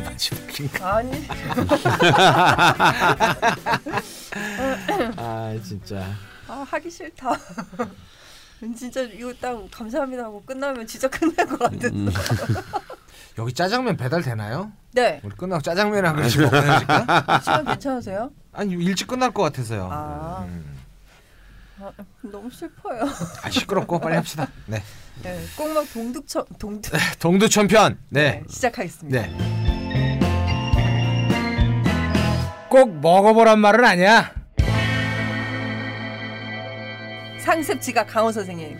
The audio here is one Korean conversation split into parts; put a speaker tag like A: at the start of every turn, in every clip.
A: 말인가?
B: 아니
A: 아 진짜.
B: 아 하기 싫다. 진짜 이거 딱 감사합니다 하고 끝나면 진짜 끝날 것 같은.
C: 여기 짜장면 배달 되나요?
B: 네.
C: 우리 끝나고 짜장면 한 그릇씩 먹고 헤어질까?
B: 시간 괜찮으세요?
C: 아니 일찍 끝날 것 같아서요.
B: 아.
C: 음.
B: 아, 너무 슬퍼요.
C: 아 시끄럽고 빨리 합시다. 네.
B: 네, 꼭 막 동두천 동두
C: 동두천편. 네.
B: 시작하겠습니다.
C: 네. 꼭 먹어보란 말은 아니야.
B: 상습지각 강원 선생님,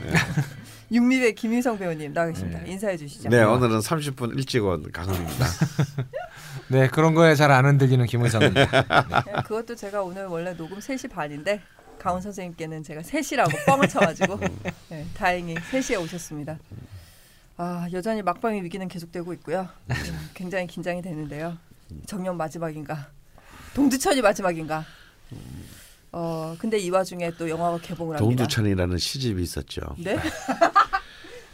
B: 육미배 김인성 배우님 나와 계십니다. 인사해 주시죠.
D: 네 오늘은 30분 일찍 온 강훈입니다.
C: 네 그런 거에 잘 안 흔들리는 김은성입니다.
B: 네, 그것도 제가 오늘 원래 녹음 3시 반인데 강원 선생님께는 제가 3시라고 뻥을 쳐가지고
C: 음.
B: 네, 다행히 3시에 오셨습니다. 아 여전히 막방의 위기는 계속되고 있고요. 음, 굉장히 긴장이 되는데요. 정년 마지막인가? 동두천이 마지막인가? 어 근데 이 와중에 또 영화가 개봉을 합니다.
D: 동두천이라는 시집이 있었죠.
C: 아,
B: 네?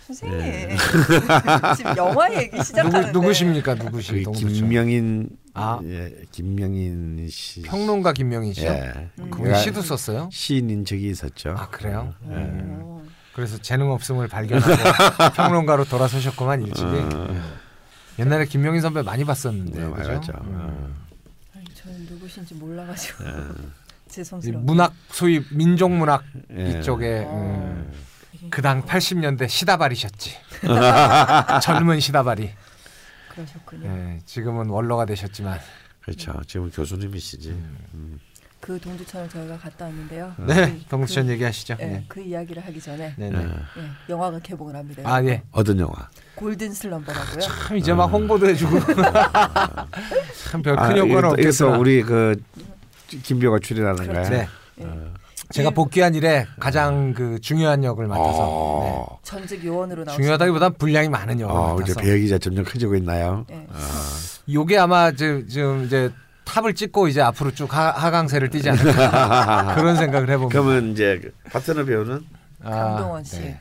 B: 선생님 지금 영화 얘기 시작하는데
C: 네. 누구 누구십니까
D: 그
C: 누구시? 동두천.
D: 김명인
C: 아.
D: 예, 김명인 시
C: 평론가 김명희 씨요. 음.
D: 예.
C: 그분이 시도 썼어요.
D: 시인인 적이 있었죠.
C: 아 그래요? 음.
B: 어,
C: 그래서 재능 없음을 발견하고 평론가로 돌아서셨구만 일찍이. 옛날에 김명희 선배 많이 봤었는데
D: 네,
C: 그죠? 음.
D: 맞죠.
B: 아니, 저는 누구신지
C: 네.
B: 몰라가지고
C: 이
B: 죄송스러워.
C: 문학 소위 민족 문학
D: 예.
C: 이쪽에 음, 그당 80년대 시다발이셨지. 젊은 시다발이.
B: 그러셨군요.
C: 예, 지금은 원로가 되셨지만
D: 그렇죠. 지금 교수님이시지.
C: 음.
B: 그 동두천을 저희가 갔다 왔는데요.
C: 네
B: 그-
C: 동두천
B: 그,
C: 얘기하시죠.
B: 예,
C: 네.
B: 그 이야기를 하기 전에
C: 네. 네.
B: 예, 영화가 개봉을 합니다.
C: 아 예.
D: 어떤 영화?
B: 골든 슬럼버라고요.
C: 참 이제 막 홍보도 해주고 그 참별큰
D: 아,
C: 효과는
D: 이거-
C: 없겠어.
D: 여기서 우리 그 김비호가 출연하는 거야.
C: 네. 제가 복귀한 이래 가장 그 중요한 역을 맡아서 네.
D: 어,
B: 전직 요원으로 나오신
C: 중요하다기보단 분량이 많은 네, 영화를
D: 어, 우리
C: 맡아서
D: 배역이 이제 점점 커지고 있나요?
B: 예.
C: 요게 아마 지금, 지금 이제 탑을 찍고 이제 앞으로 쭉 하, 하강세를 뛰지 않을까 그런 생각을 해봅니다.
D: 그러면 이제 그 파트너 배우는
C: 아,
B: 강동원 씨.
C: 네.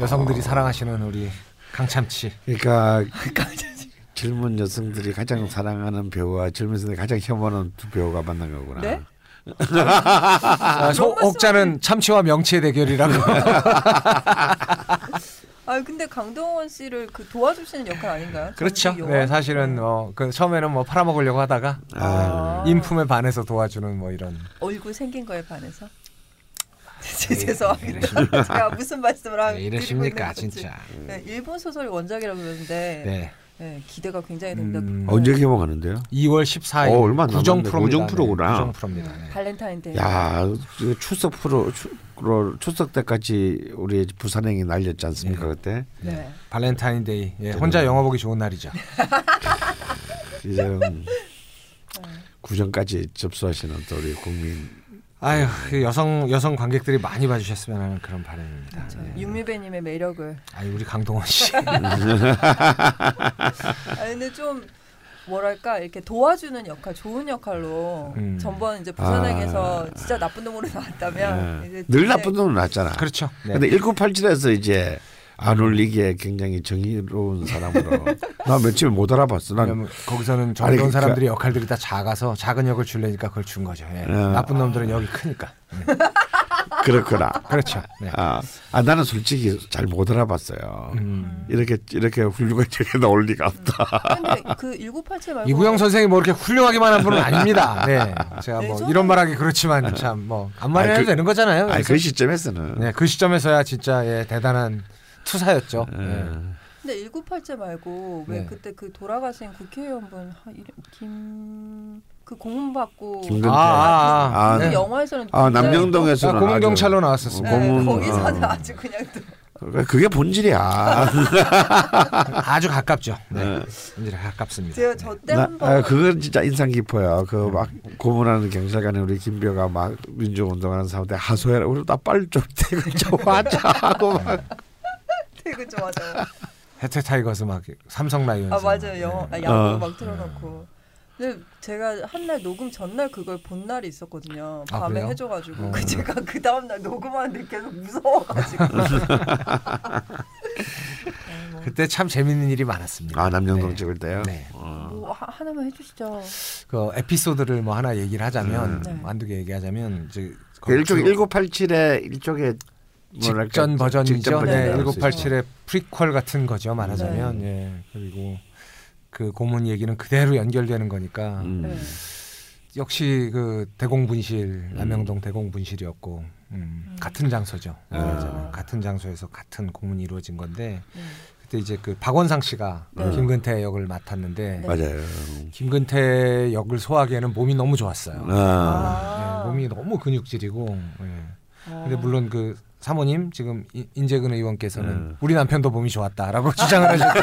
C: 여성들이 사랑하시는 우리 강참치.
D: 그러니까
B: 깜짝 놀랐어요.
D: 젊은 여성들이
C: 네.
D: 가장 사랑하는 배우와 젊은 여성들이 가장 혐오하는 두 배우가 만난 거구나.
B: 네?
C: 아, 소,
B: 말씀하시-
C: 옥자는 참치와 명치의 대결이라고.
B: 아 근데 강동원 씨를 그 도와주시는 역할 아닌가요?
C: 그렇죠.
B: 전직 요원?
C: 네, 사실은 어, 그 처음에는 뭐 팔아먹으려고 하다가
B: 아,
C: 인품에 반해서 도와주는 뭐 이런.
B: 얼굴 생긴 거에 반해서
C: 아,
B: 죄- 죄송합니다. 제가 무슨 말씀을 하고
C: 네,
B: 드리고
C: 이러십니까
B: 아, 있는 건지.
C: 진짜.
B: 네, 일본 소설이 원작이라고 그러는데
C: 네.
B: 네, 기대가 굉장히 됩니다. 그 네,
C: 음.
D: 언제 개봉하는데요?
C: 2월 14일
D: 어, 얼마 안
C: 구정
D: 남았네.
C: 프로입니다.
D: 구정 프로구나.
C: 네, 구정 프로입니다. 네.
B: 발렌타인데이.
D: 야 이거 출석 프로 추, 로- 출석 때까지 우리 부산행이 날렸지 않습니까 그때
B: 네.
C: 발렌타인데이. 예,
D: 네.
C: 혼자 영화 보기 좋은 날이죠.
D: 이제 음,
C: 네.
D: 구정까지 접수하시는 또 우리 국민
C: 아유, 그 여성 여성 관객들이 많이 봐주셨으면 하는 그런 바람입니다.
B: 저
C: 네.
B: 윤미배님의 매력을.
C: 아유, 우리 강동원 씨.
B: 아 근데 좀 뭐랄까 이렇게 도와주는 역할, 좋은 역할로
C: 음.
B: 전번 이제 부산행에서 진짜 나쁜 놈으로 나왔다면
D: 예.
B: 이제
D: 아. 늘
B: 이제
D: 나쁜 놈은 났잖아.
C: 네. 그렇죠. 네.
D: 근데 1987에서 이제 안 올리기에 굉장히 정의로운 사람으로 나 며칠 못 알아봤어. 난
C: 왜냐면 거기서는
D: 아니,
C: 젊은
D: 그러니까-
C: 사람들이 역할들이 다 작아서 작은 역을 줄래니까 그걸 준 거죠. 예.
D: 어.
C: 나쁜 놈들은 역이 크니까.
D: 그렇구나.
C: 그렇죠. 네.
D: 아, 아 나는 솔직히 잘 못 알아봤어요.
C: 음.
D: 이렇게 이렇게 훌륭한 적에 나올 리가 없다.
B: 근데 그 1987 말고
C: 이구영 선생이 뭐 이렇게 훌륭하기만 한 분은 아닙니다. 네. 제가
B: 네,
C: 뭐
B: 저는-
C: 이런 말하기 그렇지만 참 뭐 안 말해도
D: 아니, 그-
C: 되는 거잖아요.
D: 아니,
C: 그래서-
D: 그 시점에서는
C: 네, 그 시점에서야 진짜 예, 대단한 투사였죠.
D: 네.
C: 예.
B: 근데 1987 말고 왜
C: 네.
B: 그때 그 돌아가신 국회의원분 하- 이름- 김... 그 공문 받고
D: 김근태.
C: 아,
D: 아,
B: 그
D: 네.
B: 영화에서는
D: 아
B: 굉장히
D: 남영동에서는
C: 아, 고문경찰로
D: 아주-
C: 나왔었습니다.
B: 네,
D: 고문-
B: 거기서는
D: 어. 그러니까
B: 아주 그냥 또
D: 그게
C: 아,
D: 본질이야.
C: 아주 가깝죠. 네. 이제 가깝습니다.
B: 제가 저때
D: 나,
B: 한번
D: 아, 그건 진짜 인상 깊어요.
C: 네.
D: 그 막 고문하는 경찰관에 우리 김벼가 막 민주운동하는 사람한테 하소해라. 우리 나 빨리 좀 퇴근 좀 하자 하고 막.
B: 되게 좋아하죠.
C: 네. 해태 타이거스 막 네. 삼성 라이온즈.
B: 아 맞아요. 영어 아, 야구
D: 어.
B: 막 틀어놓고. 근데 제가 한 날 녹음 전날 그걸 본 날이 있었거든요.
C: 아,
B: 밤에
C: 그래요?
B: 해줘가지고 그 제가 그 다음 날 녹음하는데 계속 무서워가지고. 네, 뭐
C: 그때 참 재밌는 일이 많았습니다.
D: 아 남영동
C: 네.
D: 찍을 때요.
C: 네.
B: 뭐, 하- 하나만 해주시죠.
C: 그 에피소드를 뭐 하나 얘기를 하자면
B: 네.
C: 한두 개 얘기하자면 이제
D: 그 일종
C: 그
D: 1987의 일종의 뭐랄까,
C: 직전 버전이죠.
D: 직전 버전이라고
C: 네,
D: 할수 있죠.
C: 1987의 프리퀄 같은 거죠 말하자면.
B: 네.
C: 예. 그리고 그 고문 얘기는 그대로 연결되는 거니까
D: 음.
B: 네.
C: 역시 그
D: 음.
C: 대공분실 남영동 대공분실이었고 음, 같은 장소죠.
D: 아.
C: 말하자면. 같은 장소에서 같은 고문이 이루어진 건데
B: 네.
C: 그때 이제 그 박원상 씨가
B: 네.
C: 김근태 역을 맡았는데
B: 네.
D: 맞아요.
C: 김근태 역을 소화하기에는 몸이 너무 좋았어요.
D: 아.
B: 아.
C: 예, 몸이 너무 근육질이고. 예.
B: 아.
C: 근데 물론 그 사모님 지금 이- 인재근 의원께서는
D: 네.
C: 우리 남편도 몸이 좋았다라고 주장을 하셨어요.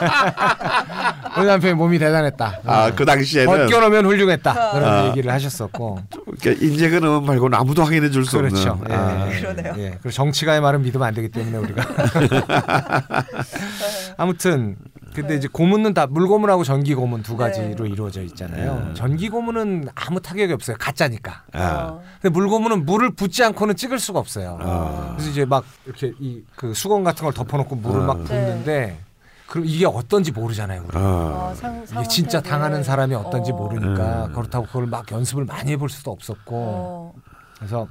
C: 네. 우리 남편이 몸이 대단했다. 네.
D: 아, 그 당시에는
C: 벗겨놓으면 훌륭했다. 그런
D: 아.
C: 얘기를 하셨었고.
D: 그러니까 인재근 의원 말고는 아무도 확인해 줄 수
C: 그렇죠.
D: 없는.
C: 예,
D: 아.
C: 예,
B: 그러네요.
C: 예. 그리고 정치가의 말은 믿으면 안 되기 때문에 우리가. 아무튼
B: 네.
C: 근데 이제 고문은 다 물고문하고 전기고문 두 가지로 이루어져 있잖아요.
D: 네.
C: 전기고문은 아무 타격이 없어요. 가짜니까.
B: 네.
D: 아.
C: 근데 물고문은 물을 붓지 않고는 찍을 수가 없어요.
D: 아.
C: 그래서 이제 막 이렇게 이 그 수건 같은 걸 덮어놓고 물을
D: 아.
C: 막
B: 네.
C: 붓는데 그럼 이게 어떤지 모르잖아요. 우리.
D: 아.
B: 어, 상,
C: 이게
B: 상황
C: 진짜
B: 때문에.
C: 당하는 사람이 어떤지
B: 어.
C: 모르니까
D: 음.
C: 그렇다고 그걸 막 연습을 많이 해볼 수도 없었고
B: 어.
C: 그래서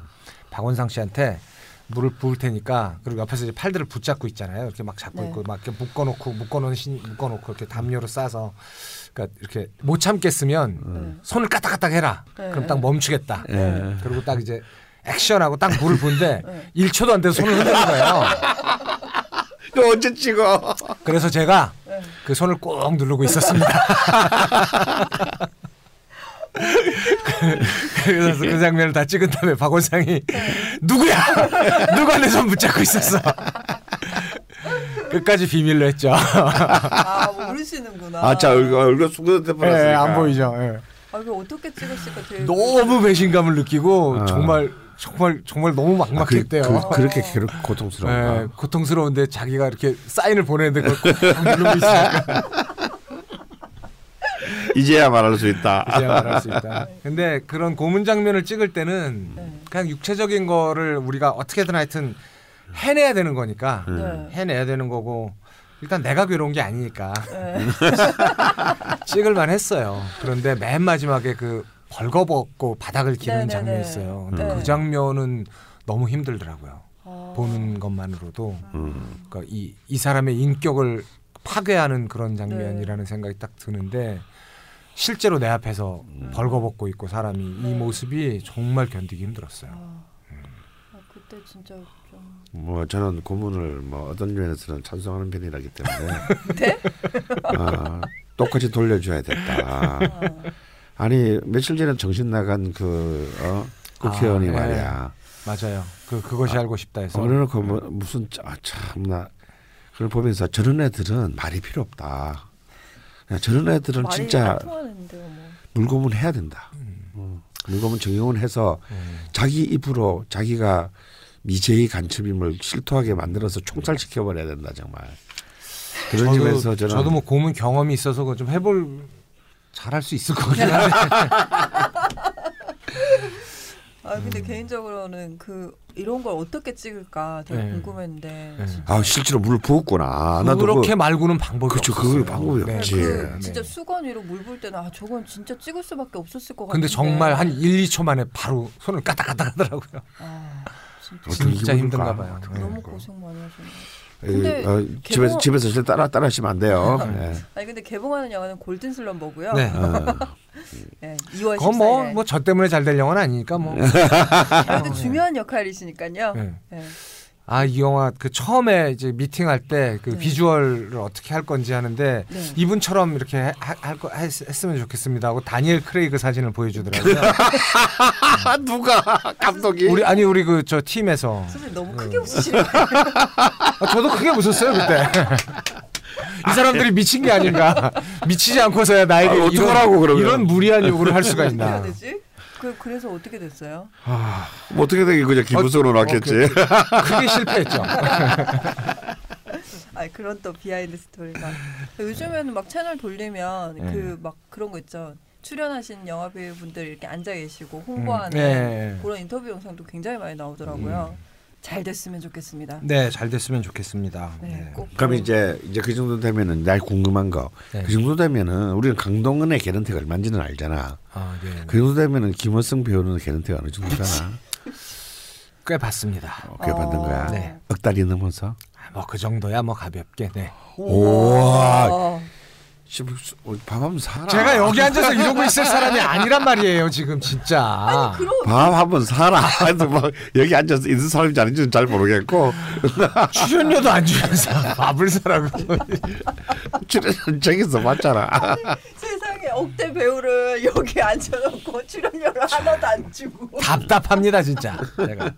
C: 박원상 씨한테 물을 부을 테니까 그리고 옆에서 이제 팔들을 붙잡고 있잖아요. 이렇게 막 잡고
B: 네.
C: 있고 막 이렇게 묶어놓고 묶어놓은 신 묶어놓고 이렇게 담요로 싸서 그러니까 이렇게 못 참겠으면
B: 음.
C: 손을 까딱까딱 해라.
B: 네.
C: 그럼 딱 멈추겠다.
D: 예.
C: 그리고 딱 이제 액션하고 딱 물을 부는데
B: 네.
C: 1초도 안 돼서 손을 흔드는 거예요.
D: 또 언제 찍어?
C: 그래서 제가
B: 네.
C: 그 손을 꼭 누르고 있었습니다. 그- 그래서 그 장면을 다 찍은 다음에 박원상이 누구야? 누가 내 손 붙잡고 있었어? 끝까지 비밀로 했죠.
B: 아 모르시는구나.
D: 아, 자 얼굴 얼굴 숙여대 버렸어요.
C: 예, 안 보이죠. 예.
B: 아, 이거 어떻게 찍었을까 되게
C: 너무 배신감을 느끼고
D: 아.
C: 정말 정말 정말 너무 막막했대요.
D: 그, 그, 그렇게 괴롭 아, 고통스러운가?
C: 예, 고통스러운데 자기가 이렇게 사인을 보내는데 그걸 꾹 누르고 있으니까
D: 이제야 말할 수 있다.
C: 이제야 말할 수 있다. 근데 그런 고문 장면을 찍을 때는
B: 네.
C: 그냥 육체적인 거를 우리가 어떻게든 하여튼 해내야 되는 거니까
B: 네.
C: 해내야 되는 거고 일단 내가 괴로운 게 아니니까
B: 네.
C: 찍을만 했어요. 그런데 맨 마지막에 그 벌거벗고 바닥을 기는
B: 네네네.
C: 장면이 있어요. 근데
B: 네.
C: 그 장면은 너무 힘들더라고요.
B: 아.
C: 보는 것만으로도
D: 음.
C: 그러니까 이, 이 사람의 인격을 파괴하는 그런 장면이라는
B: 네.
C: 생각이 딱 드는데 실제로 내 앞에서
D: 음.
C: 벌거벗고 있고 사람이 이
B: 네.
C: 모습이 정말 견디기 힘들었어요.
B: 아. 아, 그때 진짜 좀
D: 뭐 저는 고문을 뭐 어떤 면에서는 찬성하는 편이라기 때문에
B: 네?
D: 아, 똑같이 돌려줘야 됐다.
B: 아.
D: 아니 며칠 전에 정신 나간 그 어? 국회의원이
C: 아, 네.
D: 말이야.
C: 맞아요. 그 그것이 알고 싶다 해서
D: 오늘은 그 뭐, 무슨 아, 참나 그걸 보면서 저런 애들은 말이 필요 없다. 야, 저런 애들은
B: 말이
D: 진짜
B: 안 통하는데요, 뭐.
D: 물고문 해야 된다. 어, 물고문 정형은 해서
C: 음.
D: 자기 입으로 자기가 미제의 간첩임을 실토하게 만들어서 총살시켜 버려야 된다 정말. 그런 점에서
C: 저도,
D: 저는
C: 저도 뭐 고문 경험이 있어서 그거 좀 해볼 잘할 수 있을 것 같긴 한데 음.
B: 아 근데 개인적으로는 그 이런 걸 어떻게 찍을까 되게
C: 네.
B: 궁금했는데
C: 네.
B: 진짜,
D: 아 실제로 물을 부었구나. 나도
C: 그렇게
D: 그,
C: 말고는 방법이
D: 그쵸,
C: 없어요.
D: 그걸 방법이 없지.
B: 그
D: 네.
B: 진짜 수건 위로 물 부을 때는 아 저건 진짜 찍을 수밖에 없었을 것 같은데
C: 근데 정말 한 1, 2초 만에 바로 손을 까딱까딱 하더라고요.
B: 아, 진짜
D: 어떻게
C: 진짜
D: 힘들까?
C: 힘든가 봐요.
D: 어떻게
C: 네.
B: 너무 고생 많이 하셨네 근데
D: 에, 어, 집에서
B: 개봉-
D: 집에서 절대 따라 따라 하시면 안 돼요. 예.
B: 아니 근데 개봉하는 영화는 골든 슬럼버고요
C: 네.
D: 어.
B: 네, 2월 14일
C: 그건 뭐 뭐 저 때문에 잘 될 영화는 아니니까
D: 네.
C: 뭐.
B: 그래도 중요한 역할이시니까요
C: 네.
B: 네.
C: 아 이 영화 그 처음에 이제 미팅할 때 그
B: 네.
C: 비주얼을 어떻게 할 건지 하는데
B: 네.
C: 이분처럼 이렇게 하- 하- 할 거, 했, 으면 좋겠습니다 하고 다니엘
D: 네.
C: 크레이그 사진을 보여주더라고요.
D: 아 누가 감독이?
C: 우리 아니 우리 그 저 팀에서
B: 선생님 너무
C: 그
B: 크게 웃으시는 거
C: 아, 저도 크게 웃었어요 그때. 이 사람들이 미친 게 아닌가. 미치지 않고서야 나에게
D: 아, 어떡하라고,
C: 이런,
D: 그러면.
C: 이런 무리한 요구를 할 수가
B: 해야
C: 있나.
B: 되지? 그, 그래서 어떻게 됐어요?
D: 뭐 어떻게 되게 그냥 기부석으로 놨겠지.
C: 그, 크게 실패했죠.
B: 아 그런 또 비하인드 스토리가 요즘에는 막 채널 돌리면
D: 네.
B: 그 막 그런 거 있죠 출연하신 영화배우분들 이렇게 앉아 계시고 홍보하는
D: 네.
C: 음, 예, 예.
D: 음.
B: 그런 인터뷰 영상도 굉장히 많이 나오더라고요 잘 됐으면 좋겠습니다.
E: 네, 잘 됐으면 좋겠습니다.
B: 네,
E: 네.
B: 꼭.
D: 그럼 이제 이제 그 정도 되면은 날 궁금한 거.
C: 네.
D: 그 정도 되면은 우리는 강동원의 개런티가 얼마인지는 알잖아.
C: 아, 네.
D: 그 정도 되면은 김원승 배우는 개런티가 어느 정도잖아.
C: 꽤 봤습니다.
D: 어, 그게 받는 거야.
C: 네.
D: 억 달이 넘어서.
C: 뭐 그 정도야 뭐 가볍게. 네.
D: 우와.
B: 어,
D: 씨, 무슨- 어, 밥한번 사라.
C: 제가 여기 앉아서 이러고 있을 사람이 아니란 말이에요 지금 진짜.
D: 밥한번 사라. 하여튼 막 여기 앉아서 있는 사람인지 아닌지는 잘 모르겠고
C: 그 출연료도 안 주면서 밥을 사라고.
D: 출연 저기서 봤잖아.
B: 세상에 억대 배우를 여기 앉혀놓고 출연료를 하나도 안 주고
C: 답답합니다 진짜. 제가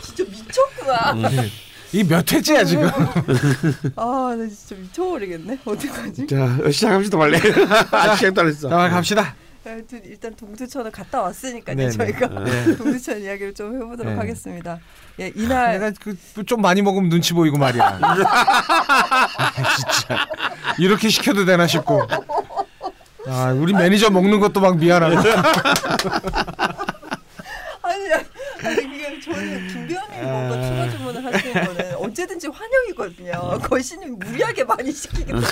B: 진짜 미쳤구나.
D: 음,
C: 이 몇 회째야 지금?
B: 아, 나 진짜 미쳐버리겠네. 어떡하지?
D: 자 시작합시다 빨리. 아, 시작도 안 했어.
C: 자 갑시다.
B: 하여튼 일단 동두천을 갔다 왔으니까
C: 네네.
B: 이제 저희가 동두천 이야기를 좀 해보도록
C: 네.
B: 하겠습니다. 예, 이날
C: 내가 그 좀 많이 먹으면 눈치 보이고 말이야. 아, 진짜 이렇게 시켜도 되나 싶고. 아 우리 매니저 먹는 것도 막 미안하고.
B: 아니 아니, 아니 그냥 저는 김병이
C: 아.
B: 뭔가 추가 주문을 하시는 거는 언제든지
C: 음.
B: 환영이거든요. 거신님 무리하게 많이 시키기 때문에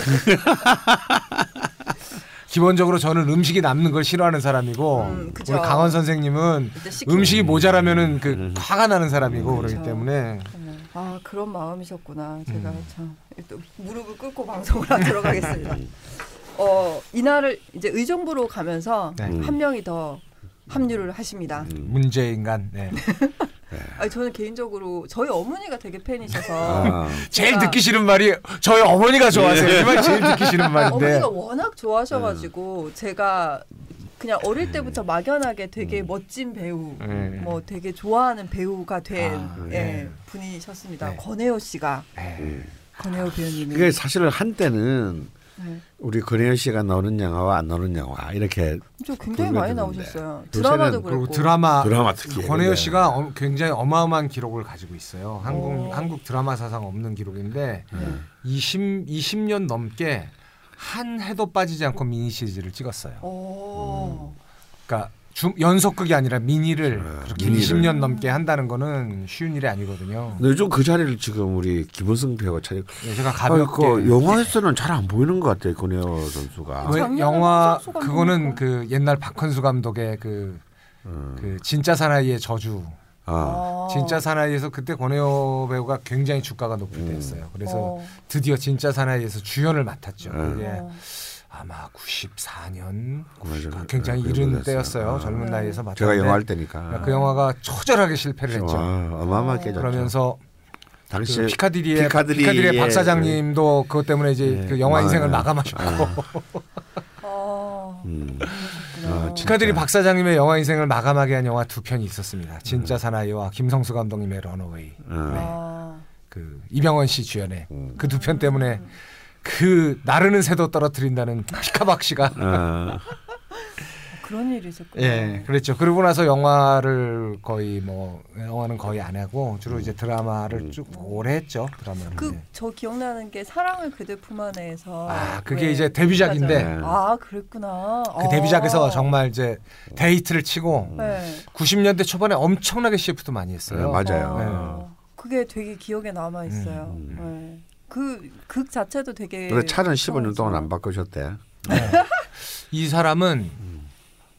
C: 기본적으로 저는 음식이 남는 걸 싫어하는 사람이고
B: 음, 그죠.
C: 우리 강원 선생님은
B: 일단 시키-
C: 음식이 모자라면은 그 화가 나는 사람이고 그러기
B: 그렇죠.
C: 때문에
B: 아 그런 마음이셨구나. 제가 참또 무릎을 꿇고 방송을 하도록 하겠습니다.
C: 음.
B: 어 이날을 이제 의정부로 가면서
C: 네. 음.
B: 한 명이 더 합류를 하십니다.
C: 문제 인간 네.
B: 아니 저는 개인적으로 저희 어머니가 되게 팬이셔서
D: 아,
C: 제일
B: 제가-
C: 듣기 싫은 말이 저희 어머니가 좋아하세요. 이 말 제일 듣기 싫은 말인데
B: 어머니가 워낙 좋아하셔가지고 제가 그냥 어릴 때부터 막연하게 되게 멋진 배우,
C: 네.
B: 뭐 되게 좋아하는 배우가 된
C: 아,
B: 예,
C: 네.
B: 분이셨습니다.
C: 네.
B: 권혜호 씨가
C: 네.
D: 음.
B: 권혜호 배우님이
D: 그게 사실은 한때는
B: 네.
D: 우리 권혜연 씨가 나오는 영화와 안 나오는 영화 이렇게
B: 좀 굉장히 많이
D: 분류가 되는데.
B: 나오셨어요.
D: 요새는
B: 드라마도
C: 그리고
B: 그렇고
C: 드라마
D: 드라마 특히
C: 아, 권혜요 씨가 어- 굉장히 어마어마한 기록을 가지고 있어요. 한국 한국 드라마 사상 없는 기록인데
B: 네.
C: 20 20년 넘게 한 해도 빠지지 않고 미니 시리즈를 찍었어요.
B: 오,
C: 그러니까 주- 연속극이 아니라 미니를
D: 그래,
C: 그렇게
D: 미니를.
C: 20년 넘게 한다는 거는 쉬운 일이 아니거든요.
D: 근데 요즘 그 자리를 지금 우리 김원승 배우가 차려.
C: 네, 제가
D: 그
C: 가볍게
D: 영화에서는 잘 안 보이는 것 같아요 권혜연 선수가.
C: 왜
B: 작년에
C: 영화
B: 황석수 감독
C: 그거는 그 옛날 박헌수 감독의 그,
D: 음.
C: 그 진짜 사나이의 저주
D: 아.
B: 아.
C: 진짜 사나이에서 그때 권혜호 배우가 굉장히 주가가 높을
D: 음.
C: 때였어요. 그래서
B: 어.
C: 드디어 진짜 사나이에서 주연을 맡았죠.
D: 음.
C: 그게
B: 어.
C: 아마 94년
D: 맞아요.
C: 굉장히
D: 네,
C: 이른
D: 그랬어요.
C: 때였어요.
D: 아.
C: 젊은
B: 네.
C: 나이에서 맡았는데
D: 제가 영화 할 때니까.
C: 그 영화가 처절하게 실패를 했죠.
D: 와, 어마어마하게 깨졌죠.
C: 그러면서
D: 당시
C: 그 피카디리의
D: 피카디리의-
C: 피카디리의, 박 사장님도 그것 때문에 이제 그 영화
D: 아,
C: 인생을
D: 네.
C: 마감하셨고
B: 어.
D: 음.
B: 그렇구나.
D: 아, 진-
C: 피카디리 박 사장님의 영화 인생을 마감하게 한 영화 두 편이 있었습니다.
D: 음.
C: 진짜 사나이와 김성수 감독님의 런어웨이. 네.
D: 어.
B: 아.
C: 그 이병헌 씨 주연의
D: 음.
C: 그 두 편 때문에 그 나르는 새도 떨어뜨린다는 피카박 씨가
D: 어.
B: 그런 일이 있었군요.
C: 예 그랬죠. 그러고 나서 영화를 거의 뭐 영화는 거의 안 하고 주로
D: 음.
C: 이제 드라마를 쭉 오래 했죠 드라마를. 네.
B: 그 저 기억나는 게 사랑을 그대 품 안에서
C: 아, 그게
B: 왜
C: 이제 데뷔작인데.
B: 피카죠. 아 그랬구나
C: 그
B: 아.
C: 데뷔작에서 정말 이제 데이트를 치고
B: 네.
C: 90년대 초반에 엄청나게 CF도 많이 했어요.
D: 음. 네, 맞아요.
B: 어, 그게 되게 기억에 남아 있어요
C: 음.
B: 그 극 자체도 되게
D: 근데 차는 15년 동안 안 바꾸셨대.
C: 이 사람은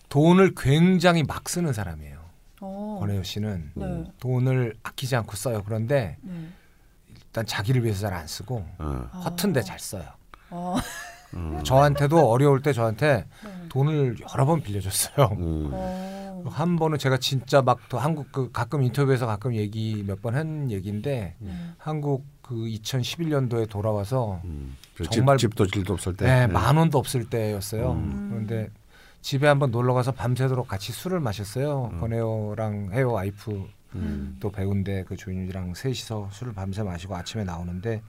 C: 돈을 굉장히 막 쓰는 사람이에요.
B: 어.
C: 권혜요 씨는
B: 네.
C: 돈을 아끼지 않고 써요. 그런데
B: 네.
C: 일단 자기를 위해서 잘 안 쓰고
D: 어.
B: 아.
D: 음.
C: 허튼 데 잘 써요.
B: 어.
C: 저한테도 어려울 때 저한테
B: 네.
C: 돈을 여러 번 빌려줬어요.
D: 음.
B: 어.
C: 한 번은 제가 진짜 막 또 한국 그 가끔 인터뷰에서 가끔 얘기 몇 번 한 얘기인데
B: 네.
C: 한국 그 2011년도에 돌아와서
D: 음.
C: 정말-
D: 집, 집도 질도 없을 때.
C: 네,
D: 네.
C: 만 원도 없을 때였어요.
D: 음.
C: 그런데 집에 한번 놀러 가서 밤새도록 같이 술을 마셨어요. 권혜호랑 혜호 와이프
B: 음.
C: 또 배우인데 그 조인유랑 셋이서 술을 밤새 마시고 아침에 나오는데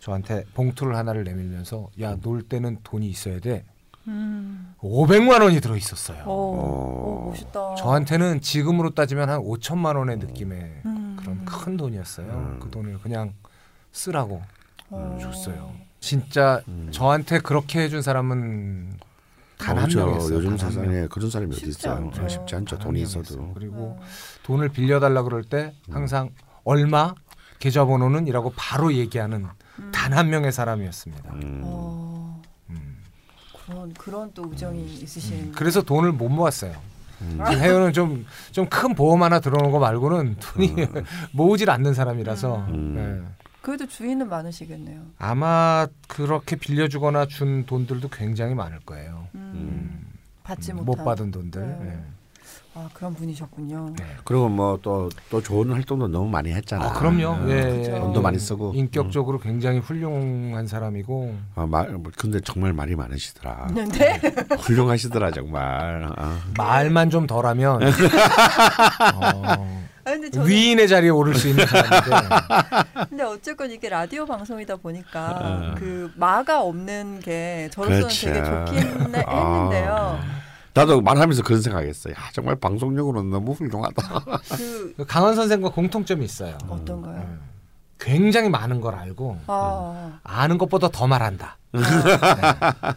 C: 저한테 봉투를 하나를 내밀면서 야 놀 때는 돈이 있어야 돼.
B: 음.
C: 500만 원이 들어 있었어요.
B: 어. 어, 멋있다
C: 저한테는 지금으로 따지면 한 5천만 원의 느낌의
B: 음.
C: 그런 큰 돈이었어요.
D: 음.
C: 그 돈을 그냥 쓰라고
B: 어.
C: 음, 줬어요. 진짜 저한테 그렇게 해준 사람은 단 한 명이었어요.
F: 요즘
C: 단한 명.
F: 세상에 그런 사람이 어디
B: 쉽지
F: 있어요?
B: 않죠.
F: 어, 쉽지 않죠.
C: 단
F: 돈이
C: 한 명이었어요.
F: 있어도.
C: 그리고 돈을 빌려달라 그럴 때 항상 얼마 계좌번호는이라고 바로 얘기하는 단 한 명의 사람이었습니다.
F: 음.
B: 음. 어,
C: 음.
B: 그런 그런 또 우정이 있으신.
C: 그래서 돈을 못 모았어요.
F: 음.
C: 좀 해요는 좀 좀 큰 보험 하나 들어놓은 거 말고는 돈이 모으질 않는 사람이라서
F: 음.
C: 예.
B: 그래도 주인은 많으시겠네요. 음.
C: 아마 그렇게 빌려주거나 준 돈들도 굉장히 많을 거예요.
B: 음, 받지
C: 못
B: 못한.
C: 받은 돈들.
B: 네.
C: 예.
B: 아 그런 분이셨군요.
C: 네.
F: 그리고 뭐 또 또 좋은 활동도 너무 많이 했잖아.
C: 아, 그럼요.
F: 어,
C: 예, 예.
F: 돈도 많이 쓰고. 음.
C: 인격적으로 굉장히 훌륭한 사람이고
F: 아, 말 근데 정말 말이 많으시더라.
B: 근데
C: 네.
F: 훌륭하시더라 정말. 아.
C: 말만 좀 덜하면
F: 음.
C: 어,
B: 아, 근데 저는
C: 위인의 자리에 오를 수 있는 사람인데
B: 근데 어쨌건 이게 라디오 방송이다
C: 아.
B: 보니까 그 마가 없는 게 저로서는
F: 그렇지.
B: 되게 좋긴
F: 아.
B: 해- 했는데요.
F: 네. 나도 말하면서 그런 생각했어요. 야, 정말 방송력으로 너무 훌륭하다.
B: 그
C: 강원 선생과 공통점이 있어요.
B: 어떤가요?
C: 음. 굉장히 많은 걸 알고
B: 아,
C: 아는 것보다 더 말한다.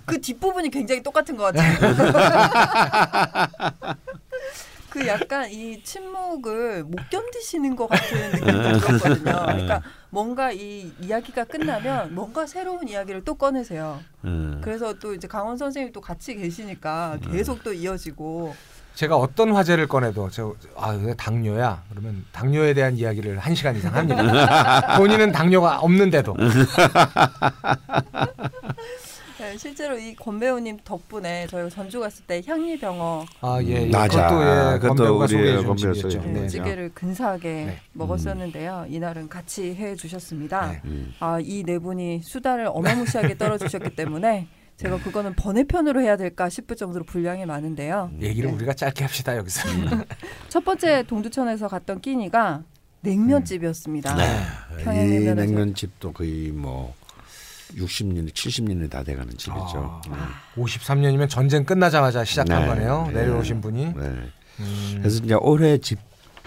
B: 그 뒷부분이 굉장히 똑같은 것 같아요. 그 약간 이 침묵을 못 견디시는 것 같은 느낌이
C: 네.
B: 들었거든요. 그러니까 뭔가 이 이야기가 끝나면 뭔가 새로운 이야기를 또 꺼내세요.
C: 네.
F: 음.
B: 그래서 또 이제 강원 선생님 또 같이 계시니까 계속 또 이어지고
C: 제가 어떤 화제를 꺼내도 저아 당뇨야 그러면 당뇨에 대한 이야기를 한 시간 이상 합니다. 본인은 당뇨가 없는데도
B: 네, 실제로 이 권배우님 덕분에 저희가 전주 갔을 때 향리병어
C: 아예
F: 맞아.
C: 그것도 예
F: 그것도
C: 건배우가
F: 우리
C: 소개해 준
F: 건배였어요.
C: 집이었죠.
F: 네.
C: 네.
B: 그 찌개를 근사하게
C: 네.
B: 먹었었는데요. 이날은 같이 해 주셨습니다.
C: 네.
F: 음.
B: 아, 이 네 분이 수다를 어마무시하게 떨어 주셨기 때문에 제가 그거는 번외편으로 해야 될까 싶을 정도로 분량이 많은데요.
C: 얘기를
B: 네.
C: 우리가 짧게 합시다 여기서.
B: 첫 번째 동두천에서 갔던 끼니가 냉면집이었습니다. 평양냉면에서.
F: 이 냉면집도 거의 뭐 60년, 70년이 다 돼가는 집이죠. 음,
C: 아, 53년이면 전쟁 끝나자마자 시작한
F: 네.
C: 거네요.
F: 네.
C: 내려오신 분이.
F: 네.
C: 음,
F: 그래서 이제 올해 집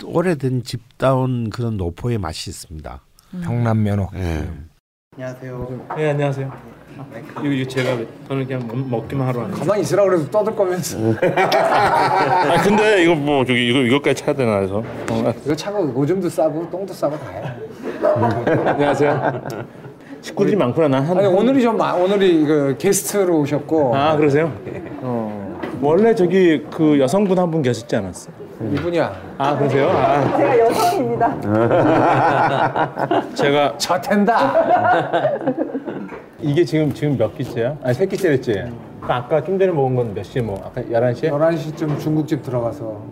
F: 오래된 집다운 그런 노포의 맛이 있습니다.
C: 경남면허.
F: 예.
G: 네 안녕하세요. 이거, 이거 제가 왜- 저는 그냥 먹- 먹기만 하러 왔는데.
C: 가만히 있으라 그래도 떠들 거면서.
H: 아 근데 이거 뭐 저기 이거 이거까지 차야 되나 해서
G: 아,
H: 어,
C: 이거 차고 오줌도 싸고 똥도 싸고 다 해.
G: 안녕하세요. 식구들이 많구나 난 한.
C: 아니 오늘이 좀 마- 오늘이 그 게스트로 오셨고
G: 아 그러세요? 어 원래 저기 그 여성분 한 분 계셨지 않았어?
C: 이분이야.
G: 아 그러세요? 아. 제가 여성입니다. 제가
C: 저 텐다.
G: 이게 지금 지금 몇 끼째야? 아니 세 끼째랬지. 그 아까 좀 전에 먹은 건 몇 시에 뭐 아까 1 1 시에?
C: 11시쯤 중국집 들어가서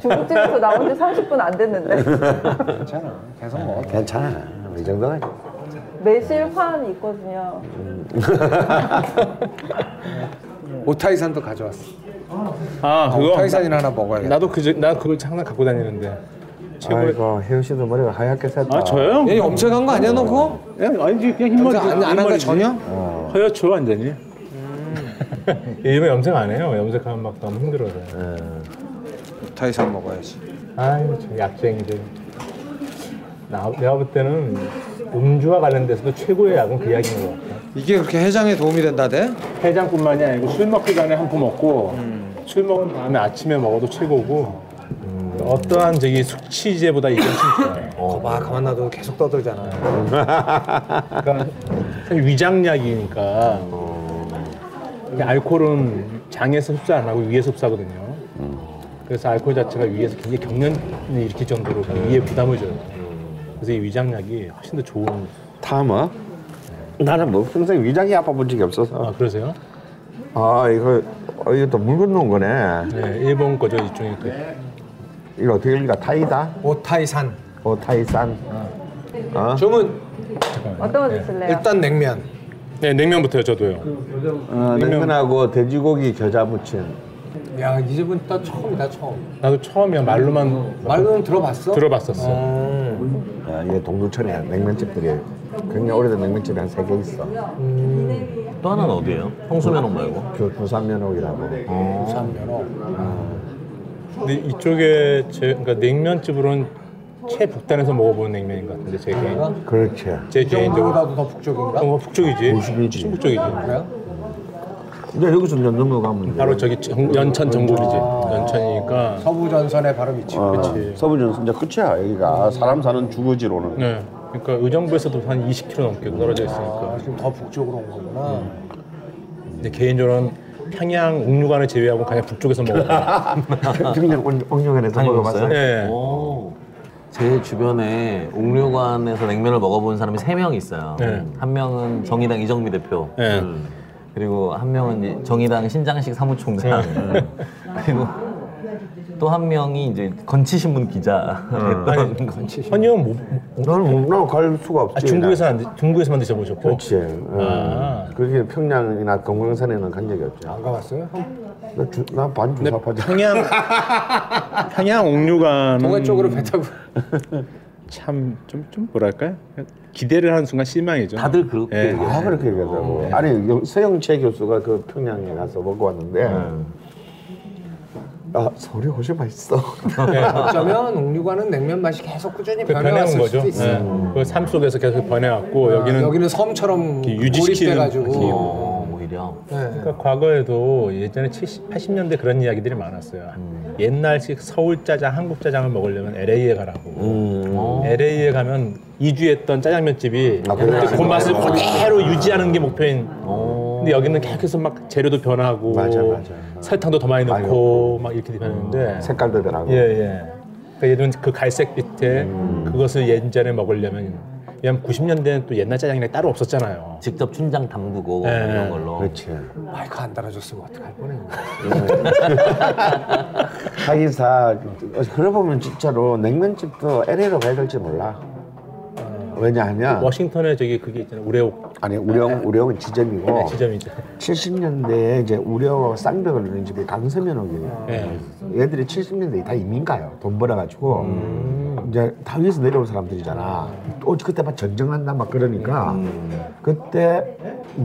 B: 중국집에서 나온 지 30분 안 됐는데
C: 괜찮아. 계속 먹어.
F: 괜찮아. 이 정도가
B: 매실판이 있거든요.
C: 오타이산도 가져왔어.
G: 아
C: 아,
G: 그거.
C: 오타이산이나 하나 먹어야겠다.
G: 나도 그나 그걸 항상 갖고 다니는데. 최고의.
F: 어, 혜윤 씨도 머리가 하얗게 샜다.
G: 아 저요?
C: 얘 염색한 거 아니야 너 그거?
G: 그냥 예, 아니지 어. 그냥 흰머리
C: 안- 안한 거야, 전혀?
G: 허옇죠 완전히 요즘에 음. 염색 안 해요 염색하면 막 너무 힘들어서
C: 오타이산 먹어야지.
G: 아이고 참 약쟁이들 나, 내가 볼 때는 음주와 관련돼서도 최고의 약은 그 약인 것 같아요
C: 이게 그렇게 해장에 도움이 된다대?
G: 해장뿐만이 아니고 술 먹기 전에 한 포 먹고 술 먹은 다음에 아침에 먹어도 최고고 음, 어떠한 저기 숙취제보다 이게 훨씬 좋아요
C: 어. 거봐 가만 놔도 계속 떠들잖아.
G: 그러니까 사실 위장약이니까 이게 알코올은 장에서 흡수 안 하고 위에서 흡수하거든요. 그래서 알코올 자체가 위에서 굉장히 경련을 일으킬 정도로 그 위에 부담을 줘요. 그래서 이 위장약이 훨씬 더 좋은.
F: 타마? 나는 뭐 평생 위장이 아파 본 적이 없어서.
G: 아 그러세요?
F: 아 이거 어, 이거 또물 건너온 거네.
G: 네, 일본 거죠 이쪽에 또.
F: 이거 어떻게 읽니까 타이다?
C: 오타이산.
F: 어 타이산. 어?
C: 주문
B: 어떤 거 드실래요?
C: 일단 냉면.
G: 네 냉면부터요 저도요.
F: 어, 냉면하고 돼지고기 겨자 무침.
C: 야, 이 집은 딱 처음이다, 처음.
G: 나도 처음이야 말로만
C: 말로는 들어봤어?
G: 들어봤었어.
C: 음.
F: 아, 이게 동두천에 냉면집들이 굉장히 오래된 냉면집이 한 세 개 있어.
I: 또 하나는 어디예요? 홍수면옥 말고?
F: 그 부산면옥이라고.
G: 근데 이쪽에 제 그러니까 냉면집으로는 최북단에서 먹어본 냉면인 것 같은데 제 개인
F: 그렇지.
G: 제 개인적으로.
C: 이거보다도 더 북쪽인가?
G: 어, 북쪽이지.
F: 고수빈지.
G: 북쪽이지.
C: 그래요?
I: 근데 여기서 연정도 가면 돼.
G: 바로 저기 정- 연천 정골이지. 연천이니까.
C: 서부 전선의 바로 위치.
F: 아.
G: 그치.
J: 서부전선 이제 끝이야 여기가 사람 사는 주거지로는
G: 네. 그러니까 의정부에서도 한 20km 넘게 떨어져 있으니까.
C: 아, 지금 더 북쪽으로 온 거구나.
F: 음.
G: 근데 개인적으로는 평양 옥류관을 제외하고 그냥 북쪽에서 먹어요.
K: 그냥 옥룡에서 먹어봤어요.
G: 예.
I: 오. 제 주변에 옥류관에서 냉면을 먹어본 사람이 세 명 있어요.
G: 네.
I: 한 명은 정의당 이정미 대표.
G: 네.
I: 음. 그리고 한 명은 이제 정의당 신장식 사무총장.
G: 네.
I: 그리고 또 한 명이 이제 건치신문 기자.
G: 음.
I: 했던 건치.
G: 현이형 뭐,
K: 나는 나갈 수가
G: 아,
K: 없지.
G: 중국에서 안, 중국에서만 드셔보셨고.
K: 그렇지. 응.
G: 아.
K: 그게 평양이나 금강산에는 간 적이 없지.
C: 안 가봤어요?
K: 나반 주사파자.
G: 평양 평양 옥류관은
L: 동해 쪽으로 배 타고
G: 참좀 좀 뭐랄까요? 기대를 하는 순간 실망이죠.
I: 다들 그렇게
G: 예.
I: 얘기해요.
K: 다 아, 그렇게 얘기하더라고. 아니 여- 서영채 교수가 그 평양에 가서 먹고 왔는데. 아 서울이 훨씬 맛있어.
C: 어쩌면 옥류관은 냉면 맛이 계속 꾸준히
G: 네. 그 변해온
C: 변해왔을
G: 거죠.
C: 수도 있어요.
G: 예. 그삶 속에서 계속 변해왔고
C: 아,
G: 여기는,
C: 여기는 섬처럼
G: 이렇게 유지시키는
C: 고립돼가지고.
I: 어, 오히려.
C: 네.
G: 그러니까 과거에도 예전에 70, 80년대 그런 이야기들이 많았어요.
K: 음.
G: 옛날식 서울 짜장, 한국 짜장을 먹으려면 LA에 가라고.
K: 음. 어.
G: LA에 가면 이주했던 짜장면 집이
K: 아, 그래요?
G: 그 맛을 그대로 유지하는 게 목표인. 근데 여기는 계속해서 막 재료도 변하고,
K: 어. 맞아, 맞아. 음.
G: 설탕도 더 많이 넣고 막 이렇게 되는데.
K: 색깔도 변하고.
G: 예, 예. 그러니까 예를 들면 그 갈색 빛에
K: 음.
G: 그것을 예전에 먹으려면, 왜냐면 90년대는 또 옛날 짜장이 따로 없었잖아요.
I: 직접 춘장 담그고
G: 네.
I: 이런 걸로.
K: 그렇지.
C: 마이크 안 달아줬으면 어떡할 뻔했네.
G: 음.
K: 하긴 사 그러보면 진짜로 냉면집도 LA로 가야 될지 몰라. 네. 왜냐하면
G: 워싱턴에 저기 그게 있잖아요. 우레옥
K: 아니 우령 우령은 네, 지점이고
G: 지점이죠.
K: 70년대에 이제 우령 쌍벽을 넣는 집이 강서면옥이에요.
C: 네.
G: 예.
K: 얘들이 70년대에 다 이민가요. 돈 벌어가지고
C: 음.
K: 이제 다 위에서 내려온 사람들이잖아. 또 그때 막 전쟁한다 막 그러니까
C: 음.
K: 그때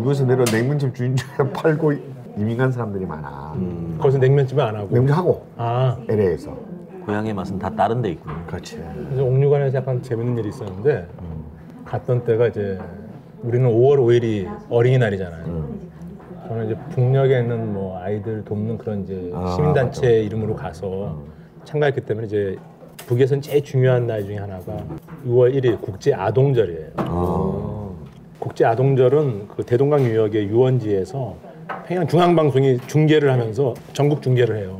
K: 위에서 내려온 냉면집 주인처럼 팔고 이민간 사람들이 많아.
C: 음.
G: 거기서 냉면집은 안 하고.
K: 냉면 하고
G: 아,
K: LA에서.
I: 고향의 맛은 다 다른 데 있군요.
K: 그렇지.
G: 그래서 옥류관에서 약간 재밌는 일이 있었는데 갔던 때가 이제 우리는 5월 5일이 어린이날이잖아요.
K: 음.
G: 저는 이제 북녘에 있는 뭐 아이들 돕는 그런 이제
K: 아, 음.
G: 시민단체 이름으로 가서 참가했기 때문에 이제 북에서는 제일 중요한 날 중에 하나가 6월 1일 국제 아동절이에요. 국제 아동절은 그 대동강 유역의 유원지에서 평양 중앙방송이 중계를 하면서 전국 중계를 해요.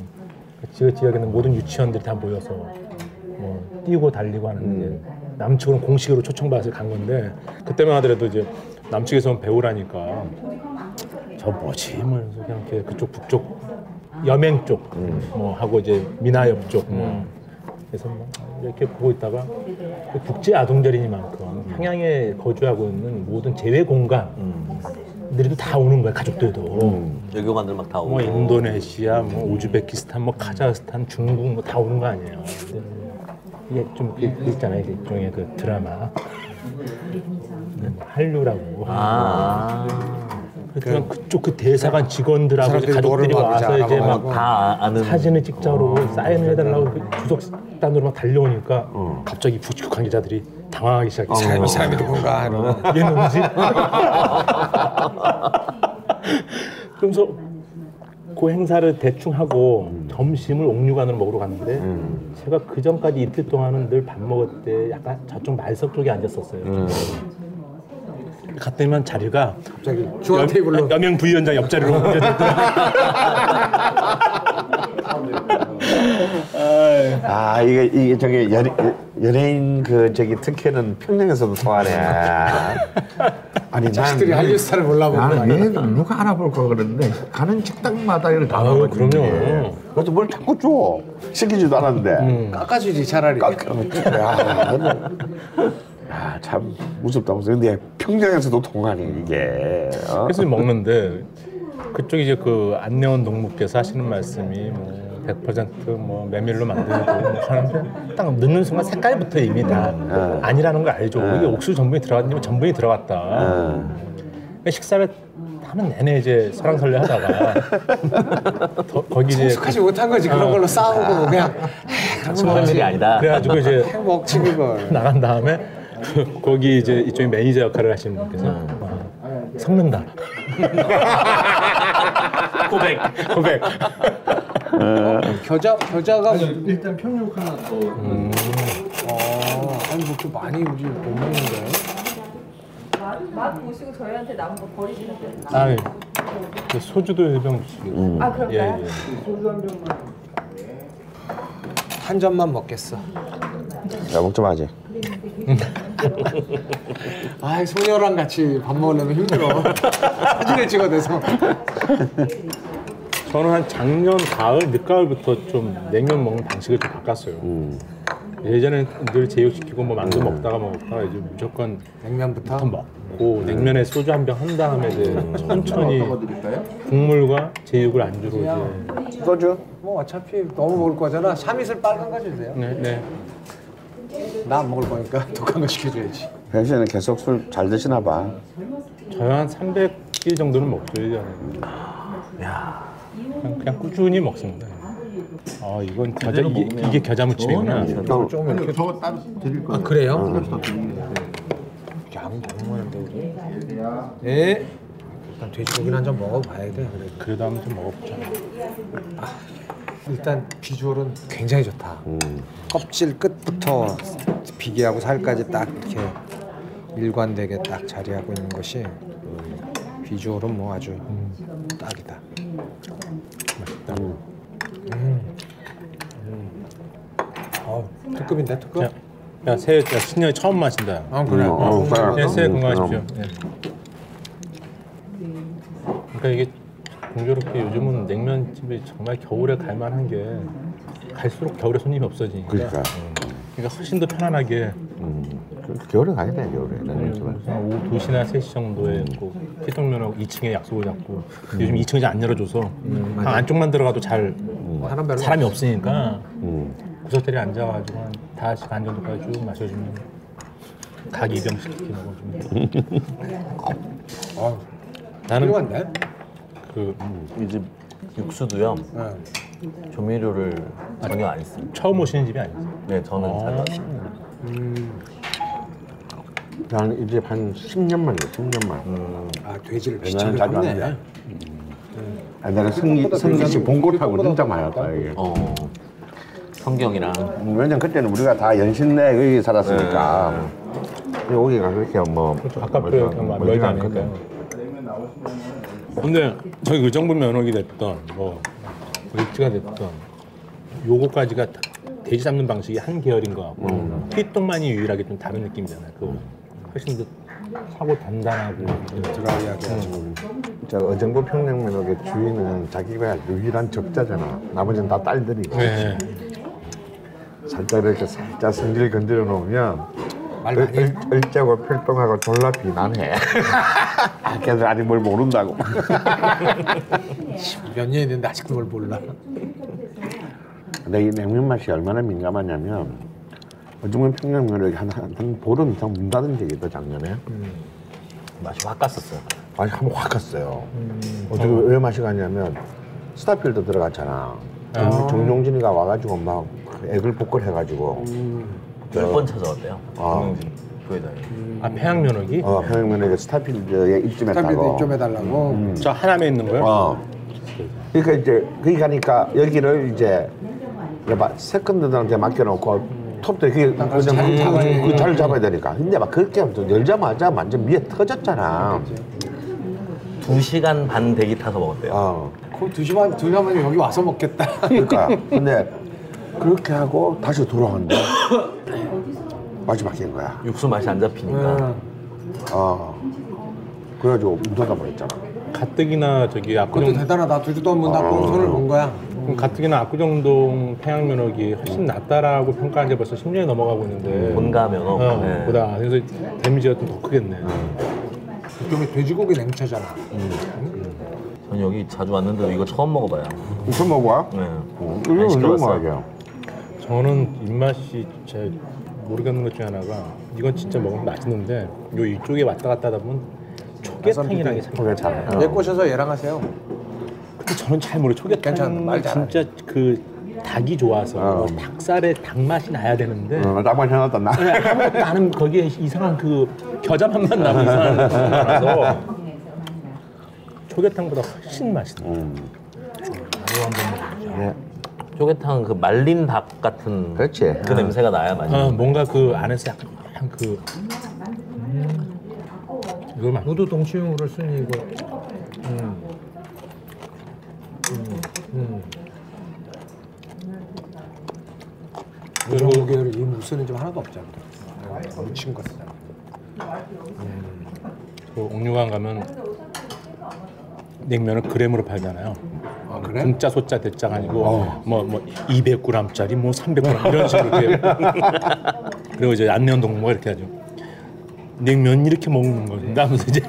G: 그 지역 지역에 있는 모든 유치원들이 다 모여서 뭐 뛰고 달리고 하는데 남측은 공식으로 초청받아서 간 건데 그때만 하더라도 이제 남측에서 온 배우라니까 저 뭐지? 뭐 이러면서 그냥 이렇게 그쪽 북쪽 여맹 쪽 뭐 하고 이제 미나협 쪽 뭐. 그래서 뭐 이렇게 보고 있다가 그 국제 아동절이니만큼 평양에 거주하고 있는 모든 제외 공간들이도 다 오는 거야 가족들도
I: 음. 외교관들 막 다 오고.
G: 뭐 인도네시아, 뭐 우즈베키스탄, 뭐 카자흐스탄, 중국 뭐 다 오는 거 아니에요. 근데 이게 좀 그- 그 있잖아요 일종의 그 드라마 음, 한류라고.
I: 아.
G: 그냥 그쪽 그 대사관 직원들하고 이제
C: 사람들이
G: 가족들이
C: 노를 막 이제
G: 와서 이제 막
C: 알아봐가지고.
I: 다 아는.
G: 뭐, 사진을 찍자고 사인을 해달라고 그 주석단으로 막 달려오니까 갑자기 북측 관계자들이 당황하기 시작했어요.
L: 이 사람이 누군가 하는
G: 얘 누구지? 그래서 그 행사를 대충 하고 점심을 옥류관으로 먹으러 갔는데
C: 음.
G: 제가 그 전까지 이틀 동안은 늘 밥 먹을 때 약간 저쪽 말석 쪽에 앉았었어요.
C: 음.
G: 갔더니만 자리가 아,
C: 갑자기 중앙 테이블로
G: 여명 부위원장 옆자리로 옮겨졌더라고요.
K: 아 이게 이게 저기 연, 연예인 그 저기 특혜는 평양에서도 소환해. 아니
C: 자식들이 한류 스타를 몰라보고
K: 나는 얘 누가 어, 알아볼 거 그랬는데 가는 식당마다 이걸 다
G: 아유,
K: 먹거든요.
G: 그럼요.
K: 그래서 뭘 자꾸 줘 시키지도 않았는데.
C: 깎아주지 차라리.
K: 아, 아참 무섭다 무서. 근데 평양에서도 동안이 이게. 어?
G: 그래서 먹는데 그쪽 이제 그 안내원 동무께서 하시는 말씀이 뭐 100%뭐 메밀로 만들고 뭐 하는데 딱 넣는 순간 색깔부터 이미 다 아니라는 걸 알죠. 이게 옥수수 전분이 들어갔냐면 전분이 들어갔다. 그러니까 식사를 하는 내내 이제 설랑설레 하다가 더- 거기 이제
C: 익숙하지 못한 거지
G: 어.
C: 그런 걸로 싸우고 그냥 에이, 그런 거
I: 소할 일이
C: 먹지.
I: 아니다.
G: 그래가지고 이제
C: 먹지 그걸.
G: 나간 다음에 그 거기 이제 이쪽에 매니저 역할을 하시는 분께서 아, 성능단.
I: 고백.
G: 고백.
M: 겨자 겨자가
G: 일단 평육 하나 더. 음.
C: 어,
M: 아, 아니 뭐좀 많이 우리 못 먹는데.
B: 맛 보시고 저희한테 남은 거 버리시면 돼요.
G: 아, 예. 그 소주도 일병 주시고.
B: 아
G: 예,
B: 그럴까요?
G: 예.
M: 한 점만 먹겠어.
K: 야, 먹자 마지.
M: 아, 소녀랑 같이 밥 먹으려면 힘들어. 사진을 찍어야 돼서.
G: 저는 한 작년 가을, 늦가을부터 좀 냉면 먹는 방식을 좀 바꿨어요. 예전에 늘 제육시키고 뭐 만두 먹다가 먹다가 이제 무조건
M: 냉면부터.
G: 한번 먹고 냉면에 소주 한 병 한 다음에 이제 천천히 국물과 제육을 안주로 이제
K: 소주?
M: 뭐 어차피 너무 먹을 거잖아. 샤밋을 빨간 거 주세요.
G: 네, 네.
M: 나 안 먹을 거니까 독한 거 시켜줘야지.
K: 현 씨는 계속 술 잘 드시나 봐.
G: 저희 한 300일 정도는 먹죠 예전에. 그냥, 그냥 꾸준히 먹습니다. 아 이건 겨자 이게, 이게 겨자 무침이구나.
K: 저거 따로 드릴
C: 아,
K: 거예요.
M: 그래요?
C: 예. 일단 돼지고기 한 점 먹어봐야 돼. 그래.
G: 그래도 한번 좀 먹어보자.
C: 일단 비주얼은 굉장히 좋다.
M: 음.
C: 껍질 끝부터 비계하고 살까지 딱 이렇게 일관되게 딱 자리하고 있는 것이 비주얼은 뭐 아주 딱이다.
M: 음.
C: 음.
M: 어, 특급인데 특급?
G: 야, 야 새해 야, 신년에 처음 마신다.
M: 아 그래.
K: 어, 빨리
G: 예, 새해
K: 음,
G: 건강하십시오. 예. 그러니까 이게 공교롭게 요즘은 냉면집이 정말 겨울에 갈만한 게 갈수록 겨울에 손님이 없어지니까
K: 그러니까.
G: 그러니까 훨씬 더 편안하게
K: 그- 겨울에 가야 돼, 겨울에. 나는 좀.
G: 그냥 오후 2시나 3시 정도에 그 피통면하고 2층에 약속을 잡고 요즘 2층이 안 열어줘서 방 안쪽만 들어가도 잘
M: 사람 별로.
G: 사람이 없으니까 구석자리에 앉아가지고 한 5시 반 정도까지 쭉 마셔주면 각 입양시키고 좀
M: 어,
G: 나는
M: 훌륭한데?
G: 그
I: 이제 육수도요.
M: 네.
I: 조미료를 전혀 안 써요.
G: 처음 오시는 집이 아니었어요
I: 네, 저는 잘
K: 나는 이제 한 10년만, 10년만.
M: 아 돼지를
K: 옛날엔
M: 비참하게
K: 자주
M: 했네.
K: 왔는데. 아, 내가 승기, 승기 씨 봉고타고 진짜 많았다, 이게.
I: 어, 성경이랑
K: 왜냐면 그때는 우리가 다 연신내 여기 살았으니까. 근데 여기가 그렇게 뭐.
G: 가깝고요 그냥 막 멀지 않으니까요 근데 저희 그 의정부 면허기 됐던 뭐 립지가 됐던 요거까지가 다 돼지 삶는 방식이 한 계열인 것 같고 피똥만이 유일하게 좀 다른 느낌이잖아요 그거 훨씬 더 차고 단단하고
K: 드라이하게 아주. 저 어정부 평양면옥의 주인은 자기가 유일한 적자잖아. 나머지는 다 딸들이고.
G: 네.
K: 살짝 이렇게 살짝 성질 건드려 놓으면 얼- 얼- 얼짜고 필동하고 졸라 비난해. 걔들 아직 뭘 모른다고.
M: 몇년 있는데 아직도 그걸 몰라.
K: 근데 이 냉면 맛이 얼마나 민감하냐면 어중면 평양면을 한, 한, 한 보름 이상 문 닫은 적이 있다 작년에
I: 맛이 확 갔었어요.
K: 맛이 한번 확 갔어요 음. 어떻게 왜 맛이 갔냐면 스타필드 들어갔잖아 정- 정용진이가 와가지고 막 애글 복글 해가지고
I: 몇번 찾아왔대요.
K: 아.
I: 정영진 부회장이.
G: 아 평양 면허기?
K: 어, 평양면에 스타필드에
M: 스타필드
K: 입점했다고
M: 입점해달라고.
G: 저 하남에 있는 거요?
K: 어. 그러니까 이제 거기 가니까 여기를 이제 막 세컨드들한테 맡겨놓고 톱들이 그게 음, 그잘 잡아야, 잘 잡아야 되니까. 근데 막 그렇게 하면 열자마자 완전 위에 터졌잖아.
I: 두 시간 반 대기 타서 먹었대요.
K: 어.
M: 그럼 두 시간 두 시간만에 여기 와서 먹겠다.
K: 그러니까 근데 그렇게 하고 다시 돌아왔는데 맛이 바뀐 거야.
I: 육수 맛이 안 잡히니까.
K: 어. 그래가지고 문 닫아버렸잖아.
G: 가뜩이나 저기
M: 그것도
G: 압구정
M: 대단하다. 두 주도 안문 닫고 손을 본 거야.
G: 그럼 가뜩이나 압구정동 평양면허기 훨씬 낫다라고 평가한 지 벌써 10년이 넘어가고 있는데
I: 본가 면허.
G: 어,
I: 네.
G: 보다 그래서 데미지가 좀 더 크겠네
M: 이쪽에 돼지고기 냉채잖아.
C: 네.
I: 전 여기 자주 왔는데도 이거 처음 먹어봐요.
K: 이거 먹어?
I: 네.
K: 이거
I: 안
K: 언제
I: 시켜봤어요.
K: 먹어야
G: 저는 입맛이 잘 모르겠는 것 중에 하나가 이건 진짜 먹으면 맛있는데 요 이쪽에 왔다 갔다 하다 보면 초계탕이라는 게 생겨요
K: 잘.
M: 얘 꼬셔서 얘랑 하세요.
C: 네.
G: 근데 저는 잘 모르 초계탕
M: 괜찮아, 말 잘하네.
G: 진짜 그 닭이 좋아서 뭐
K: 어.
G: 닭살에 닭맛이 나야 되는데
K: 어, 나만 해놨다 나.
G: 나는 거기에 이상한 그 겨자맛만 나고 이상한 맛이 나서 조개탕보다 훨씬 맛있다.
I: 쪼개탕은 그 말린 닭 같은 그
K: 그렇지.
I: 냄새가 나야 많이.
G: 아, 뭔가 그 안에서 약간 약간 그 이걸 막
C: 모두 음. 동치용으로 쓰니 이거. 음. 음. 음. 이런 고기를 이 무스는 좀 하나도 없잖아. 무친 거 쓰잖아.
G: 그 옥류관 가면 냉면을 그램으로 팔잖아요.
C: 아 그래?
G: 공짜 소짜 대짜가 아니고 뭐 뭐 200g짜리 뭐 300g 이런 식으로 돼요. 그리고 이제 안내원 동무가 이렇게 하죠. 냉면 이렇게 먹는 거다 하면서 이제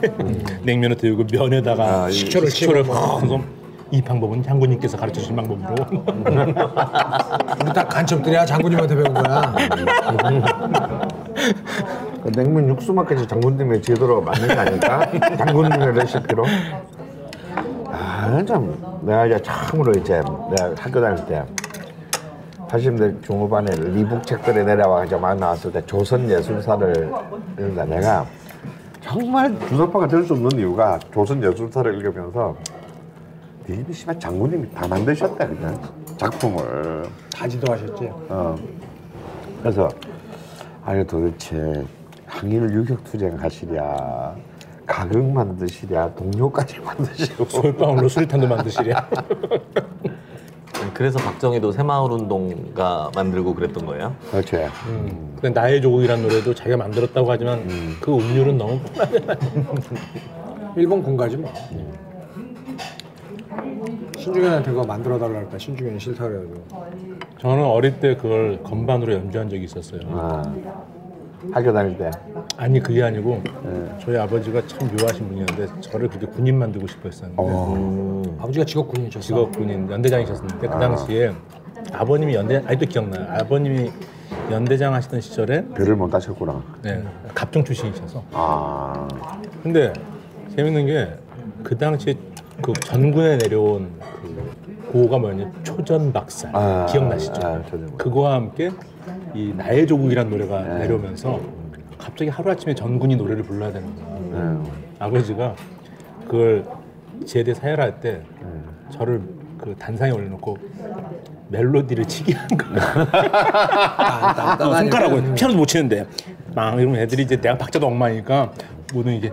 G: 냉면을 들고 면에다가 음. 아, 식초를 식초를 그래서 이 방법은 장군님께서 가르쳐 주신 방법으로
C: 우리 딱 간첩들이야 장군님한테 배운 거야.
K: 그 냉면 육수 맛까지 장군님의 제대로 맞는 거 아닐까? 장군님의 레시피로. 아, 참 내가 이제 참으로 이제 내가 학교 다닐 때 80대 중후반에 리북 책들이 내려와서 막 나왔을 때 조선 예술사를 읽는다 내가 정말 주사파가 될 수 없는 이유가 조선 예술사를 읽으면서 이게 씨발 장군님이 다 만드셨다 그냥 작품을.
C: 다 지도하셨지.
K: 어. 그래서 아니 도대체 항일 유격 투쟁 하시랴 가극 만드시랴 동료까지 만드시고
G: 솔방울로 수리탄도 만드시랴.
I: 네, 그래서 박정희도 새마을 운동가 만들고 그랬던 거예요.
K: 그렇지
G: 근데 나의 조국이란 노래도 자기가 만들었다고 하지만 그 음. 음률은 너무
C: 일본 군가지 뭐. 신중현한테 그거 만들어 달라 할까 신중현이 싫다 그래가지고
G: 저는 어릴 때 그걸 건반으로 연주한 적이 있었어요.
K: 아. 학교 다닐 때
G: 아니 그게 아니고
K: 네.
G: 저희 아버지가 참 묘하신 분이었는데 저를 그렇게 군인 만들고 싶어 했었는데
C: 아버지가 직업 군인이셨어.
G: 직업 군인 연대장이셨는데
K: 아.
G: 그 당시에 아버님이 연대 아직도 기억나요. 아버님이 연대장 하시던 시절에
K: 배를 못 따셨구나
G: 네, 갑종 출신이셔서
K: 아
G: 근데 재밌는 게 그 당시에 그 전군에 내려온 그 고가 뭐였냐 초전 박살
K: 아,
G: 기억나시죠?
K: 아, 초전 박살.
G: 그거와 함께 이 나의 조국이란 노래가
K: 네.
G: 내려오면서 갑자기 하루 아침에 전군이 노래를 불러야 되는 거야.
K: 네.
G: 아버지가 그걸 제대 사열할 때
K: 네.
G: 저를 그 단상에 올려놓고 멜로디를 치게 한 거야.
C: 아,
G: 어, 손가락으로 피아노도 못 치는데 막 이러면 애들이 이제 내가 박자도 엉망이니까 모든 이게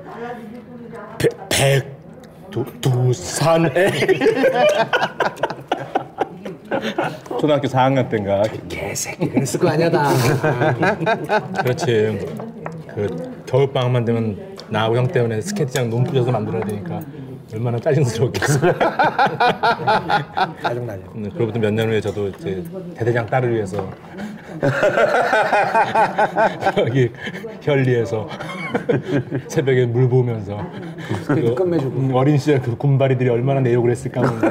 G: 배, 백 두, 두산에 초등학교 4학년 때인가
C: 개새끼 그랬을 거 아니야 다.
G: 그렇지 그 겨울방학만 되면 나하고 형 때문에 스케이트장 눈 부셔서 만들어야 되니까 얼마나 짜증스러웠겠어
C: 짜증나죠.
G: 음, 그로부터 몇 년 후에 저도 이제 대대장 딸을 위해서 여기 현리에서 새벽에 물 부으면서 그
C: 끝내주고.
G: 음, 어린 시절 그 군바리들이 얼마나 내 욕을 했을까 하는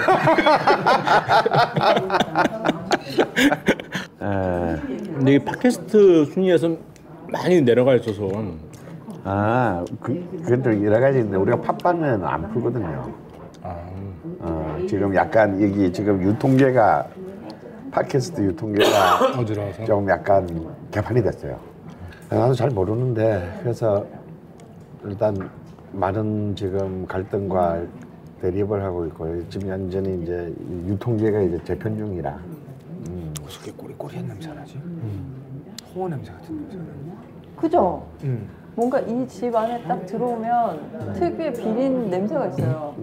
G: 근데 이 팟캐스트 순위에서 많이 내려가 있어서
K: 아, 그, 그것도 여러 가지 있는데 우리가 팟빵은 안 풀거든요. 어, 지금 약간 여기 지금 유통계가 팟캐스트
G: 아,
K: 유통계가
G: 어지러워서?
K: 좀 약간 개판이 됐어요. 나도 잘 모르는데 그래서 일단 많은 지금 갈등과 대립을 하고 있고 지금 완전히 이제 유통계가 이제 재편 중이라
C: 무섭게 꼬리꼬리한 냄새 나지. 홍어 냄새 같은 냄새.
N: 그죠? 뭔가 이 집 안에 딱 들어오면 특유의 비린 냄새가 있어요.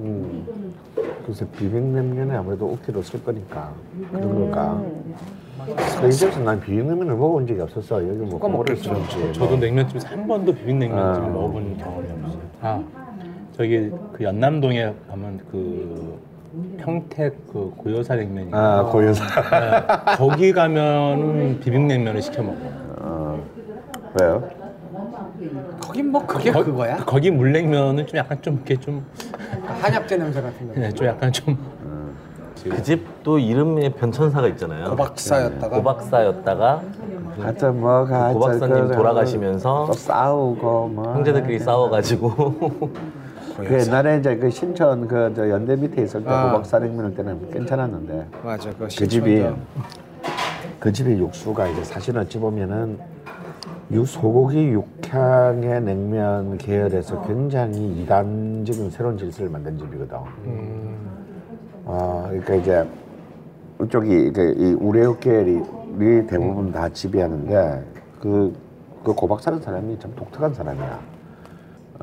K: 그래서 비빔냉면에 아무래도 오키로 쓸 거니까 그런 걸까. 근데 이제서 난 비빔냉면을 먹어본 적이 없었어. 여기 뭐 먹을 수 없지.
G: 저도 냉면집에서 한 번도 비빔냉면집을
K: 아.
G: 먹어본 경험이 없어요. 아, 저기 그 연남동에 가면 그 평택 그 고여사 냉면이
K: 아 고여사.
G: 아, 거기 가면은 비빔냉면을 시켜 먹어요.
K: 왜요?
C: 거긴 뭐 그게
G: 거-
C: 그거야?
G: 거기 물냉면은 좀 약간 좀 이렇게 좀,
C: 한약재 냄새 같은 거.
G: 네, 좀 약간 좀
I: 그 집도 이름에 변천사가 있잖아요.
C: 고박사였다가
I: 고박사였다가
K: 하여튼 뭐 가자.
I: 그 고 박사님 돌아가시면서 어,
K: 또 싸우고 뭐.
I: 형제들끼리 싸워가지고
K: 그 옛날에 이제 그 신천 그저 연대 밑에 있을 때
I: 아.
K: 고박사냉면일 때는 괜찮았는데
C: 맞아 그
K: 그 집이 그 집의 육수가 이제 사실 어찌 보면은 육 소고기 육향의 냉면 계열에서 굉장히 이단적인 새로운 질서를 만든 집이거든. 아, 그러니까 이제 이쪽이 그이 우레옥 계열이 대부분 다 지배하는데 그, 그 고박사는 사람이 참 독특한 사람이야.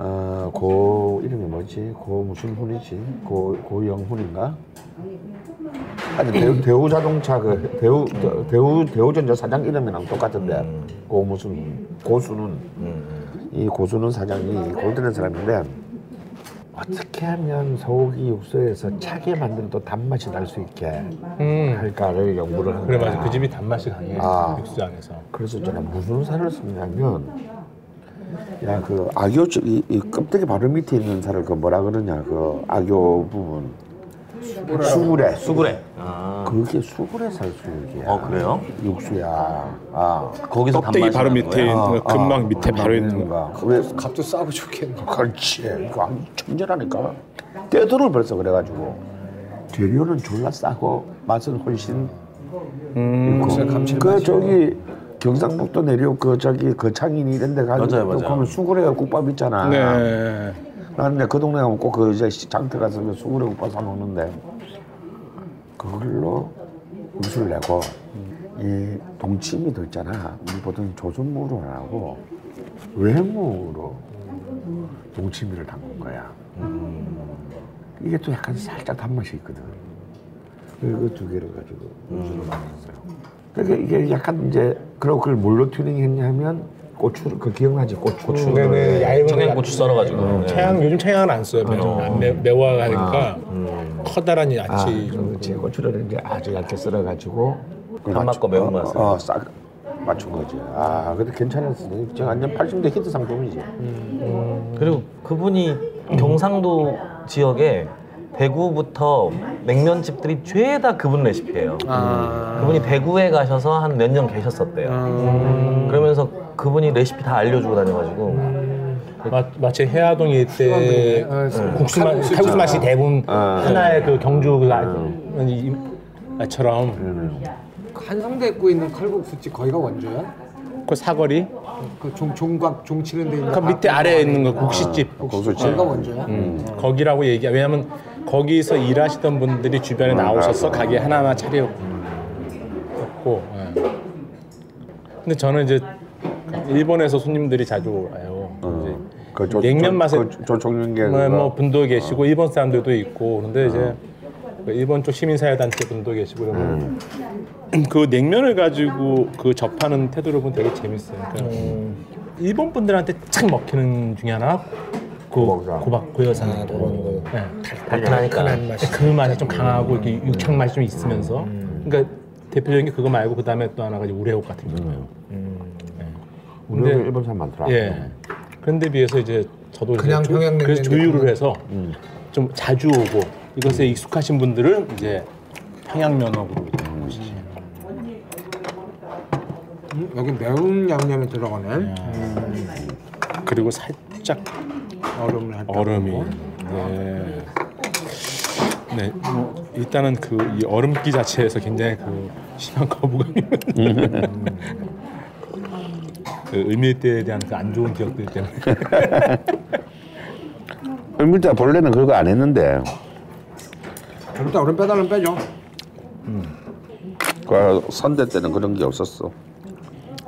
K: 어, 고 이름이 뭐지? 고 무슨 훈이지? 고 고영훈인가? 아니 대우, 대우 자동차 그 대우 저, 대우 대우전자 사장 이름이랑 똑같은데 고 무슨 고수는 이 고수는 사장이 골드는 사람인데 어떻게 하면 소고기 육수에서 차게 만들어 또 단맛이 날 수 있게 할까를 연구를 하는
G: 음. 그래
K: 거야.
G: 맞아 그 집이 단맛이 강해
K: 아.
G: 육수 안에서
K: 그래서 저는 무슨 살을 썼냐면 야 그 악요 쪽이 이 껍데기 바로 밑에 있는 살을 그 뭐라 그러냐 그 악요 부분 수구레
I: 수구레. 아.
K: 그게 수구레 살수육이야
I: 어, 그래요?
K: 육수야 아
I: 거기서
H: 껍데기
I: 단맛이
H: 바로
I: 나는
H: 밑에
I: 거예요?
H: 있는 거, 근막 밑에 바로 있는 거.
K: 거야 그래
M: 값도 싸고 좋겠네.
K: 그렇지 이거 아주 천재라니까 떼도를 벌써 그래가지고 재료는 졸라 싸고 맛은 훨씬
M: 진짜 감칠맛이.
K: 그 저기 경상북도 내륙 그 저기 거창이니 이런 데 가서
I: 맞아요, 맞아요.
K: 가면 수구레가 국밥 있잖아.
H: 네.
K: 나는 이제 그 동네 가면 꼭그 이제 시- 장터 가서 그 수구레 국밥 사 먹는데 그걸로 무술 내고 이 동치미도 있잖아. 우리 보통 조선무로 안 하고 외무로 동치미를 담근 거야. 음. 이게 또 약간 살짝 단맛이 있거든. 이거 두 개를 가지고 우주로 만들었어요. 그러니까 이게 약간 이제 그리고 그걸 뭘로 튜닝했냐면 고추 그 기억나지 고추.
G: 네네 얇은
I: 청양고추 썰어가지고.
G: 거. 차양 요즘 차양은 안 써요 별로 안 매, 매워하니까 커다란 야채
K: 어. 음. 아,
G: 좀
K: 그렇지. 고추를 이제 아주 얇게 썰어가지고
I: 단맛과
D: 아,
I: 매운맛을.
K: 어, 어, 싹 맞춘 거지. 아, 근데 괜찮았어. 진짜 완전 80대 히트 상품이지.
I: 그리고 그분이 경상도 지역에 대구부터 냉면집들이 죄다 그분 레시피예요. 그분이 대구에 가셔서 한 몇 년 계셨었대요. 그러면서 그분이 레시피 다 알려주고 다녀가지고
G: 마, 마치 해화동 일대 국수 맛 칼국수 맛이 대부분 하나의 그 경주 그 아- 이- 아처럼
M: 한성대 입고 있는 칼국수집 거기가 원조야?
G: 그 사거리
M: 그 종, 종각 종 치는 데 있는
G: 그 밑에 아래에 음. 있는 거 국시집
M: 거기가 원조야?
G: 거기라고 얘기해 왜냐면 거기서 일하시던 분들이 주변에 나오셔서 가게 하나하나 차려갖고 예. 근데 저는 이제 일본에서 손님들이 자주 와요 이제
K: 그 조-
G: 냉면
K: 조-
G: 맛에-
K: 그 조- 조총련계
G: 뭐,
K: 그거.
G: 뭐 분도 계시고 일본 사람들도 있고 그런데 이제 그 일본 쪽 시민사회단체 분도 계시고 그러면 음. 그 냉면을 가지고 그 접하는 태도를 보면 되게 재밌어요. 그러니까 일본 분들한테 착 먹히는 중에 하나 그
K: 고박사.
G: 고박 고여사 그런 거. 네.
I: 달큰하니까
G: 그 맛이 좀 강하고 이렇게 육향 맛이 좀 있으면서 그러니까 대표적인 게 그거 말고 그 다음에 또 하나가 이제 우레옥 같은 경우예요.
K: 우리
G: 근데-
K: 일본 사람 많더라.
G: 예. 그런데 비해서 이제 저도 이제
M: 그냥 음.
G: 조-
M: 평양냉면
G: 그래서 조율을
M: 냉면.
G: 해서 좀 자주 오고
M: 음.
G: 이것에 익숙하신 분들은 이제 평양면허로 오시지.
M: 음, 여기 매운 양념이 들어가네.
G: 음. 그리고 살짝
M: 얼음을 한
G: 얼음이.
M: 아,
G: 네. 네. 뭐 일단은 그 이 얼음기 자체에서 굉장히 그 심한 거부감이.
M: 음.
G: 그 의밀대에 대한 그 안 좋은 기억들 때문에.
K: 일단 본래는 그거 안 했는데
M: 일단 얼음 빼달라면 빼죠.
K: 그 선대 때는 그런 게 없었어.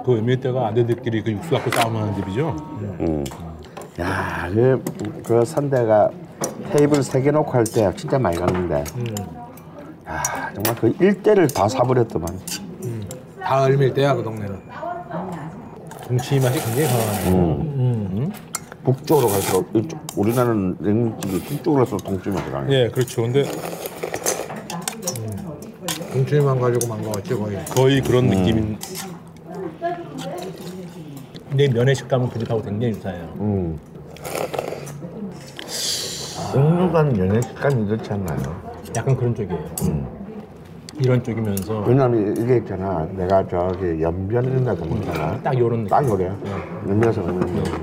G: 그 의밀대가 아들들끼리 그 육수 갖고 싸움하는 집이죠.
K: 야, 그, 그 선대가 테이블 세 개 놓고 할 때 진짜 많이 갔는데. 야, 정말 그 일대를 다 사버렸더만.
M: 다 얼밀 때야 그 동네는.
G: 동치 맛이 굉장히 강하네요.
K: 북쪽으로 가서 이쪽, 우리나라는 냉면집이 북쪽으로 가서 동쪽에 가요.
G: 예, 그렇죠. 근데
M: 동치만 가지고 망가웠지 거의.
G: 거의 그런
O: 음.
G: 느낌인. 근데 면의 식감은 그 집하고 굉장히 유사해요.
F: 옥류관 연애식감이 이렇지 않나요?
G: 약간 그런 쪽이에요.
O: 음.
G: 이런 쪽이면서
K: 왜냐면 이게 있잖아. 내가 저기 연변이나 그런 거 있잖아.
G: 딱 이런 느낌.
K: 딱 요래. 연변에서 가면.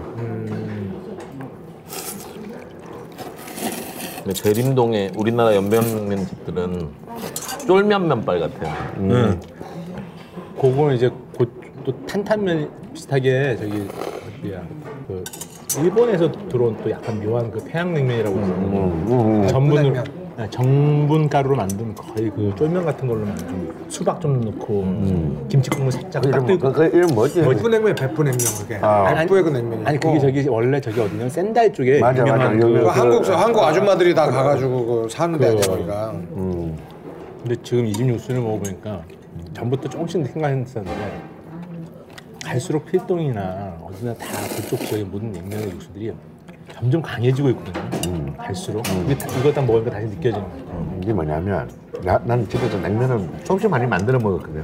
I: 근데 대림동에 우리나라 연변면 집들은 쫄면 면발 같아요.
G: 그거는 이제 곧 또 탄탄면 비슷하게 저기 어디야 그 일본에서 들어온 또 약간 묘한 그
O: 음,
G: 평양냉면이라고 해서
K: 음,
G: 전분으로 네, 전분 가루로 만든 거의 그 쫄면 같은 걸로 만든 수박 좀 넣고 김치 국물 살짝 딱
O: 이름
G: 뜨고
O: 음. 그, 그 이름 뭐지?
C: 백분냉면 백분냉면 그게
O: 아.
C: 백부에그 냉면이
G: 아니 그게 저기 원래 저기 어디냐면 샌달 쪽에
O: 맞아,
G: 유명한
O: 맞아.
G: 그
O: 여기-
C: 그 한국 사- 한국 아줌마들이 다 가가지고 그 사는 데야
G: 그-
C: 거기가
G: 근데 지금 이집 뉴스를 먹어보니까 전부터 조금씩 생각했었는데 갈수록 필동이나 어디나 다 그쪽 지역의 모든 냉면의 육수들이 점점 강해지고 있거든요.
O: 음.
G: 갈수록 근데 다- 이거 딱 먹으니까 다시 느껴지는 거예요.
K: 이게 뭐냐면 나, 는 집에서 냉면을 조금씩 많이 만들어 먹었거든요.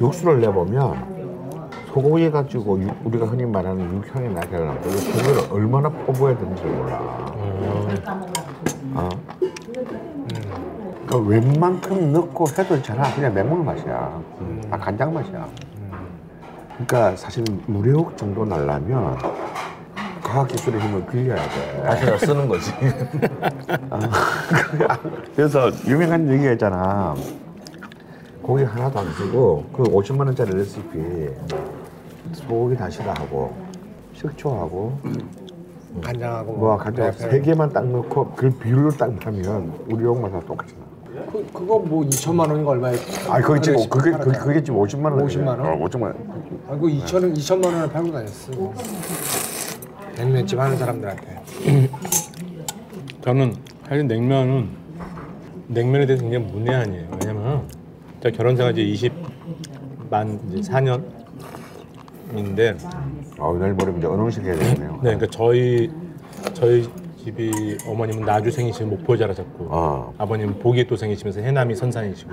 K: 육수를 내보면 소고기 가지고 육- 우리가 흔히 말하는 육향이 나게 하려면 그거를 얼마나 뽑아야 되는지 몰라. 어? 그러니까 웬만큼 넣고 해도 잘안 그냥 맹물 맛이야. 아 간장 맛이야. 그러니까 사실 무료육 정도 날려면 과학 기술의 힘을 빌려야 돼.
I: 다시 쓰는 거지.
K: 그래서 유명한 얘기가 있잖아. 고기 하나도 안 쓰고 그 50만 원짜리 레시피 뭐 소고기 다시다 하고 식초하고
C: 간장하고
K: 뭐
M: 네,
K: 간장 세 개만 딱 넣고 그 비율로 딱 하면 우리 엄마랑 똑같잖아.
P: 그, 그거 뭐 2천만 원인가 얼마에
K: 아 그게 지금 그게 그게,
P: 팔았잖아.
K: 그게 지금 50만 원.
P: 50만 원?
K: 어, 50만 원.
P: 아, 그거 2천 원, 2천만 원을 팔고 다녔어
C: 냉면집 하는 사람들한테
G: 저는 사실 냉면은 냉면에 대해서 굉장히 문외한이에요. 왜냐면 제가 결혼 생활 이제 20만 이제 4년인데
K: 어, 내일 모레 이제 언혼식 해야 되겠네요.
G: 네, 그러니까 저희 저희 집이 어머님은 나주생이시면 목포자라셨고
K: 어.
G: 아버님 보기도생이시면서 해남이 선산이시고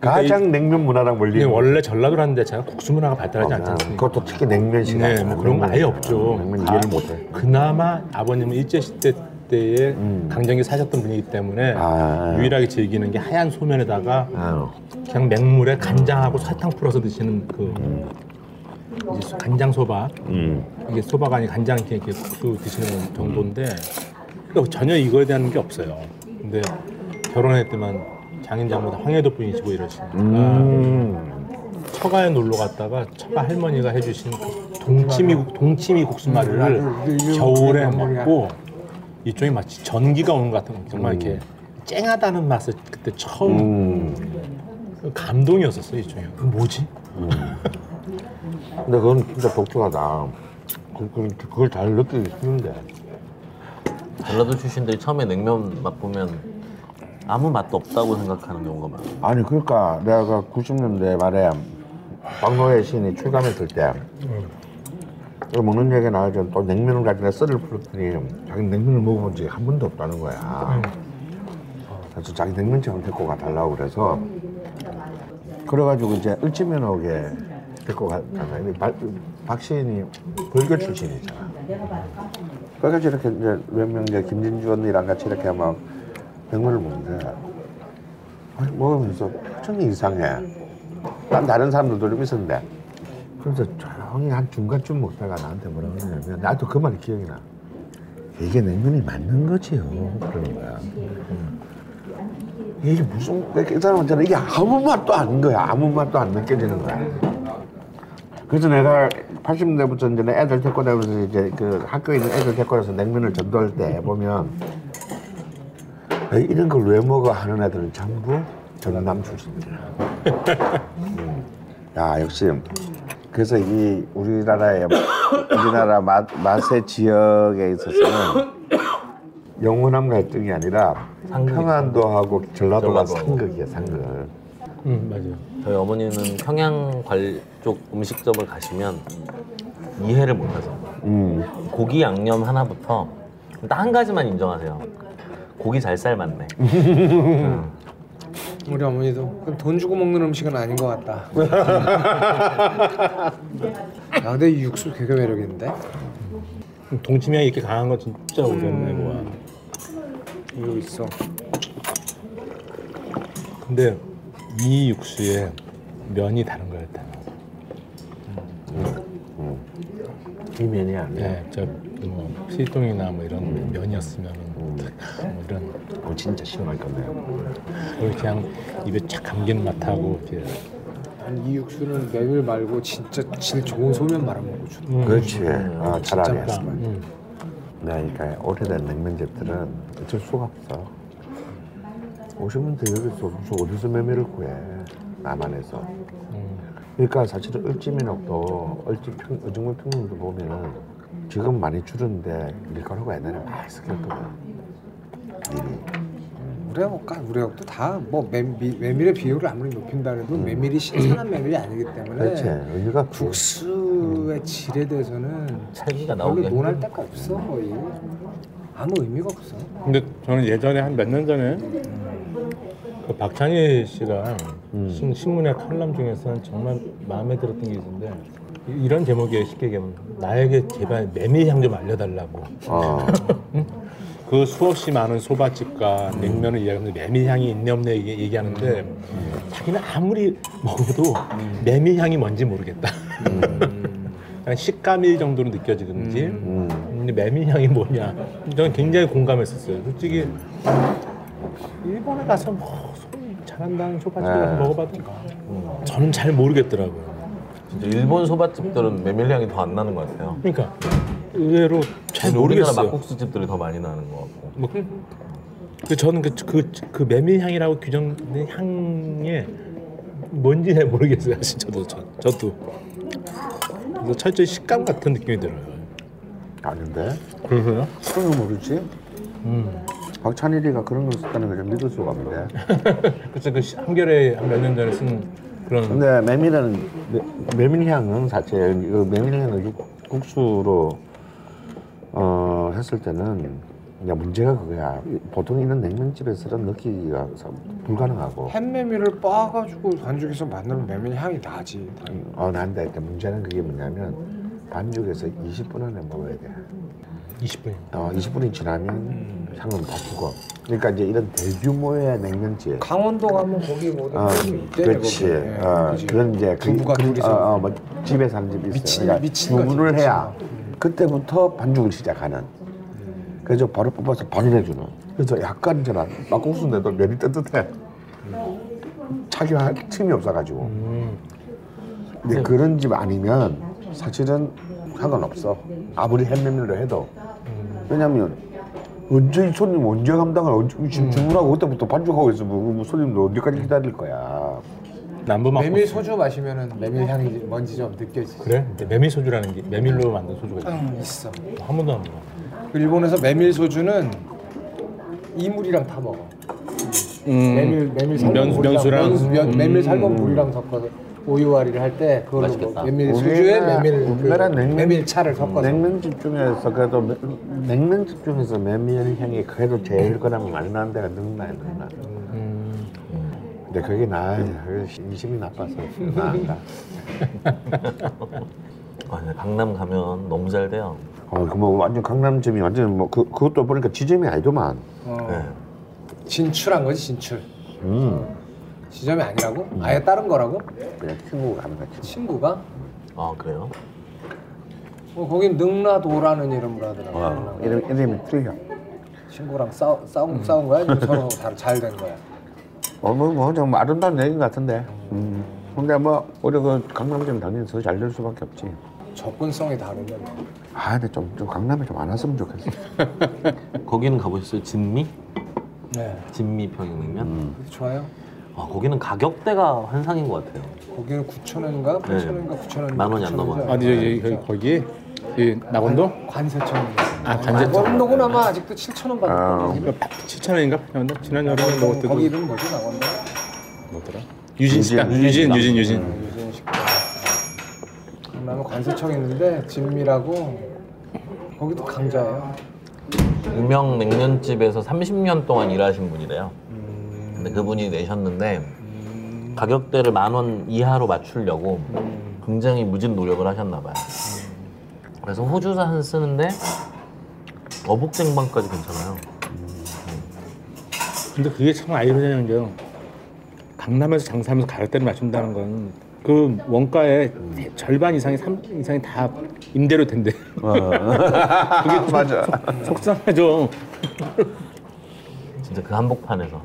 K: 가장 냉면 문화랑 멀리.
G: 근데 네, 원래 전라도라는데 제가 국수 문화가 발달하지 않지
K: 아,
G: 않습니까?
K: 그것도 특히 냉면식.
G: 네, 뭐 그런 거 아예 없죠.
K: 냉면
G: 아,
K: 이해를 못해.
G: 그나마 아버님은 일제 시대 때에 강정기 사셨던 분이기 때문에
K: 음. 아.
G: 유일하게 즐기는 게 하얀 소면에다가
K: 아유.
G: 그냥 맹물에 간장하고 설탕 풀어서 드시는 그 이제 소- 간장 소바 이게 소바가 아니 간장 이렇게, 이렇게 국수 드시는 정도인데 그러니까 전혀 이거에 대한 게 없어요. 근데 결혼할 때만 장인장모다 황해도 분이시고 이러시니까
K: 음,
G: 처가에 놀러 갔다가 처가 할머니가 해주신 그 동치미 국- 동치미 국수말을 겨울에 먹고 이쪽이 마치 전기가 오는 것 같은 거 정말 이렇게 쨍하다는 맛을 그때 처음 감동이었었어 이쪽이. 그 뭐지?
K: 근데 그건 진짜 독특하다. 그- 그- 그걸 잘 느끼기 힘든데.
I: 전라도 출신들이 처음에 냉면 맛보면 아무 맛도 없다고 생각하는 경우가 많아요.
K: 아니 그러니까 내가 90년대 말에 박노의 신이 출감했을 때 이거 먹는 얘기가 나와서 또 냉면을 가지고 썰을 풀었더니 자기 냉면을 먹어본 적이 한 번도 없다는 거야. 그래서 자기 냉면처럼 데리고 가달라고 그래서 그래가지고 이제 을지면옥에 데리고 가달라. 박 시인이 불교 출신이잖아. 그래가지고 이렇게 이제 몇명 이제 김진주 언니랑 같이 이렇게 막 냉면을 먹는데 아니, 먹으면서 표정이 이상해. 난 다른 사람들도 좀 있었는데. 그래서 조용히 한 중간쯤 먹다가 나한테 뭐라 그러냐면 나도 그 말이 기억이 나. 이게 냉면이 맞는 거지요. 그러는 거야. 음. 이게 무슨 이 사람한테는 이게 아무 맛도 안 거야. 아무 맛도 안 느껴지는 거야. 그래서 내가 80년대부터 이제 내 애들 데리고 다니면서 이제 그 학교에 있는 애들 데리고 다서 냉면을 전도할 때 보면 에이, 이런 걸 왜 먹어 하는 애들은 전부 전남 출신이야. 음. 야 역시 그래서 이 우리나라의 우리나라 맛, 맛의 지역에 있어서는 영혼함 갈등이 아니라 평안도하고 전라도가
I: 전라도하고.
K: 상극이야 상극.
G: 음 맞아요.
I: 저희 어머니는 평양 관 쪽 음식점을 가시면 이해를 못하죠.
K: 음.
I: 고기 양념 하나부터 딱 한 가지만 인정하세요. 고기 잘 삶았네.
C: 우리 어머니도 그럼 돈 주고 먹는 음식은 아닌 것 같다 야 아, 근데 이 육수 되게 매력인데
G: 동치미향이 이렇게 강한 건 진짜 오랜만에 와.
C: 이거 있어
G: 근데 이 육수에 면이 다른 거였다
K: 이 면이 아니야.
G: 네, 저뭐 필동이나 뭐 이런 면이었으면 뭐 이런
K: 어, 진짜 심할 건데요.
G: 거의 그냥 입에 착 감기는 맛하고 이렇게
C: 이 육수는 메밀 말고 진짜 질 좋은 소면 말아 먹고 주는 거야.
K: 그렇지. 아, 잘
C: 진짜
K: 알겠어.
C: 맛있어.
K: 그러니까 오래된 냉면집들은 어쩔 수가 없어. 오시면 돼 여기서 무슨 어디서 메밀을 구해 남한에서. 그러니까 사실은 을지민옥도 을지 평 을지문 평론도 보면은 지금 많이 줄었는데 밀가루가 옛날에 많이 섞였거든.
G: 네.
K: 미리.
C: 우리 역과 우리 역도 다뭐 메밀의 비율을 아무리 높인다 해도 메밀이 신선한 메밀이 아니기 때문에
K: 음. 그렇지. 음. 여기가 국
C: 국수의 질에 대해서는
I: 찰기가
C: 별로
I: 나오게.
C: 논할 데가 없어 거의 아무 의미가 없어.
G: 근데 저는 예전에 한 몇 년 전에 그 박찬희 씨랑 쓴 신문의 칼럼 중에서는 정말 마음에 들었던 게 있는데 이- 이런 제목이에요 쉽게 얘기하면 나에게 제발 메밀향 좀 알려달라고
K: 어.
G: 그 수없이 많은 소밭집과 냉면을 이야기하면서 메밀향이 있네 없네 얘기- 얘기하는데 자기는 아무리 먹어도 메밀향이 뭔지 모르겠다
I: 음.
G: 그냥 식감일 정도로 느껴지든지 근데 메밀향이 뭐냐 저는 굉장히 공감했었어요 솔직히
I: 음.
G: 일본에 가서 뭐 소고기 잘한다는 소바집을
K: 네.
G: 한번 먹어봤던가
I: 음.
G: 저는 잘 모르겠더라고요
I: 진짜 일본 소바집들은 메밀향이 더 안 나는 것 같아요.
G: 그러니까 의외로 잘
I: 우리나라
G: 모르겠어요
I: 막국수집들이 더 많이 나는 것 같고.
G: 뭐, 그 저는 그, 그, 그 메밀향이라고 규정된 향에 뭔지 잘 모르겠어요 사실 저도 저, 저도 그래서 철저히 식감 같은 느낌이 들어요
K: 아닌데
G: 그래서요?
K: 그런 거 모르지. 음. 박찬일이가 그런 걸 썼다는 걸 좀 믿을 수가 없는데.
G: 그래서 그 한결에 한 몇 년 전에 쓴 그런
K: 근데 메밀은 메- 메밀향은 사실 이거 메밀향은 육- 국수로 어, 했을 때는 그냥 문제가 그거야. 보통 이런 냉면집에서는 넣기가 불가능하고.
C: 햇메밀을 빻아가지고 반죽해서 만들면 메밀 향이 나지. 당연히.
K: 어 난데 그러니까 문제는 그게 뭐냐면 반죽에서 20분 안에 먹어야 돼.
G: 20분이요
K: 어, 20분이 지나면 향은 다 죽어. 그러니까 이제 이런 대규모의 냉면집.
C: 강원도 가면 거기 네. 뭐
K: 어, 그렇지.
C: 예.
K: 어, 그런 이제 그,
C: 부부가
K: 그,
C: 둘이서.
K: 어, 어, 뭐 집에 사는 집이 있어요.
C: 미친-
K: 그러니까
C: 미친 거지,
K: 주문을
C: 미친
K: 해야 그때부터 반죽을 시작하는.
C: 음.
K: 그래서 바로 뽑아서 바로 내주는. 그래서 약간 전화 막국수인데도 면이 뜨뜻해. 차기 할 틈이 없어가지고.
C: 음.
K: 근데 그런 집 아니면 사실은 상관없어. 아무리 햇메밀로 해도.
C: 음.
K: 왜냐면 언제 손님 언제 감당을 언제
C: 음.
K: 지금 주문하고 그때부터 반죽하고 있어. 뭐, 뭐 손님도 언제까지 기다릴 거야.
G: 남부 막
M: 메밀 소주 마시면은 메밀 향이 뭔지 좀 느껴지.
G: 그래? 근데 메밀 소주라는 게 메밀로 만든 소주가 있어.
C: 음,
M: 응, 있어.
G: 한 번도 안 먹어.
M: 일본에서 메밀 소주는 이물이랑 다 먹어.
K: 음.
G: 음.
M: 메밀 메밀 살
G: 면
M: 면
G: 면수랑
M: 메밀 살건 물이랑 섞어서 오이와리를 할 때 그걸로
I: 맛있겠다.
M: 뭐 메밀 소주에
K: 우리나라-
M: 메밀 그
K: 우리나라 냉면-
M: 메밀 차를 섞어서
K: 냉면집 중에서 그래도 메- 냉면집 중에서 메밀 향이 그래도 제일 그나마 많이 나는 데가 능나야 능나. 근데 그게 나 인심이 나빠서 나안다.
I: 아, 근데 강남 가면 너무 잘 돼요.
K: 어, 그뭐 완전 강남집이 완전 뭐 그 그것도 보니까 지점이 아니더만.
M: 어. 진출한 거지 진출.
K: 네. 음,
M: 지점이 아니라고? 아예 다른 거라고?
K: 그냥 친구가 가는 거지.
M: 친구가?
I: 아 그래요?
M: 어, 거긴 능라도라는 이름으로 하더라고.
I: 아.
K: 어, 이름 이름이 틀려.
M: 친구랑 싸우, 싸운,
I: 음.
M: 싸운 거야? 아니면 서로 잘된 거야?
K: 어뭐뭐좀 아름다운 얘기인 것 같은데. 음. 근데 뭐 우리 그 강남집 당연히 더 잘 될 수밖에 없지.
M: 접근성이 다르면
K: 아, 근데 좀, 좀 강남에 좀 안 왔으면 좋겠어.
I: 거기는 가보셨어요? 진미?
M: 네
I: 진미 평양냉면?
C: 음.
M: 좋아요
I: 아 거기는 가격대가 환상인 것 같아요.
M: 거기는 9천원인가 8천원인가 9천원
I: 네. 만 원이 안 넘어요.
G: 아니 저기 저기 거기 이 낙원도
M: 관세청
G: 아 관제점.
M: 원동은 아마 아직도 7천원 받을 거예요
G: 그러니까 7천 원인가? 근데 지난 여름에 먹을 때도
M: 거기 이름 뭐지 나온다?
G: 뭐더라? 유진 식당. 유진 유진 유진.
M: 유진 식당 그러면 관세청 있는데 진미라고 거기도 강자예요
I: 유명 냉면집에서 30년 동안 일하신 분이래요. 근데 그분이 내셨는데 가격대를 만 원 이하로 맞추려고 굉장히 무진 노력을 하셨나 봐요. 그래서 호주산 쓰는데 어복쟁반까지 괜찮아요.
G: 근데 그게 참 아이러니한 게요. 강남에서 장사하면서 가격대를 맞춘다는 건 그 원가의 대- 절반 이상이 3 이상이 다 임대료 텐데
K: 그게 어. 맞아.
G: 속상하죠.
I: 진짜 그 한복판에서.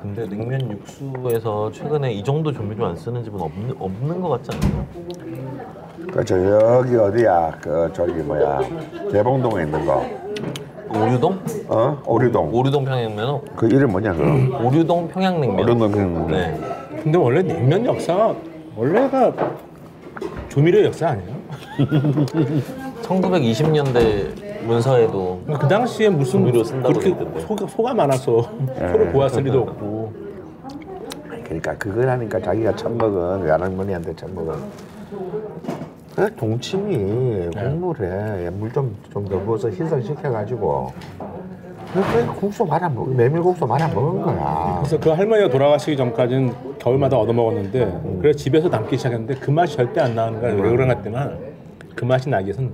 I: 근데 냉면 육수에서 최근에 이 정도 조미료 안 쓰는 집은 없는, 없는 것 같지 않나요?
K: 그 저기 어디야? 그 저기 뭐야? 대봉동에 있는 거.
I: 오류동?
K: 어? 오류동.
I: 오류동 평양냉면?
K: 그 이름 뭐냐 그럼?
I: 오류동 평양냉면.
K: 오류동 평양냉면.
I: 네.
G: 근데 원래 냉면 역사가 원래가 조미료 역사 아니에요?
I: 1920년대 문서에도
G: 그 당시에 무슨
I: 조미료 쓴다고
G: 그렇게
I: 그랬던데.
G: 소가, 소가 많아서
K: 예.
G: 소를 보았을 리도 없고
K: 그러니까 그걸 하니까 자기가 처먹은 외할머니한테 처먹은 그
I: 네.
K: 동치미 국물에 물 좀 좀 더 부어서 희석시켜가지고 어? 그 국수 말아 먹 메밀국수 말아 먹은 거야.
G: 그래서 그 할머니가 돌아가시기 전까지는 겨울마다 얻어먹었는데 그래서 집에서 남기 시작했는데 그 맛이 절대 안 나는 거야 왜 그러나 했더만 그 맛이 나기 위해서는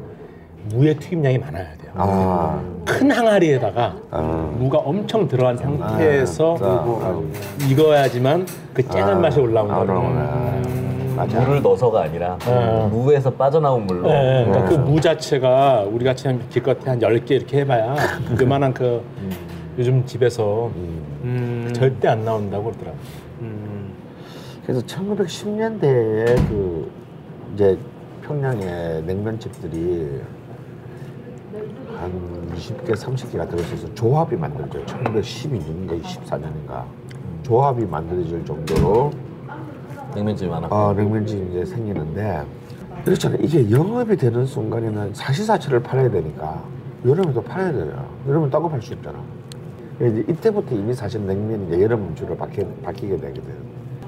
G: 무의 튀김량이 많아야 돼요
K: 아,
I: 음.
G: 큰 항아리에다가 아,
K: 아.
G: 무가 엄청 들어간 상태에서 익어야지만 그 쨍한 맛이 올라오는
K: 아,
G: 거예요 음.
K: 그러구나. 맞아.
I: 음. 물을 넣어서가 아니라
G: 네.
I: 무에서 빠져나온 물로.
G: 네, 그러니까 그 무 자체가 우리 같이 한 기껏해 한 10개 이렇게 해봐야 그만한 그 요즘 집에서 음. 절대 안 나온다고 그러더라고요.
K: 그래서 1910년대에 그 이제 평양의 냉면집들이 한 20개, 30개가 들어있어서 조합이 만들어져요. 1912년인가 14년인가 조합이 만들어질 정도로
I: 냉면집이 많았고.
K: 어, 냉면집이 이제 생기는데 그렇잖아요. 이게 영업이 되는 순간에는 사시사철을 팔아야 되니까 여름에도 팔아야 돼요. 여름은 따고 팔 수 있잖아. 이제 이때부터 이미 사실 냉면이 이제 여름 주로 바뀌, 바뀌게 되거든.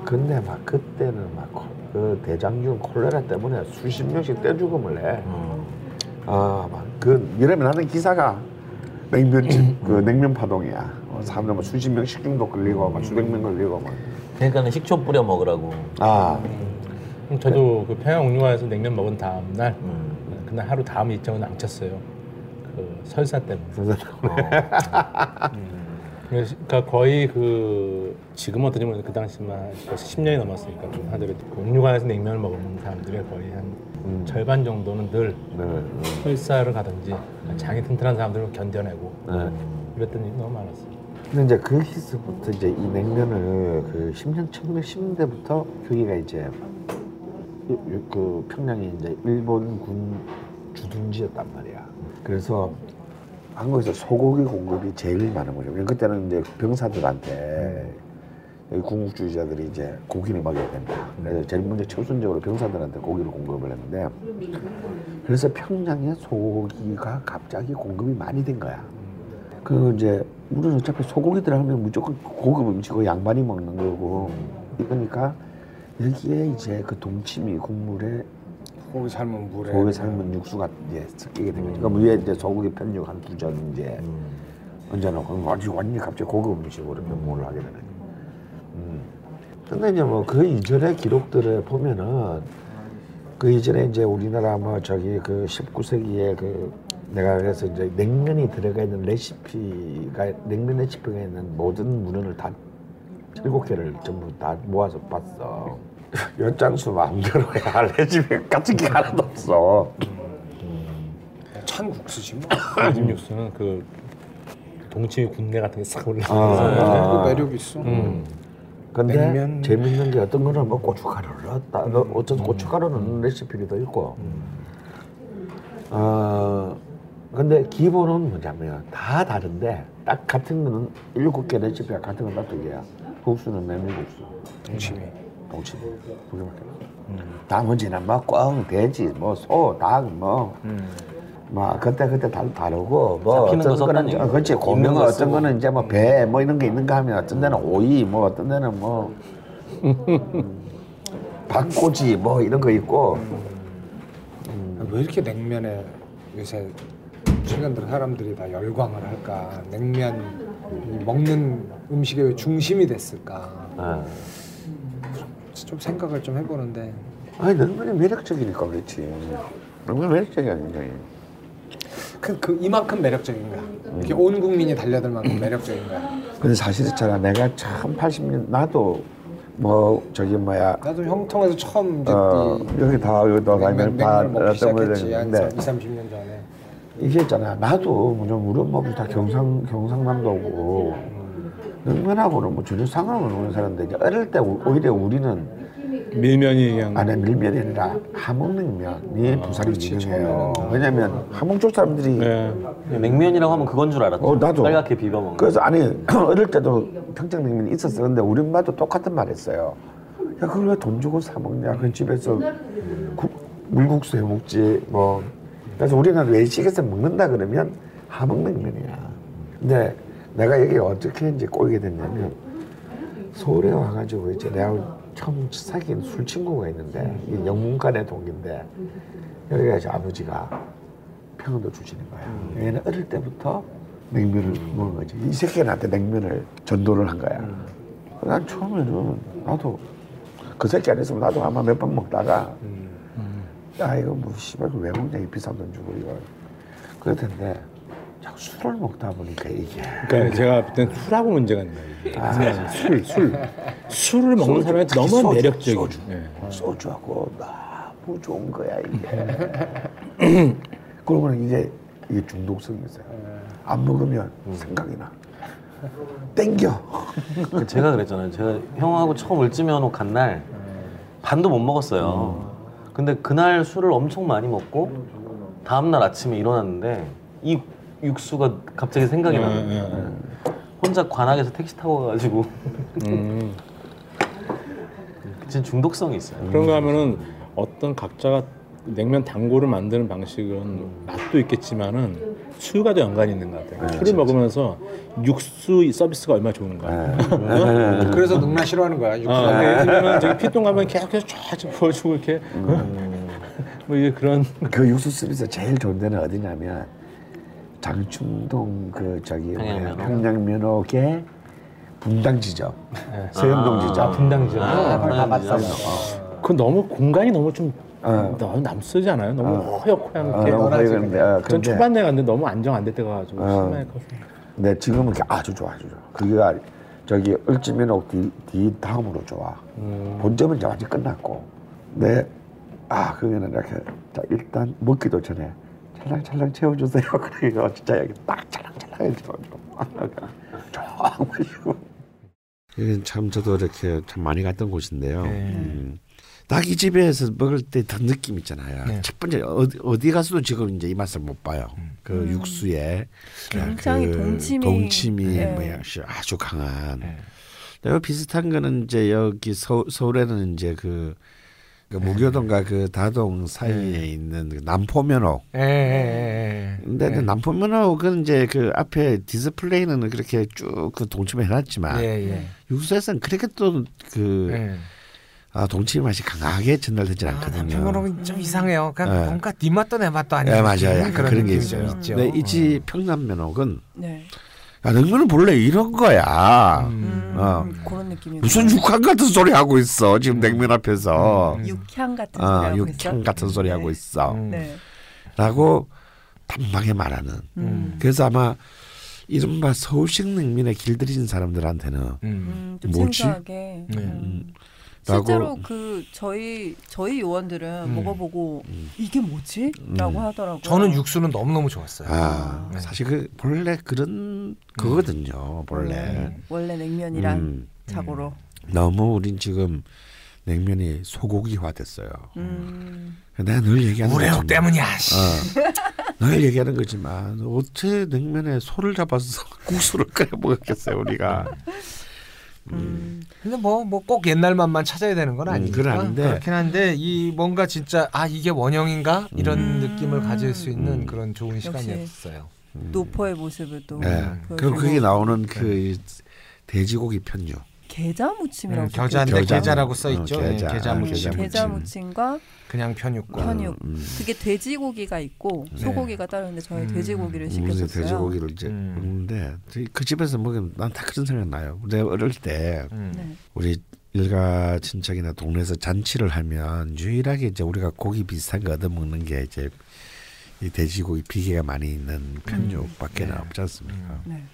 K: 근데 막 그때는 막 그 대장균 콜레라 때문에 수십 명씩 떼죽음을 해. 아, 막 그 여름에 나는 기사가 냉면집 그 냉면 파동이야. 어, 사람들 막 수십 명 식중독 걸리고 막 수백명 걸리고 뭐. 막.
I: 그러니까는 식초 뿌려 먹으라고.
K: 아,
G: 그럼 저도 그 평양 옥류관에서 냉면 먹은 다음 날
I: 음.
G: 그날 하루 다음 일정은 안 쳤어요. 그 설사 때문에.
I: 어.
G: 그러니까 거의 그 지금 어떻게 보면 그 당시만 10년이 넘었으니까 좀 하더라도 그 옥류관에서 냉면을 먹는 사람들의 거의 한 절반 정도는 늘
K: 네, 네.
G: 설사를 가든지 장이 튼튼한 사람들은 견뎌내고
K: 네.
G: 그랬던 일이 너무 많았어요.
K: 근데 이제 그 히스부터 이제 이 냉면을 그 10년 1910년대부터 교기가 이제 이- 이- 그 평양이 이제 일본군 주둔지였단 말이야. 그래서 한국에서 소고기 공급이 제일 많은 거죠. 왜냐면 그때는 이제 병사들한테 여기 궁극주의자들이 이제 고기를 먹여야 된다. 그래서 제일 먼저 최우선적으로 병사들한테 고기를 공급을 했는데 그래서 평양에 소고기가 갑자기 공급이 많이 된 거야. 그리고 이제 우리는 어차피 소고기 들어가면 무조건 고급 음식을 양반이 먹는 거고 그러니까 여기에 이제 그 동치미 국물에
M: 고기 삶은 물에
K: 소고기 삶은 육수가 이제 섞이게 됩니다. 그러니까 위에 이제 소고기 편육 한 두 점 이제
M: 음.
K: 얹어놓고 아주 완전히 갑자기 고급 음식으로 변모를 하게 되는 거예요. 음. 근데 이제 뭐 그 이전의 기록들을 보면은 그 이전에 이제 우리나라 뭐 저기 그 19세기에 그 내가 그래서 이제 냉면이 들어가 있는 레시피가 냉면 레시피가 있는 모든 문헌을 다 일곱 개를 전부 다 모아서 봤어. 연장수 마음대로야 레시피 같은 게 하나도 없어.
M: 찬 국수지 뭐.
G: 요즘 육수는 그 동치미 군내 같은 게 싹 올라가서
K: 아.
M: 그 매력 있어.
K: 근데
M: 냉면.
K: 재밌는 게 어떤 거는 뭐 고춧가루를 넣었다. 너 어떤 고춧가루 넣는 레시피도 있고.
M: 음.
K: 어, 근데 기본은 뭐냐면 다 다른데 딱 같은 거는 일곱 개 레시피가 같은 건 딱 두 개야. 국수는 메밀국수,
M: 동치미.
K: 동치미 두 개밖에 없어. 나머지는 뭐꽝 돼지, 뭐 소, 닭, 뭐. 막 그때 그때 다 다르고 뭐
I: 음. 잡히는 거
K: 어떤
I: 썼다는
K: 거는 저-
I: 얘기죠.
K: 그렇지
I: 있는
K: 고명은
I: 거
K: 어떤
I: 쓰고. 음.
K: 거는 이제 뭐 배 뭐 이런 게 있는가 하면 어떤 데는 오이 뭐 어떤 데는 뭐 박꼬지 뭐 이런 거 있고
I: 음.
M: 아, 왜 이렇게 냉면에 요새 최근 들어 사람들이 다 열광을 할까? 냉면 이 먹는 음식의 왜 중심이 됐을까?
K: 어.
M: 좀 생각을 좀 해보는데
K: 아니 너무 매력적이니까 그렇지 너무 매력적이야 굉장히
M: 그, 그 이만큼 매력적인가? 이게
K: 음.
M: 온 국민이 달려들 만큼 매력적인가?
K: 근데 사실 있잖아 내가 참 80년 나도 뭐 저기 뭐야
M: 나도 형 통해서 처음 이제
K: 어,
M: 이
K: 여기 다 여기 다
M: 냉면,
K: 라면 다
M: 냉면을 먹기
K: 어떤 거를
M: 시작했지 한
K: 했는데
M: 2, 30년 전에
K: 뭐 이게 있잖아. 나도 물론 우리 엄마도 다 경상 경상남도고 냉면하고는 뭐 전혀 상관없는 사람인데 이제 어릴 때 우- 오히려 우리는
G: 밀면이 그냥
K: 안에 밀면이 아니라 함흥냉면이 부산이 유명해요. 왜냐면 함흥쪽 사람들이
G: 네.
I: 냉면이라고 하면 그건 줄 알았죠.
K: 어, 나도.
I: 빨갛게 비벼 먹는.
K: 그래서 아니 어릴 때도 평창냉면이 있었어. 근데 우리 엄마도 똑같은 말 했어요. 야 그걸 왜 돈 주고 사 먹냐? 그 집에서 국- 물국수 해 먹지 뭐. 그래서 우리는 외식에서 먹는다 그러면 함흥냉면이야. 근데 내가 여기 어떻게 이제 꼬이게 됐냐면 서울에 와가지고 이제 내가 처음 사귄 술 친구가 있는데 이 영문관의 동기인데 여기가 이제 아버지가 평안도 주시는 거야. 얘는 어릴 때부터 냉면을 먹은 거지. 이 새끼가 나한테 냉면을 전도를 한 거야. 난 처음에는 나도 그 새끼 안 했으면 나도 아마 몇 번 먹다가 야 이거 뭐 씨발 이거 왜 먹냐 이 비싼 돈 주고 이거 그럴 텐데 자꾸 술을 먹다 보니까 이게
G: 그러니까 제가 볼땐 술하고 문제가 있는
K: 아,
G: 거예요.
K: 술, 술.
G: 술을 먹는 사람이 너무
K: 소주,
G: 매력적이에요.
K: 소주.
G: 예.
K: 소주하고 너무 좋은 거야 이게.
G: 네.
K: 그러면 이게 이게 중독성이 있어요. 안 먹으면
G: 음.
K: 생각이 나. 땡겨.
I: 그 제가 그랬잖아요. 제가 형하고 처음 을지면허 간 날 반도 못 먹었어요. 근데 그날 술을 엄청 많이 먹고 다음 날 아침에 일어났는데 이 육수가 갑자기 생각이
G: 예,
I: 나는
G: 예,
I: 거예요. 혼자 관악에서 택시 타고 가가지고
Q: 음.
I: 진짜 중독성이 있어요.
G: 그런가 하면은 어떤 각자가 냉면 단골을 만드는 방식은 맛도 있겠지만은 수요가도 연관이 있는 것
K: 네,
G: 같아요. 술을 먹으면서 육수 이 서비스가 얼마나 좋은가.
K: 네.
R: 그래서 늑나 싫어하는 거야. 육수.
G: 아, 근데 예를 들면 저기 피똥 가면 계속해서 쫙쫙 보여주고 이렇게
K: 음.
G: 뭐 이제 그런
K: 그 육수 숲에서 제일 좋은 데는 어디냐면 장충동 그 저기
I: 평양면허.
K: 평양면옥의 분당 지점, 서현동 지점.
G: 아, 분당 지점. 아,
K: 다 맞서.
G: 그 너무 공간이 너무 좀
K: 어.
G: 너무 남쓰지 않아요? 너무 허옇고
K: 어,
G: 하게.
K: 너무 보이는데. 어,
G: 전
K: 근데
G: 초반에 갔는데 너무 안정 안 될 때가 가지고
K: 어.
G: 심하게 커서.
K: 네, 지금은 이렇게 아주 좋아, 아주 좋아. 그게 알- 저기 을지면옥 뒤, 뒤 다음으로 좋아. 본점은 이제 완전 끝났고. 네, 아 그거는 이렇게 자 일단 먹기도 전에 찰랑찰랑 채워주세요. 그래요, 진짜 여기 딱 찰랑찰랑 채워줘. 쫙 마시고.
D: 여기는 참 저도 이렇게 참 많이 갔던 곳인데요.
C: 네.
D: 음. 딱이 집에서 먹을 때 더 느낌 있잖아요. 첫 번째 어디, 어디 가서도 지금 이제 이 맛을 못 봐요. 그 육수에
B: 굉장히
D: 그
B: 동치미.
D: 동치미
B: 네.
D: 뭐 역시 아주 강한. 그리고 비슷한 거는 이제 여기 서, 서울에는 이제 그, 그 무교동과 그 다동 사이에 있는 그 남포면옥.
C: 예, 예, 예, 예.
D: 근데 그 남포면옥은 이제 그 앞에 디스플레이는 그렇게 쭉 그 동치미 해놨지만
C: 예, 예.
D: 육수에서는 그렇게 또그
C: 예.
D: 아, 동치미 맛이 강하게 전달되지 않거든요.
C: 평론은 아, 좀 이상해요. 그냥
D: 예.
C: 뭔가 네 맛도 내 맛도 아니고
D: 예, 맞아요. 약간 그런, 게
C: 느낌이 좀
D: 있어요.
C: 있죠.
D: 근데 이집 평남면옥은
B: 네.
D: 야, 냉면은 본래 이런 거야.
B: 음,
D: 어.
B: 그런 느낌이
D: 무슨 육향 같은 소리 하고 있어 지금 냉면 앞에서.
C: 음,
B: 육향 같은 소리
D: 어,
B: 하고
D: 육향
B: 있어.
D: 같은 소리 하고
B: 네.
D: 있어.
B: 네.
D: 라고 단방에 말하는.
B: 음.
D: 그래서 아마 이른바 서울식 냉면에 길들인 사람들한테는
B: 음, 좀
D: 뭐지? 네.
B: 생소하게. 음.
D: 라고- 음.
B: 실제로 그 저희 저희 요원들은 먹어보고 이게 뭐지?라고 하더라고요.
C: 저는 육수는 너무 너무 좋았어요. 네.
D: 아, 사실 그 본래 그런 그거거든요. 본래.
B: 음, 원래 냉면이란
D: 음.
B: 자고로.
D: 너무 우린 지금 냉면이 소고기화 됐어요.
B: 음.
D: 내가 늘 얘기하는
C: 우레옥
D: 거지만,
C: 때문이야. 씨.
D: 늘 얘기하는 거지만 어떻게 냉면에 소를 잡아서 국수를 끓여 먹었겠어요 우리가.
C: 근데 뭐 뭐 꼭 옛날 맛만 찾아야 되는 건
D: 음,
C: 아니니까
D: 그건 아닌데.
C: 그렇긴 한데 이 뭔가 진짜 아 이게 원형인가 이런
D: 음.
C: 느낌을 가질 수 있는 그런 좋은 시간이었어요.
B: 노포의 모습을 또
D: 음. 네. 그리고
B: 보여주고
D: 그게 나오는 그
B: 네.
D: 이- 돼지고기 편육.
B: 게자 무침이라고 음,
C: 음, 겨자인데
D: 겨자.
C: 계자라고 써 있죠.
D: 어,
C: 예,
D: 계자.
C: 계자
D: 아,
C: 무침.
D: 계자 무침.
B: 게자 무침과
C: 그냥 편육과
B: 편육.
D: 음.
B: 그게 돼지고기가 있고 소고기가 따로 있는데 저희 돼지고기를
D: 네. 무슨
B: 시켰었어요.
D: 돼지고기를 이제
C: 음.
D: 먹는데 그 집에서 먹으면 난 다 그런 생각 나요. 내가 어릴 때
C: 음.
B: 네.
D: 우리 일가 친척이나 동네에서 잔치를 하면 유일하게 이제 우리가 고기 비슷한 거 얻어 먹는 게 이제 이 돼지고기 비계가 많이 있는 편육밖에
B: 음.
D: 는 없지 않습니까?
B: 네.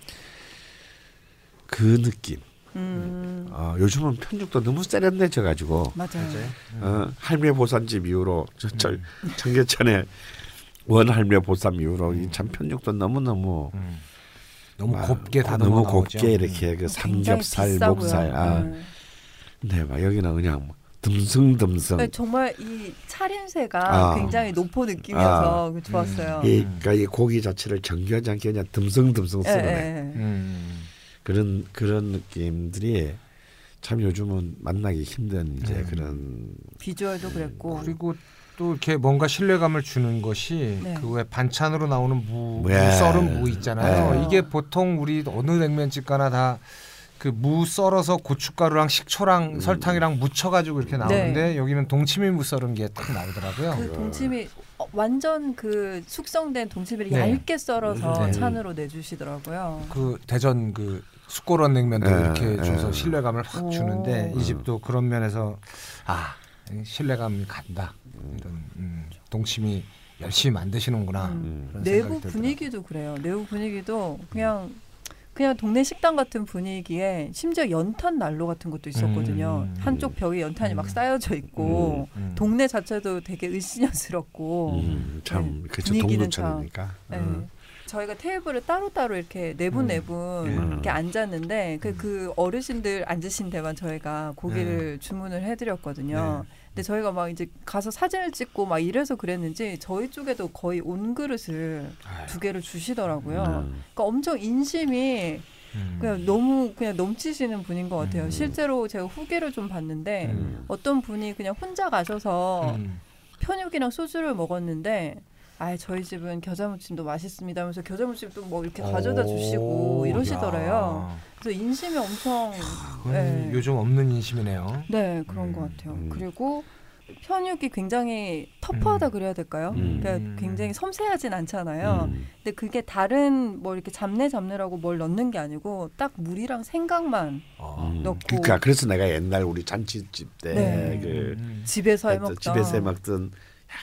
D: 그 느낌.
B: 음,
D: 어, 요즘은 편육도 너무 세련돼져 가지고
B: 맞아요.
D: 어, 할매 보쌈집 이후로 저,
B: 음.
D: 저
B: 음.
D: 청계천의 원 할매 보쌈 이후로 이참 편육도 너무 너무
A: 너무
D: 막
A: 곱게 다
D: 너무
A: 넘어가죠.
D: 곱게 이렇게 그 삼겹살,
B: 비싸고요.
D: 목살. 아,
B: 음.
D: 네, 막 여기는 그냥 뭐 듬성듬성.
B: 네, 정말 이 차림새가
D: 아.
B: 굉장히 높고 느낌이어서 그 좋았어요.
D: 이, 그러니까 이 고기 자체를 정교하지 않게 그냥 듬성듬성
B: 음. 예,
D: 쓰는
B: 예, 예.
C: 음.
D: 그런 그런 느낌들이 참 요즘은 만나기 힘든
B: 음.
D: 이제 그런
B: 비주얼도 그랬고
D: 음.
C: 그리고 또 이렇게 뭔가 신뢰감을 주는 것이
B: 네.
C: 그 왜 반찬으로 나오는 무, 무
D: 예.
C: 썰은 무 있잖아요.
D: 예.
C: 이게 보통 우리 어느 냉면집 가나 다 그 무 썰어서 고춧가루랑 식초랑 설탕이랑 묻혀가지고 이렇게 나오는데
B: 네.
C: 여기는 동치미 무 썰은 게 딱 나오더라고요.
D: 음.
B: 그 동치미 어, 완전 그 숙성된 동치미를
C: 네.
B: 얇게 썰어서
C: 네.
B: 찬으로 내주시더라고요.
C: 그 대전 그 숯고런 냉면도
D: 예,
C: 이렇게
D: 예.
C: 줘서 신뢰감을 확
B: 오.
C: 주는데 이 집도 그런 면에서 아 신뢰감이 간다 이런 음, 동치미 열심히
D: 아,
C: 만드시는구나
D: 음.
C: 그런
B: 음. 내부
C: 생각이 들더라고요.
B: 분위기도 그래요. 내부 분위기도 그냥 그냥 동네 식당 같은 분위기에 심지어 연탄 난로 같은 것도
C: 음,
B: 있었거든요.
C: 네.
B: 한쪽 벽에 연탄이 막 쌓여져 있고 동네 자체도 되게 의신연스럽고
D: 음, 참
B: 어. 네,
D: 그렇죠
B: 분위기는 참.
D: 동두천이니까.
B: 네.
D: 음.
B: 저희가 테이블을 따로따로 이렇게 네분네분
D: 음.
B: 이렇게 앉았는데 그, 그 어르신들 앉으신 데만 저희가 고기를
D: 예.
B: 주문을 해드렸거든요.
D: 네.
B: 근데 저희가 막 이제 가서 사진을 찍고 막 이래서 그랬는지 저희 쪽에도 거의 온 그릇을 두 개를 주시더라고요.
D: 네.
B: 그러니까 엄청 인심이
C: 음.
D: 음.
B: 그냥 너무 그냥 넘치시는 분인 것 같아요. 실제로 제가 후기를 좀 봤는데
D: 음.
B: 어떤 분이 그냥 혼자 가셔서
C: 음.
B: 편육이랑 소주를 먹었는데 아 저희 집은 겨자무침도 맛있습니다 하면서 겨자무침도 뭐 이렇게 가져다
D: 어.
B: 주시고
C: 오,
B: 이러시더래요. 그래서 인심이 엄청
C: 그건
B: 네.
C: 요즘 없는 인심이네요.
B: 네 그런 것 같아요. 그리고 편육이 굉장히 터프하다 그래야 될까요?
C: 음.
B: 그러니까 굉장히 섬세하진 않잖아요.
D: 음.
B: 근데 그게 다른 뭐 이렇게 잡내 잡내라고 뭘 넣는 게 아니고 딱 물이랑 생강만
C: 어.
D: 음.
B: 넣고
D: 그러니까 그래서 내가 옛날 우리 잔치집 때
B: 네.
C: 음.
D: 그
B: 집에서 해
D: 어떤
B: 먹던
D: 그렇죠. 집에서 먹던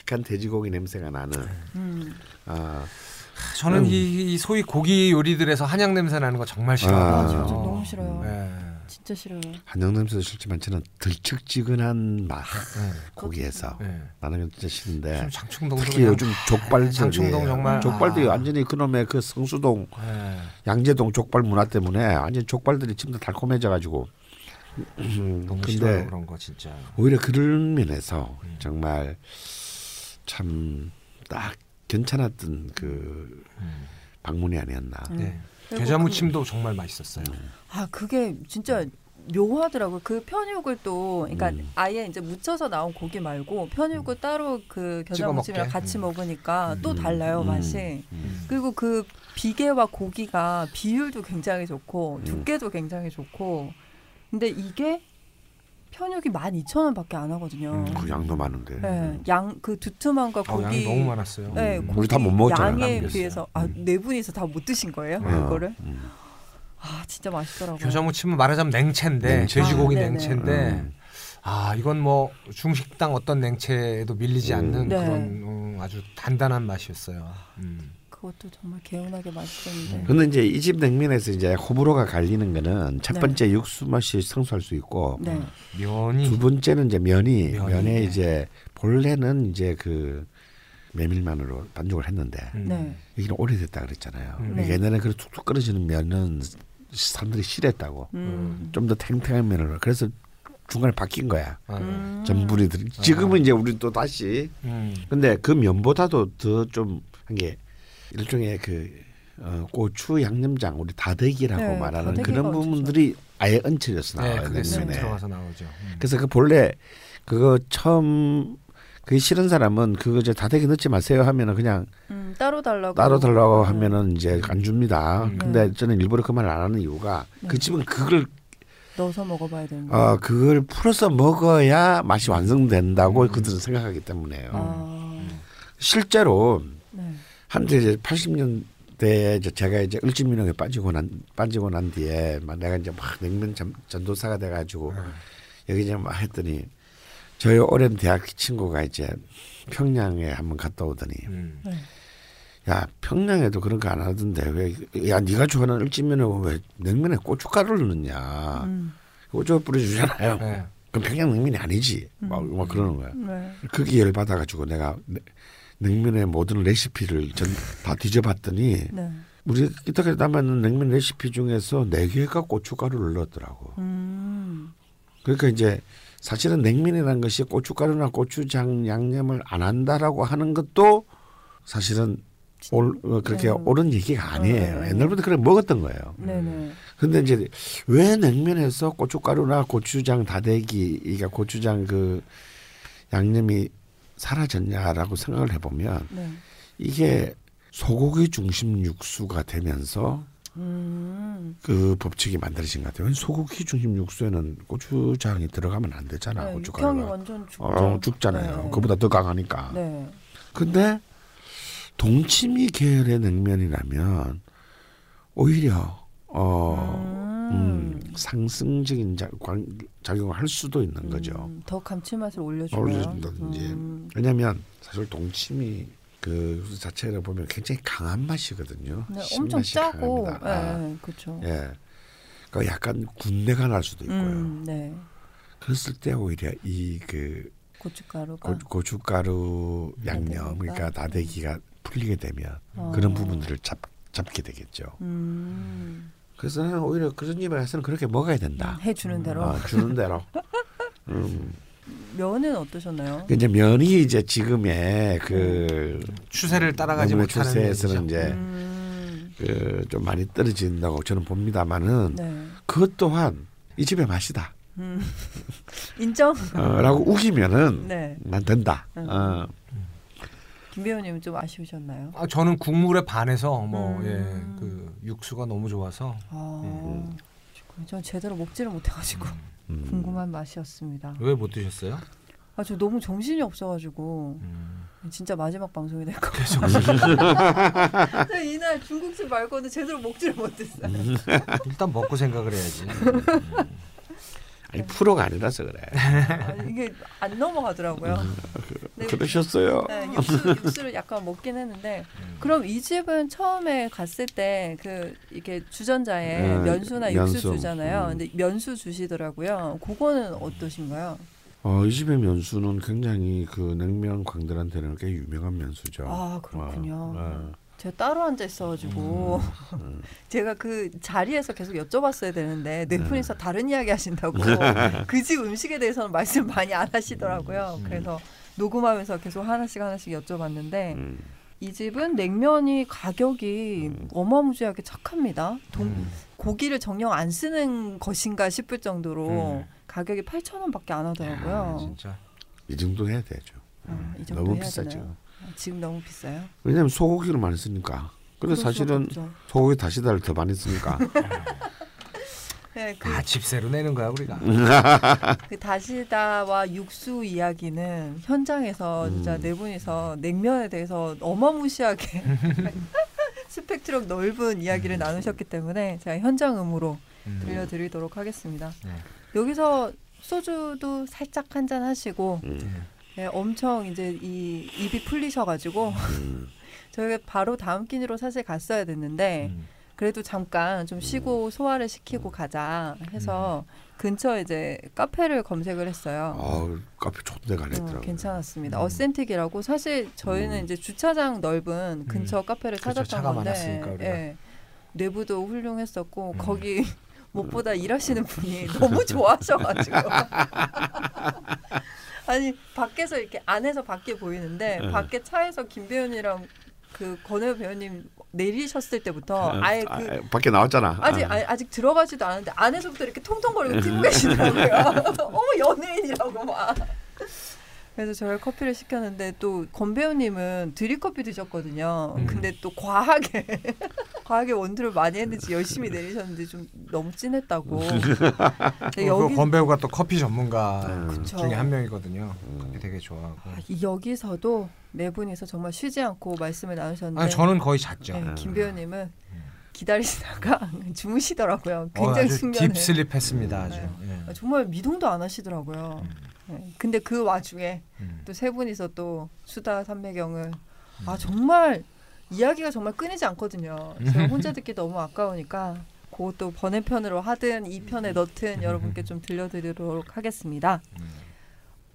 D: 약간 돼지고기 냄새가 나는
C: 네.
B: 음.
D: 아
C: 저는 이, 이 소위 고기 요리들에서 한약 냄새 나는 거 정말
D: 아,
C: 싫어하거든요.
D: 저
B: 너무 싫어요.
C: 네.
B: 진짜 싫어요.
D: 한정 냄새도 싫지만 저는 들쭉지근한
C: 아,
D: 맛 고기에서
C: 네.
D: 나는 그건 진짜 싫은데
C: 장충동도
D: 네. 특히
C: 그냥-
D: 요즘 족발들
C: 장충동 아, 정말-
D: 족발도
C: 아.
D: 완전히 그놈의 그 성수동
C: 네.
D: 양재동 족발 문화 때문에 완전 족발들이 지금 다 달콤해져가지고 음,
C: 너무
D: 근데
C: 싫어요 그런 거 진짜.
D: 오히려 그런 면에서 정말 참 딱 괜찮았던 그 방문이 아니었나.
C: 네.
B: 음. 그리고
C: 계자무침도 정말 맛있었어요.
B: 아 그게 진짜 묘하더라고요. 그 편육을 또 그러니까
D: 음.
B: 아예 이제 묻혀서 나온 고기 말고 편육을 따로 그
C: 찍어
B: 겨자무침이랑
C: 먹게?
D: 음.
B: 같이 먹으니까 또 달라요 맛이. 그리고 그 비계와 고기가 비율도 굉장히 좋고
D: 음.
B: 두께도 굉장히 좋고 근데 이게 편육이 12,000원밖에 안 하거든요.
D: 그 양도 많은데.
B: 네, 양그 두툼함과
D: 아우,
B: 고기
D: 양이 너무 많았어요.
B: 네,
D: 음.
B: 고기
D: 우리 다못 먹었잖아요,
B: 양에
D: 남겼어요.
B: 비해서 아, 네 분이서 다 못 드신 거예요?
D: 아,
B: 그거를? 아, 진짜 맛있더라고요.
C: 겨자무침은 말하자면 냉채인데
D: 냉채. 음.
C: 돼지고기
B: 아, 네네.
C: 냉채인데 아 이건 뭐 중식당 어떤 냉채에도 밀리지 않는
B: 네.
C: 그런 음, 아주 단단한 맛이었어요. 음.
B: 그것도 정말 개운하게 맛있었는데.
D: 근데 이제 이 집 냉면에서 이제 호불호가 갈리는 거는 첫
B: 네.
D: 번째 육수 맛이 성수할 수 있고
B: 네.
C: 면이
D: 두 번째는 이제 면이,
C: 면이,
D: 면에
C: 네.
D: 이제 본래는 이제 그 메밀만으로 반죽을 했는데
C: 음.
B: 네.
D: 여기는 오래됐다 그랬잖아요.
B: 음.
D: 그러니까
B: 네.
D: 옛날에 그 툭툭 끓어지는 면은 사람들이 싫어했다고.
B: 음.
D: 좀 더 탱탱한 면으로. 그래서 중간에 바뀐 거야.
C: 음.
D: 전분이 들. 지금은 이제 우리 또 다시.
C: 음.
D: 근데 그 면보다도 더 좀 한 게 일종의 그 어, 고추 양념장 우리 다대기라고
C: 네,
D: 말하는
C: 다대기가
D: 그런
C: 어쩌죠.
D: 부분들이 아예 얹혀져서
C: 네,
D: 나와요.
C: 그게 쑥
D: 냉면에.
C: 들어가서 나오죠. 음.
D: 그래서 그 본래 그거 처음 그게 싫은 사람은 그거 이제 다대기 넣지 마세요 하면은 그냥
B: 음, 따로 달라고.
D: 따로 달라고 하면은 이제 안 줍니다.
C: 음.
D: 근데
B: 네.
D: 저는 일부러 그 말을 안 하는 이유가
B: 네.
D: 그 집은 그걸
B: 넣어서 먹어봐야 되는 거.
D: 어 그걸 풀어서 먹어야 맛이 완성된다고 그들은 생각하기 때문에요.
B: 아.
D: 실제로
B: 네.
D: 한때 이제 80년대에 이제 제가 이제 을지민영에 빠지고 난 빠지고 난 뒤에 막 내가 이제 막 냉면 전, 전도사가 돼가지고 여기저기 막 했더니 저희 오랜 대학 친구가 이제 평양에 한번 갔다 오더니
C: 음.
B: 네.
D: 야 평양에도 그런 거 안 하던데 왜야 네가 좋아하는 을지면은 왜 냉면에 고춧가루를 넣냐
B: 음.
D: 고춧가루
C: 네.
D: 뿌려주잖아요 그럼 평양 냉면이 아니지 막, 막 그러는 거야
B: 네.
D: 그게 열 받아가지고 내가 냉- 냉면의 모든 레시피를 전 다 뒤져봤더니
B: 네.
D: 우리 이때까지 남아있는 냉면 레시피 중에서 네 개가 고춧가루를 넣었더라고. 그러니까 이제 사실은 냉면이라는 것이 고춧가루나 고추장 양념을 안 한다라고 하는 것도 사실은 올, 어, 그렇게 옳은 얘기가 아니에요. 옛날부터 그래 먹었던 거예요.
B: 네네.
D: 근데 이제 왜 냉면에서 고춧가루나 고추장 다대기, 그러니까 고추장 그 양념이 사라졌냐라고 생각을 해보면
B: 네.
D: 이게 소고기 중심 육수가 되면서
B: 음.
D: 그 법칙이 만들어진 것 같아요. 소고기 중심 육수에는 고추장이 들어가면 안 되잖아.
B: 네, 육향이
D: 고춧가루가
B: 완전 죽죠.
D: 어, 죽잖아요.
B: 네.
D: 그보다 더 강하니까.
B: 네.
D: 근데 동치미 계열의 냉면이라면 오히려 어 음. 상승적인 자, 광, 작용을 할 수도
B: 음,
D: 있는 거죠.
B: 더 감칠맛을 올려주고요. 음.
D: 어울린다든지. 왜냐하면 사실 동치미 그 육수 자체를 보면 굉장히 강한 맛이거든요.
B: 네,
D: 신맛이
B: 엄청 짜고,
D: 강합니다.
B: 예,
D: 아,
B: 예, 그렇죠.
D: 예. 그러니까 약간 군내가 날 수도 있고요.
B: 음, 네,
D: 그랬을 때 오히려 이그
B: 고춧가루가
D: 고, 고춧가루 양념 그러니까 나대기가 풀리게 되면 그런
B: 아.
D: 부분들을 잡, 잡게 되겠죠.
B: 음,
D: 그래서 나는 오히려 그런 입에서는 그렇게 먹어야 된다.
B: 해주는 대로.
D: 어, 주는 대로. 음.
B: 면은 어떠셨나요?
D: 그 이제 면이 이제 지금의 그
B: 음.
A: 추세를 따라가지
D: 너무나
A: 못하는
D: 추세에서는
A: 면이죠.
D: 이제 그 좀 많이 떨어진다고 저는
B: 음.
D: 봅니다만은
B: 네.
D: 그것 또한 이 집의 맛이다.
B: 음. 인정?
D: 어, 라고 우기면은
B: 네.
D: 난 된다.
B: 음.
D: 어,
B: 김배우님은 좀 아쉬우셨나요?
C: 아, 저는 국물에 반해서 뭐
B: 음.
C: 예, 그 육수가 너무 좋아서
B: 아,
C: 네.
B: 그렇군요. 전 제대로 먹지를 못해가지고
C: 음,
B: 궁금한 맛이었습니다.
C: 왜 못 드셨어요?
B: 아, 저 너무 정신이 없어가지고 진짜 마지막 방송이 될 것
C: 음. 계속.
B: 같아요. 저 이날 중국집 말고는 제대로 먹지를 못했어요.
C: 일단 먹고 생각을 해야지.
D: 아니 프로가 아니라서 그래.
B: 아,
C: 음.
B: 이게 안 넘어가더라고요. 네,
D: 그러셨어요?
B: 네, 육수, 육수를 약간 먹긴 했는데 그럼 이 집은 처음에 갔을 때 그 이게 주전자에
D: 네,
B: 면수나 육수
D: 면수. 음.
B: 주잖아요. 근데 면수 주시더라고요. 그거는 어떠신가요?
D: 어, 이 집의 면수는 굉장히 그 냉면 광들한테는 꽤 유명한 면수죠.
B: 아, 그렇군요.
D: 어,
B: 제가 따로 앉아 있어가지고
D: 음.
B: 제가 그 자리에서 계속 여쭤봤어야 되는데 네 분이서 다른 이야기 하신다고
D: 네.
B: 그 집 음식에 대해서는 말씀 많이 안
D: 음.
B: 하시더라고요. 그래서 녹음하면서 계속 하나씩 하나씩 여쭤봤는데
D: 음.
B: 이 집은 냉면이 가격이 어마무지하게 착합니다. 동,
D: 음.
B: 고기를 정녕 안 쓰는 것인가 싶을 정도로
D: 음.
B: 가격이 8천 원밖에 안 하더라고요.
D: 이 정도 해야 되죠.
B: 아, 이 정도
D: 너무
B: 해야
D: 비싸죠.
B: 되나요? 아, 지금 너무 비싸요.
D: 왜냐면 소고기를 많이 쓰니까.
B: 그럴
D: 근데
B: 수밖에
D: 사실은
B: 없죠.
D: 소고기 다시다를 더 많이 쓰니까.
B: 네, 그
C: 아 집세로 내는 거야 우리가.
D: 음.
B: 그 다시다와 육수 이야기는 현장에서 진짜 네 분이서 냉면에 대해서 어마무시하게 스펙트럼 넓은 이야기를 나누셨기 때문에 제가 현장음으로 들려드리도록 하겠습니다. 여기서 소주도 살짝 한 잔 하시고 네, 엄청 이제 이 입이 풀리셔가지고 저희가 바로 다음 끼니로 사실 갔어야 됐는데
C: 음.
B: 그래도 잠깐 좀 쉬고 소화를 시키고 가자 해서
D: 음.
B: 근처 이제 카페를 검색을 했어요.
D: 어, 카페 좋은데
B: 어,
D: 가랬더라고요. 음.
B: 괜찮았습니다. 어센틱이라고 사실 저희는 이제 주차장 넓은 근처 카페를
D: 그렇죠.
B: 찾았던
D: 차가
B: 건데
D: 많았으니까 우리가. 음.
B: 예. 내부도 훌륭했었고 거기 무엇보다 일하시는 분이 너무 좋아하셔가지고 아니 밖에서 이렇게 안에서 밖에 보이는데
D: 예.
N: 네.
B: 밖에 차에서 김배현이랑 그 권혜우 배우님 내리셨을 때부터 아예 그
D: 아, 밖에 나왔잖아.
B: 아직
D: 아.
B: 아, 아직 들어가지도 않았는데 안에서부터 이렇게 통통거리고 튀고 계시더라고요. 어머 연예인이라고 막. 그래서 저희 커피를 시켰는데 또 건배우님은 드립커피 드셨거든요.
C: 음.
B: 근데 또 과하게 과하게 원두를 많이 했는지 열심히 내리셨는데 좀 너무 진했다고. 근데
C: 어, 그
B: 여기
C: 권배우가 또 커피 전문가
D: 네.
B: 그쵸.
C: 중에 한 명이거든요. 커피 되게 좋아하고.
B: 여기서도 네 분이서 정말 쉬지 않고 말씀을 나누셨는데.
C: 아, 저는 음. 거의 잤죠.
B: 네. 김배우님은 기다리시다가
C: 어,
B: 주무시더라고요. 굉장히
C: 아주
B: 숙면을.
C: 딥슬립했습니다 아주. 예.
B: 아, 정말 미동도 안 하시더라고요. 네. 근데 그 와중에
C: 음,
B: 또 세 분이서 또 수다 삼매경을 아 정말 이야기가 정말 끊이지 않거든요. 제가 혼자 듣기 너무 아까우니까 그것도 번외편으로 하든 이편에 넣든 여러분께 좀 들려드리도록 하겠습니다.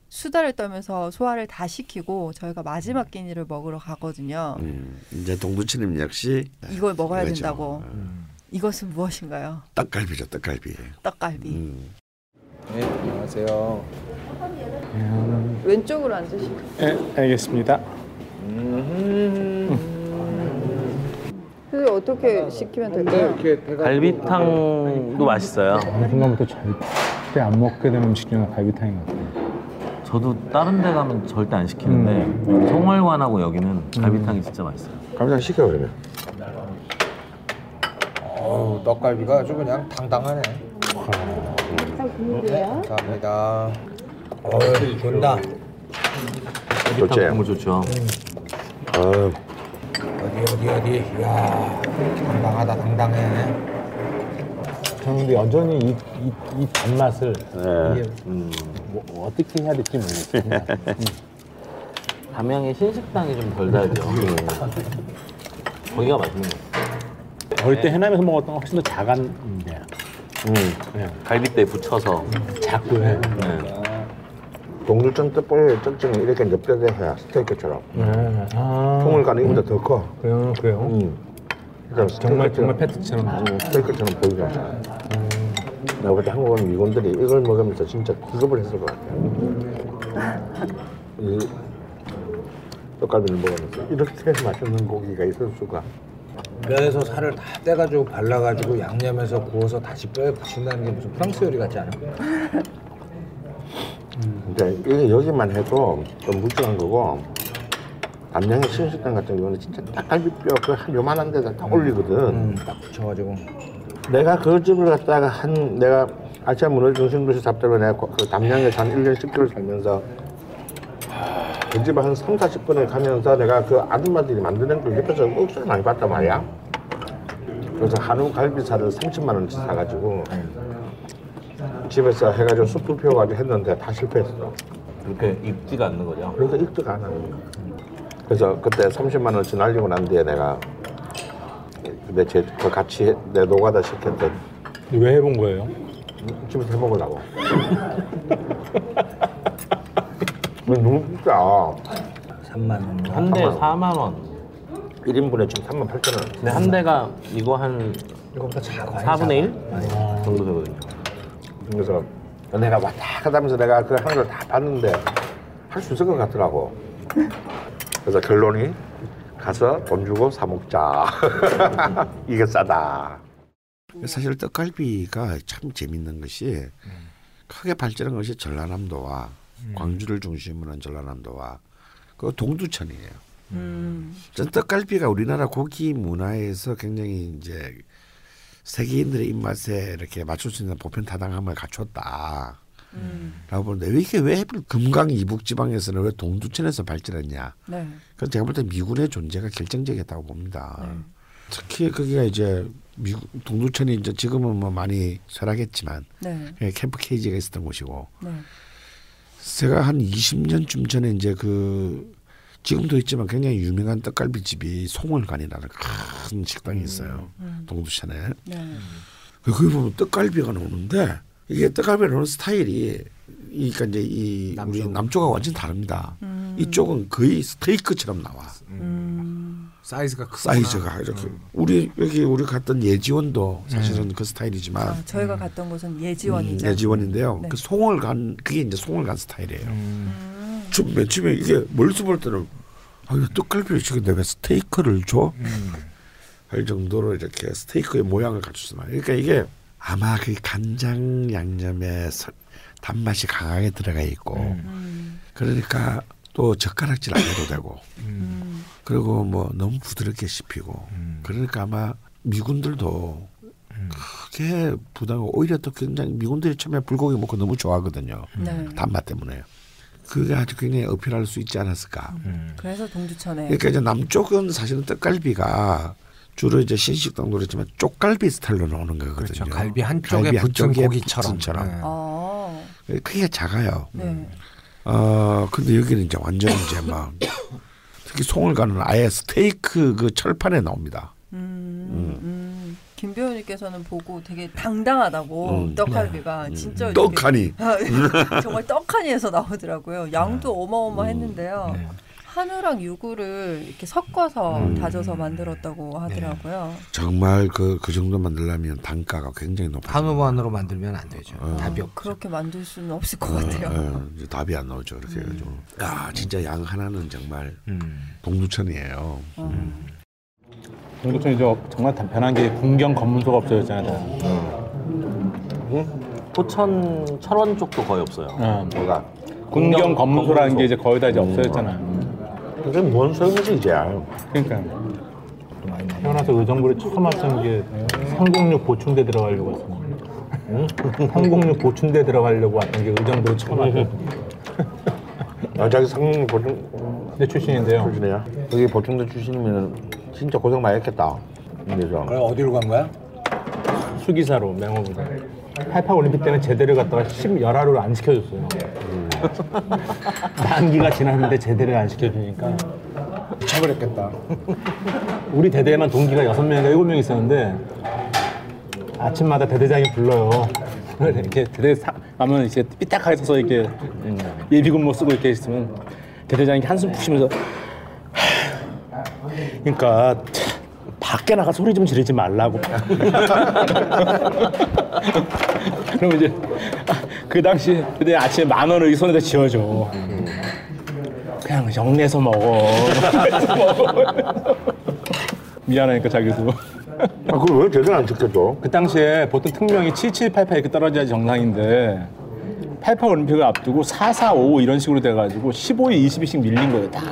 B: 수다를 떨면서 소화를 다 시키고 저희가 마지막 끼니를 먹으러 가거든요.
D: 음, 이제 동두천님
K: 음,
D: 역시
B: 이걸 먹어야
D: 그거죠.
B: 된다고.
C: 음.
B: 이것은 무엇인가요?
D: 떡갈비죠, 떡갈비.
B: 떡갈비.
D: 음.
C: 네, 안녕하세요.
N: 왼쪽으로 앉으시고.
G: 예, 알겠습니다.
N: 근데 어떻게 시키면 될까요?
M: 이렇게 배가
Q: 갈비탕도 맛있어요.
G: 어느 순간부터 절대 안 먹게 되는 음식 중에 갈비탕인 것 같아요.
Q: 저도 다른 데 가면 절대 안 시키는데 송월관하고 여기는 갈비탕이 진짜 맛있어요.
K: 감자 시켜 그러면.
M: 어우 떡갈비가 아주 그냥 당당하네. 네, 감사합니다. 어이 좋다.
Q: 좋지. 너무 좋죠.
K: 어,
M: 어디 어디 어디. 야 당당하다 당당해.
G: 저는 근데 여전히 이, 이, 이 단맛을
Q: 네.
G: 이게 뭐, 뭐 어떻게 해야 될지 모르겠어요.
I: 담양의 신식당이 좀 덜 달죠. 거기가 맛있는 거.
G: 어릴 때 해남에서 먹었던 건 훨씬 더 작았는데
Q: 갈비대 붙여서
G: 작고 해.
K: 동두천 떡볶이 쩍쩍이 이렇게 엽대돼야 스테이크처럼.
G: 네. 아.
K: 통을 가는 것보다 더 커.
G: 그래요, 그래요. 아,
K: 그러니까
G: 정말
K: 스테이크처럼-
G: 정말 패트처럼.
K: 음, 스테이크처럼 보이게. 내가 볼때 한국은 미군들이 이걸 먹으면서 진짜 기겁을 했을 것 같아요. 이 떡갈비를 먹으면서 이렇게 맛있는 고기가 있을 수가.
M: 뼈에서 살을 다 떼가지고 발라가지고 양념해서 구워서 다시 뼈에 붙인다는 게 무슨 프랑스 요리 같지 않아?
K: 근데 이게 여기만 해도 좀 묵직한 거고 남양의 신식당 같은 경우는 진짜 닭갈비뼈 그한 요만한 데다 딱 올리거든.
G: 음.
M: 딱 붙여가지고.
K: 내가 그 집을 갔다가 한 내가 아시아 문화 중심도시 잡담에 내가 거- 그 남양에 한 1년 10개월 살면서 그 집을 한 3, 40분에 가면서 내가 그 아줌마들이 만드는 걸 옆에서 억수로 많이 봤단 말이야. 그래서 한우 갈비살을 30만 원치 사가지고 집에서 해가지고 숯불 피워가지고 했는데 다 실패했어.
I: 그렇게 입지가 않는 거죠.
K: 그러니까 익지가 않아. 그래서 그때 30만 원씩 날리고 난 뒤에 내가 근데 제그 같이 내 노가다 시켰던
G: 왜 해본 거예요?
K: 집에서 해먹으려고. 근데 너무 비싸.
M: 3만 원.
Q: 한 대에 4만 원.
K: 1인분에 지금 3만 8천 원.
G: 네,
Q: 근데 한 대가 이거 한
M: 이거보다 작아.
Q: 4분의 1 정도 되거든요.
K: 그래서 내가 왔다 갔다 하면서 내가 그 하는 걸 다 봤는데 할 수 있을 것 같더라고. 그래서 결론이 가서 돈 주고 사 먹자. 이게 싸다.
D: 사실 떡갈비가 참 재밌는 것이 크게 발전한 것이 전라남도와 광주를 중심으로 한 전라남도와 그 동두천이에요.
B: 음,
D: 전 떡갈비가 우리나라 고기 문화에서 굉장히 이제 세계인들의 입맛에 이렇게 맞출 수 있는 보편 타당함을 갖췄다.
B: 음.
D: 라고 보는데 왜 이게 왜 하필 금강 이북 지방에서는 왜 동두천에서 발전했냐?
B: 네.
D: 그건 제가 볼 때 미군의 존재가 결정적이었다고 봅니다. 특히 거기가 이제 미국 동두천이 이제 지금은 뭐 많이 쇠락했지만
B: 네.
D: 예, 캠프 케이지가 있었던 곳이고
B: 네.
D: 제가 한 20년쯤 전에 이제 그 지금도 있지만 굉장히 유명한 떡갈비 집이 송월관이라는 큰 식당이 있어요
B: 음,
D: 동두천에
B: 네.
D: 그 거기 보면 떡갈비가 나오는데 이게 떡갈비 나오는 스타일이 이- 그러니까 이제 이 우리 남쪽하고 완전 히 다릅니다.
B: 음.
D: 이쪽은 거의 스테이크처럼 나와.
C: 사이즈가 크구나.
D: 사이즈가 이렇게
B: 음.
D: 우리 여기 우리 갔던 예지원도 사실은 그 스타일이지만
B: 네. 아, 저희가 갔던 곳은
D: 음,
B: 예지원이죠.
D: 예지원인데요.
B: 네.
D: 그 송월간 그게 이제 송월간 스타일이에요.
C: 음.
D: 좀 맨 처음에 이게 멀리서 볼 때는 아 이거 떡갈비를 시켰는데 왜 스테이크를 줘? 할 정도로 이렇게 스테이크의 모양을 갖췄지만 그러니까 이게 아마 그 간장 양념에 서- 단맛이 강하게 들어가 있고
C: 음.
D: 그러니까 또 젓가락질 안 해도 되고 그리고 뭐 너무 부드럽게 씹히고
C: 음.
D: 그러니까 아마 미군들도
B: 음.
D: 크게 부담 오히려 또 굉장히 미군들이 처음에 불고기 먹고 너무 좋아하거든요
B: 네.
D: 단맛 때문에 그게 아주 굉장히 어필할 수 있지 않았을까
B: 음.
C: 음.
B: 그래서 동두천에.
D: 그러니까 이제 남쪽은 사실은 떡갈비가 주로 이제 신식당도 그렇지만 쪽갈비 스타일로 나오는
B: 그렇죠.
D: 거거든요.
C: 갈비 한쪽에 붙은 고기처럼.
D: 네.
B: 어.
D: 크게 작아요.
B: 네.
D: 어 근데 여기는 이제 완전 이제 뭐막 특히 송을 가는 아예 스테이크 그 철판에 나옵니다.
B: 음.
D: 음.
B: 음. 김배우님께서는 보고 되게 당당하다고
D: 음.
B: 떡갈비가 진짜 이렇게-
D: 떡하니.
B: 아, 정말 떡하니에서 나오더라고요. 양도 어마어마했는데요. 한우랑 유구를 이렇게 섞어서
D: 음.
B: 다져서 만들었다고 하더라고요.
D: 정말 그, 그 정도 만들려면 단가가 굉장히 높아.
C: 한우만으로 만들면 안 되죠. 답이 없.
B: 그렇게 만들 수는 없을 것 같아요.
K: 네,
D: 어, 이제 답이 안 나오죠. 그렇게 해가지고.
K: 아,
D: 야, 진짜 양 하나는 정말
C: 음.
D: 동두천이에요.
G: 동두천 이제 어- 정말 단편한 게 군경 검문소가 없어졌잖아요. 다.
Q: 포천 철원 쪽도 거의 없어요.
G: 어.
Q: 뭐가
G: 군경 검문소라는 게 이제 거의 다 이제 없어졌잖아요.
Q: 그게 뭔 소용이지 이제.
G: 그러니까 태어나서 그 의정부를 처음 왔던 게 306 보충대 들어가려고 왔어요. 응? 306 보충대 들어가려고 왔던 게그 의정부를 처음 왔어요.
K: 아, 자기 상무 보충
G: 네 출신인데요.
K: 출신이야. 여기 보충대 출신이면 진짜 고생 많이 했겠다. 그래서
M: 그럼 어디로 간 거야?
G: 수기사로 맹호부대. 팔팔 올림픽 때는 제대를 갔다가 10열하루를 안 시켜줬어요.
M: 음.
G: 반기가 지났는데 제대를 안 시켜주니까
M: 처벌했겠다.
G: 우리 대대에만 동기가 6명인가 7명 있었는데 아침마다 대대장이 불러요. 이렇게 대대 사, 가면 이제 삐딱하게 서서 이렇게
M: 음.
G: 예비군 못 쓰고 이렇게 있으면 대대장이 한숨 푸시면서 하, 그러니까 참, 밖에 나가 소리 좀 지르지 말라고. 그럼 이제 그 당시 그때 아침에 만 원을 이 손에다 쥐어줘. 그냥 영내에서 먹어. 미안하니까 자기도.
K: 아, 그걸 왜 제대로 안 지켰죠?
G: 그 당시에 보통 특명이 7788 이렇게 떨어져야 정상인데 88 올림픽을 앞두고 4455 이런 식으로 돼가지고 15위, 22씩 밀린 거예요 다.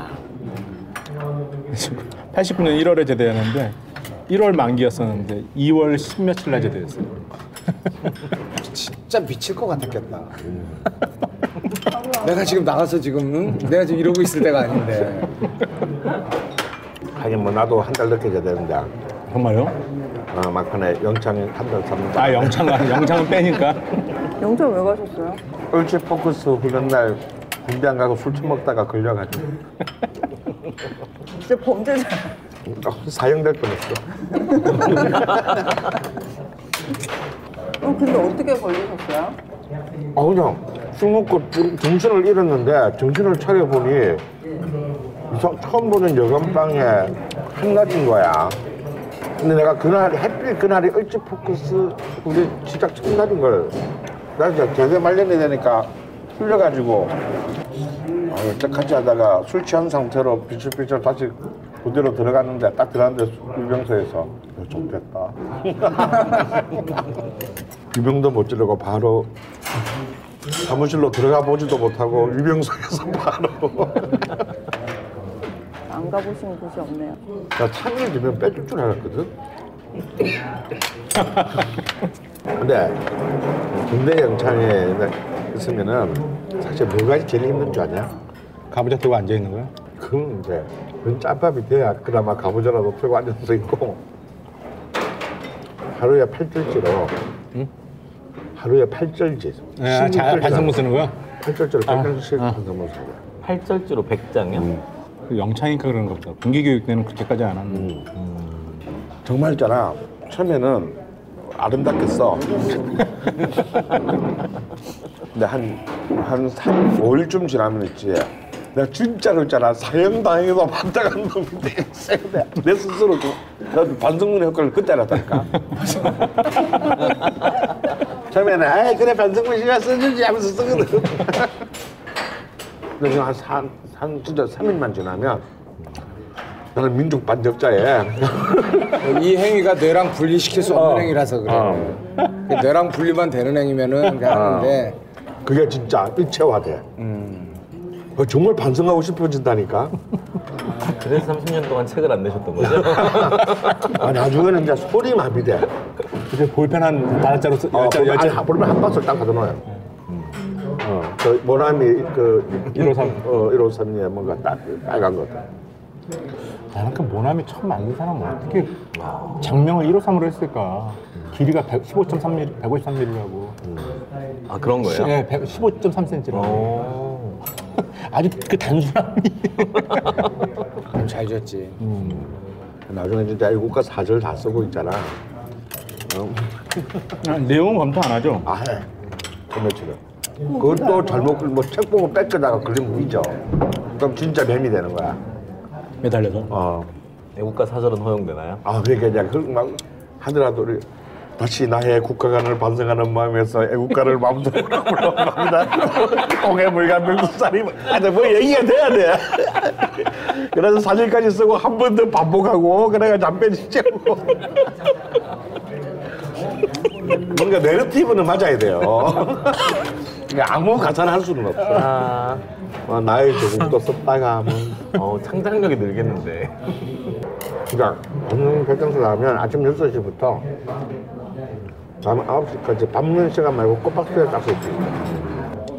G: 89년 1월에 제대했는데 1월 만기였었는데 2월 10 며칠 날 제대했어요.
M: 진짜 미칠 것 같았겠다. 내가 지금 나가서 지금 응? 내가 지금 이러고 있을 때가 아닌데.
K: 하긴 뭐 나도 한 달 늦게 되는데.
G: 정말요?
K: 어, 막판에 영창 한달 삼는다.
G: 아 영창 가- 영창은 빼니까.
N: 영장 왜 가셨어요?
K: 을지 포커스 훈련 날 군대 안 가고 술좀 먹다가
S: 네.
K: 걸려가지고
N: 진짜 범죄자.
K: 어, 사형될 뻔했어.
N: 어, 근데 어떻게 걸리셨어요?
K: 아 그냥 술 먹고 정- 정신을 잃었는데 정신을 차려보니 이상- 처음 보는 여관방에 한낮인 거야. 근데 내가 그날 햇빛 그날이 을지 포커스 우리 진짜 첫날인 걸. 나 이제 제대 말년이 되니까 풀려가지고 아, 어떡하지 하다가 술 취한 상태로 비실비실 다시 그대로 들어갔는데 딱 들어갔는데 수- 유병소에서 야, 좋겠다. 유병도 못 지르고 바로 사무실로 들어가 보지도 못하고 유병소에서 바로
N: 안 가보신 곳이 없네요.
K: 나 참을 들면 빼줄 줄 알았거든. 근데 군대 영창에 있으면은 사실 네 뭐가 제일 힘든 줄 아냐?
G: 가부좌 들고 앉아 있는 거야?
K: 그건 이제 그런 짬밥이 돼야 그나마 가부좌라도 들고 앉을 수 있고 하루에 팔절지로 하루에 팔절지
G: 아, 자- 반성문 쓰는 거야?
K: 팔절지로
G: 아,
K: 팔절씩
G: 아.
K: 반성문 쓰는 거야.
G: 팔절지로 100장이요? 영창이니까 그런가 보다. 군기교육 때는 그렇게까지 안 하는.
K: 정말 있잖아. 처음에는 아름답게 써. 근데 한, 한 3, 5일쯤 지나면 있지. 내가 진짜로 있잖아. 사형당해서 반짝한 놈이 되게 세대. 내 스스로 그, 나도 반성문의 효과를 그때 알았다니까. 처음에는, 아이, 그래, 반성문 씨가 써주지 하면서 쓰거든. 근데 지금 한, 한, 한 진짜 3일만 지나면 나는 민족 반역자예.
M: 이 행위가 뇌랑 분리시킬 수 없는 행위라서 그래.
K: 어.
M: 그 뇌랑 분리만 되는 행위면은 그냥
C: 어.
M: 하는데
K: 그게 진짜 일체화돼. 어, 정말 반성하고 싶어진다니까.
I: 그래서 30년 동안 책을 안 내셨던 거죠?
K: 아, 나중에는 이제 소리 마비돼.
G: 이제 볼펜 한 다섯 자로 쓰,
K: 어,
G: 열 자로
K: 볼펜,
G: 열
K: 아니,
G: 자.
K: 한- 볼펜 한 박스를 딱 가져놔요. 어, 그 모나미 그 153, 어, 153에 뭔가 딱 빨간 것.
G: 나는 그 모나미 처음 만든 사람은 어떻게 장명을 153으로 했을까? 길이가 15.3mm, 153mm라고.
I: 아 그런 거예요?
G: 네, 15.3cm라고. 아주 그 단순함이.
M: 잘 졌지.
K: 나중에 진짜 애국가 사절 다 쓰고 있잖아.
T: 내용 검토 안 하죠?
K: 아, 해. 도매출은.
B: 음.
K: 그것도 잘못 뭐 책보고 뺏겨다가 걸리면 우리죠. 그럼 진짜 뱀이 되는 거야.
G: 매달려서?
K: 어.
I: 애국가 사절은 허용되나요?
K: 아, 그러니까 이제 그막 하더라도 우리 다시 나의 국가관을 반성하는 마음에서 애국가를 마음속으로 불러갑니다. 공해물간 명수살이 아, 근데 뭐 얘기가 돼야 돼. 그래서 사진까지 쓰고 한 번 더 반복하고 그래가 잠배지 채우고 뭔가 내러티브는 맞아야 돼요. 그러니까 아무 가사를 할 수는 없어.
I: 아.
K: 어, 나의 조국도 썼다가 뭐.
I: 어, 창작력이 늘겠는데.
K: 그러니까 공룡 결정서 나오면 아침 6시부터 밤 9시까지 밥 먹는 시간 말고 꽃박스에 가서 있지.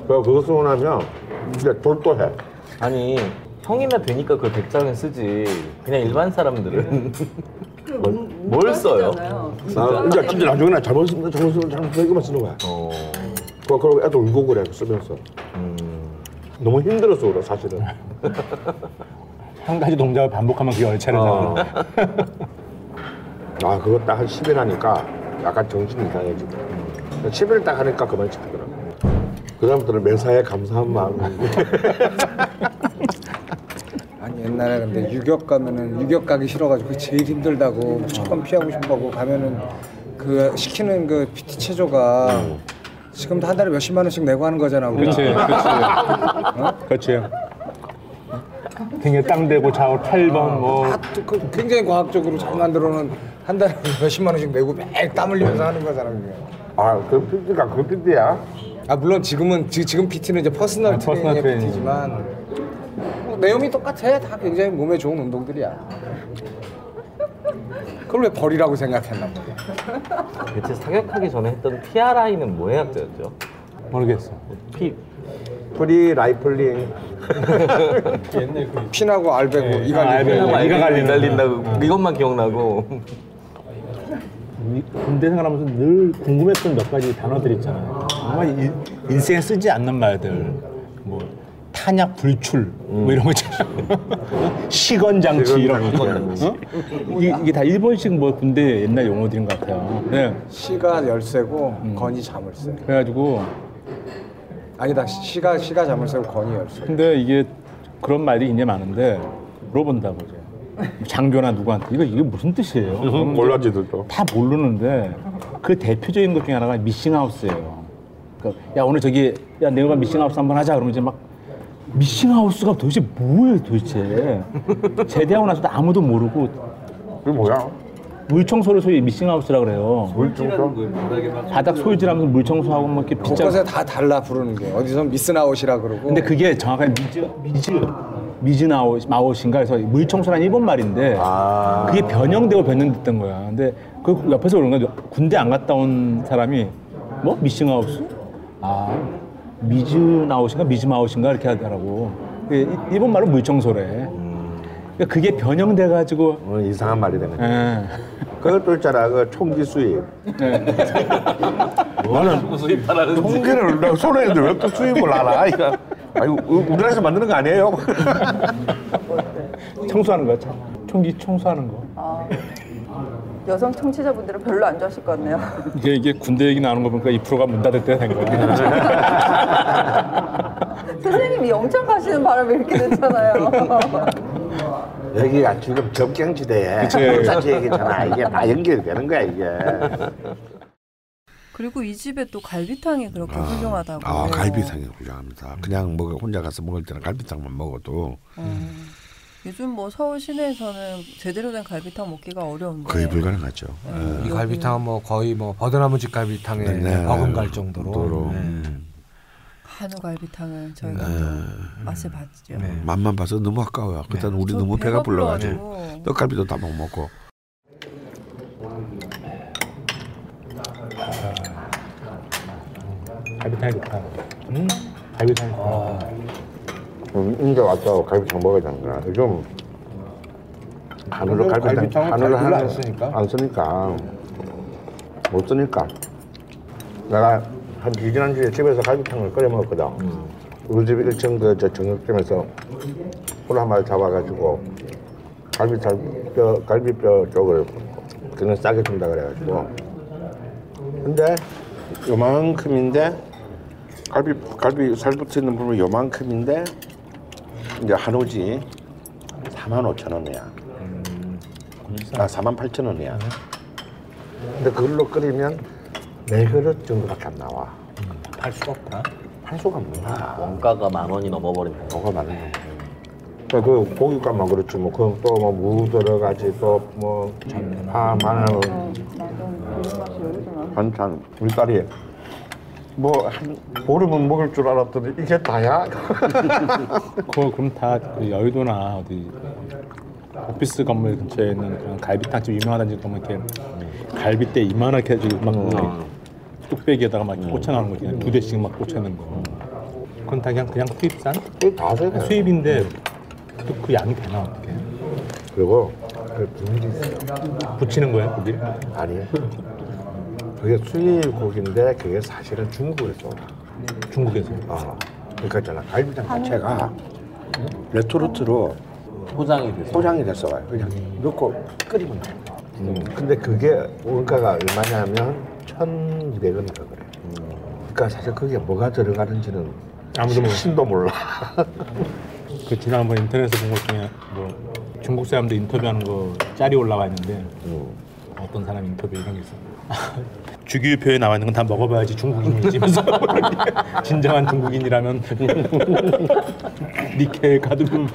K: 그래서 그거 쓰고 나면 이제 돌도해.
I: 아니, 형이나 되니까 그걸 백장은 쓰지. 그냥 일반
Q: 음,
I: 사람들은. 뭘, 뭘 써요?
K: 나 이제 진짜 나중에 나 잘못 쓰면 잘못 쓰면 잘못 쓰면 이거만 쓰는 거야. 그거 그러고 애도 울고 그래 쓰면서. 음. 너무 힘들어서 울어 사실은.
G: 한 가지 동작을 반복하면 그게 열차를
K: 어.
G: 다
K: 아 그거 딱 한 10일 하니까 약간 정신이 이상해지고 10일 딱 하니까 그만 치더라고 그 다음부터는 매사에 감사한 마음
C: 아니 옛날에 근데 유격 가면은 유격 가기 싫어가지고 제일 힘들다고 무조건 피하고 싶다고 가면은 그 시키는 그 PT 체조가 지금도 한 달에 몇십만 원씩 내고 하는 거잖아. 우리가.
G: 그렇지, 어? 그렇지. 그렇지. 등에 땅 대고 좌우 8번 뭐.
C: 다 그- 굉장히 과학적으로 잘 만들어놓은 한 달에 몇십만 원씩 내고 매일 땀 흘리면서 하는 거잖아.
K: 아그 PT가 그 PT야?
C: 아 물론 지금은 지, 금 PT는 이제 아, 퍼스널
G: 퍼스널
C: 트레이닝의
G: 트레이닝.
C: PT지만 뭐 내용이 똑같아. 다 굉장히 몸에 좋은 운동들이야. 그걸 왜 버리라고 생각했나 보네.
I: 대체 사격하기 전에 했던 PRI는 뭐 해학자였죠?
G: 모르겠어.
I: 피.
K: 프리 라이플링
C: 피나고 알배고 이가
I: 아, 이가 갈리는
G: 거.
I: 날린다고 이것만 기억나고
G: 이- 군대 생활하면서 늘 궁금했던 몇 가지 단어들 있잖아요. 정말 일, 인생에 쓰지 않는 말들. 뭐 탄약 불출 뭐 이런 거 있잖아요. 시건 장치 이런 거. 어? 이, 이게 다 일본식 뭐 군대 옛날 용어들인 것 같아요. 네.
C: 시가 열쇠고 건이 자물쇠.
G: 그래가지고
C: 아니다 시가 시가 자물쇠고 건이 열쇠.
G: 근데 이게 그런 말이 이제 많은데 물어본다고 이제 장교나 누구한테 이거 이게 무슨 뜻이에요?
K: 음.
G: 그러면 이제
K: 몰라지들도
G: 다 모르는데 그 대표적인 것 중에 하나가 미싱하우스예요. 그러니까 야 오늘 저기 야 내가 미싱하우스 한번 하자 그러면 이제 막 미싱하우스가 도대체 뭐예요 도대체 제대하고 나서도 아무도 모르고
K: 그게 뭐야?
G: 물청소를 소위 미싱하우스라 그래요. 바닥 소유질하면서 물청소하고 막 이렇게 빗장
C: 곳곳에 다 달라 부르는 게 어디선 미스나웃이라 그러고.
G: 근데 그게 정확하게 미즈 미즈 미즈나오 마오신가 해서 물청소란 일본 말인데
K: 아.
G: 그게 변형되고 변형됐던 거야. 근데 그 옆에서 그런 거야. 군대 안 갔다 온 사람이 뭐 미싱아웃스? 아 미즈나오신가 미즈마오신가 이렇게 하더라고. 그게 이- 일본 말로 물청소래. 그러니까 그게 변형돼 가지고
K: 어, 이상한 말이 되는 거야
G: 예.
K: 그것도 있잖아 그 총기 수입 나는 총기를 내가 손해는데 왜 또 수입을 알아 이거 아니 우리나라에서 만드는 거 아니에요?
G: 청소하는 거야. 참. 총기 청소하는 거.
S: 여성 청취자분들은 별로 안 좋아하실 것 같네요.
G: 이게, 이게 군대 얘기 나오는 거 보니까 이 프로가 문 닫을 때가 된 거야.
S: 선생님이 영창 가시는 바람에 이렇게 됐잖아요.
K: 여기가 지금 접경지대에 사치 얘기잖아 이게 다 연결되는 거야 이게
B: 그리고 이 집에 또 갈비탕이 그렇게 훌륭하다고.
D: 아 갈비탕이 훌륭합니다. 그냥 먹어 혼자 가서 먹을 때는 갈비탕만 먹어도
U: 음.
B: 요즘 뭐 서울 시내에서는 제대로 된 갈비탕 먹기가 어려운데.
D: 거의 불가능하죠. 예.
U: 이 갈비탕은 뭐 거의 뭐 버드나무집 갈비탕에
D: 네, 네.
U: 버금갈 정도로.
D: 정도로. 음,
U: 네.
B: 한우
D: 네.
B: 갈비탕을 저희가 또 맛을 봤죠.
U: 네.
D: 맛만 봐서 너무 아까워요. 그때는 우리
B: 저
D: 너무
B: 배가
D: 배가 불러가지고
B: 불러가지고.
D: 떡갈비도 다 못 먹고
G: 갈비탕이 좋다. 음? 갈비탕이 좋다.
K: 음, 이제 와서 갈비탕 먹어야 되는 거야. 요즘 한우로
G: 요즘
K: 갈비탕
G: 갈비탕은
K: 한우로
G: 갈비를
K: 하나-
G: 안 쓰니까.
K: 안 쓰니까 못 쓰니까 내가 한 지난 주에 집에서 갈비탕을 끓여 먹었거든. 우리 집 1층 그저 정육점에서 소라 한 마리 잡아가지고 갈비살 뼈 갈비뼈 쪽을 그냥 싸게 준다 그래가지고 근데 요만큼인데 갈비 갈비 살 붙어 있는 부분 요만큼인데 이제 한우지 4만 5천 원이야. 아 4만 8천 원이야. 근데 그걸로 끓이면 네 그릇 정도밖에 안 나와.
Q: 팔 수가 없구나.
K: 팔 수가 없구나.
I: 원가가 만 원이 넘어버리네.
K: 뭐가 많네. 그 고기값만 그렇지 뭐 그럼 또뭐무 들어가지 또뭐파 마늘 반찬 우리 딸이 뭐 한 보름은 먹을 줄 알았더니 이게 다야?
G: 그거 그럼 다그 여의도나 어디 그 오피스 건물 근처에 있는 그런 갈비탕집 유명하다는 집 가면 이렇게 갈비대 이만하게 해주고 막 이렇게 뚝배기에다가 막 이렇게 꽂혀나오는 거 그냥 두 대씩 막 꽂혀는 거 그건 다 그냥 그냥 수입산?
K: 다 수입이에요.
G: 수입인데 그, 그 양이 되나 어떻게
K: 그리고 그 비밀이 있어요
G: 붙이는 거예요 거기?
K: 아니 그게 수입 고기인데 그게 사실은 중국에서 온
G: 중국에서?
K: 어 그러니까 있잖아 갈비탕 자체가 레토르트로
I: 포장이 돼서
K: 포장이 돼서 와요 그냥 넣고 끓이면 돼요
I: 음.
K: 근데 그게 원가가 얼마냐면 1,200원인가 그래.
I: 음.
K: 그러니까 사실 그게 뭐가 들어가는지는
G: 아무도 몰라.
K: 신도 몰라.
G: 그 지난번 인터넷에 본 것 중에 뭐 중국 사람들 인터뷰하는 거 짤이 올라와 있는데 어떤 사람 인터뷰 이런 게 있어. 음. 주기율표에 나와 있는 건 다 먹어봐야지 중국인이지. 면서 진정한 중국인이라면 니케 가두름.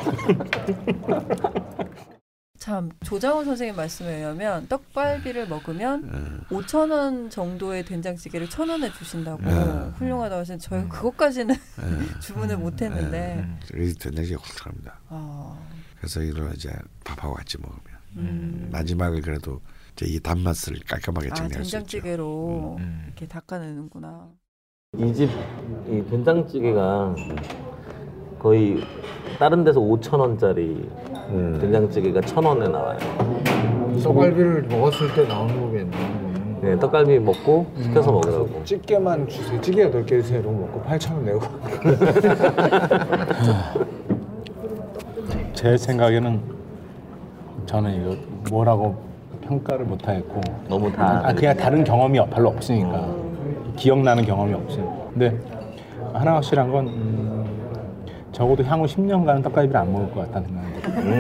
B: 참 조장훈 선생님 말씀에 의하면 떡갈비를 먹으면
D: 네.
B: 5천 원 정도의 된장찌개를 천 원에 주신다고
D: 음. 네.
B: 훌륭하다고 하시는 저희 그것까지는 주문을 못했는데
U: 음.
D: 그래서 네. 된장찌개 훌륭합니다.
B: 어,
D: 그래서 이걸 이제 밥하고 같이 먹으면
B: 음.
D: 마지막을 그래도 이제 이 단맛을 깔끔하게
B: 아
D: 정리할 수 있죠. 음.
B: 된장찌개로
U: 음.
B: 이렇게 닦아내는구나.
I: 이 집 이 된장찌개가 거의 다른 데서 5천 원짜리 음. 된장찌개가 천 원에 나와요.
M: 소갈비를 먹었을 때 나오는 거겠네.
I: 네, 떡갈비 먹고 시켜서 먹으라고.
M: 집게만 주세요. 찌개 8개 주세요. 이러고 먹고 8,000원 내고.
G: 제 생각에는 저는 이거 뭐라고 평가를 못 하겠고
I: 너무 다
G: 아, 그냥 다른 경험이 별로 없으니까 기억나는 경험이 없어요. 근데 하나 확실한 건 음, 적어도 향후 10년간은 떡갈비를 안 먹을 것 같다는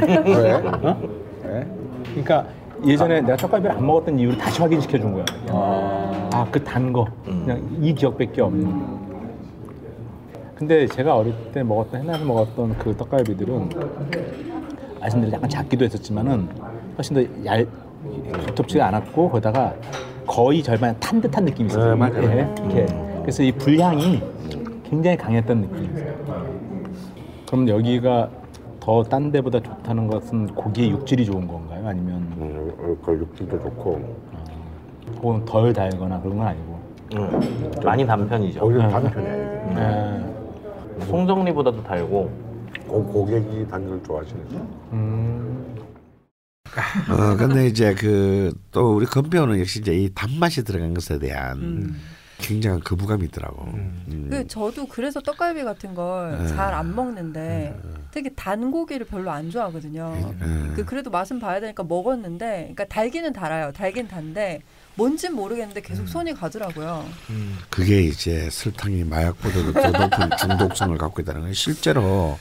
G: 생각이 들어요.
M: 왜?
I: 음.
G: 어? 그러니까 예전에 내가 떡갈비를 안 먹었던 이유를 다시 확인시켜 준 거야. 아, 그 단 거.
I: 음.
G: 그냥 이 기억밖에 없는. 근데 제가 어릴 때 먹었던 옛날에 먹었던 그 떡갈비들은 말씀대로 약간 작기도 했었지만은 훨씬 더 얇, 두텁지가 않았고 거기다가 거의 절반 탄 듯한 느낌이 있었어요.
K: 네, 맞아요. 음.
G: 예, 이렇게. 그래서 이 불향이 굉장히 강했던 느낌이었어요. 그럼 여기가 더 딴 데보다 좋다는 것은 고기의 육질이 좋은 건가요? 아니면
K: 그 육질도 좋고
G: 혹은 덜 달거나 그런 건 아니고
I: 많이 단편이죠.
K: 오히려 단편해.
I: 송정리보다도 달고
K: 고, 고객이 단걸 좋아하시는
D: 어 근데 이제 그 또 우리 건배우는 역시 이제 이 단맛이 들어간 것에 대한
B: 음.
D: 굉장한 거부감이 있더라고. 음.
B: 그 저도 그래서 떡갈비 같은 걸
D: 음.
B: 잘 안 먹는데
D: 네.
B: 되게 단 고기를 별로 안 좋아하거든요.
D: 음.
B: 그 그래도 맛은 봐야 되니까 먹었는데, 그러니까 달기는 달아요. 달긴 단데 뭔진 모르겠는데
D: 음.
B: 계속 손이 가더라고요.
C: 음.
D: 그게 이제 설탕이 마약보다도 더 높은 중독성을 갖고 있다는 거예요. 실제로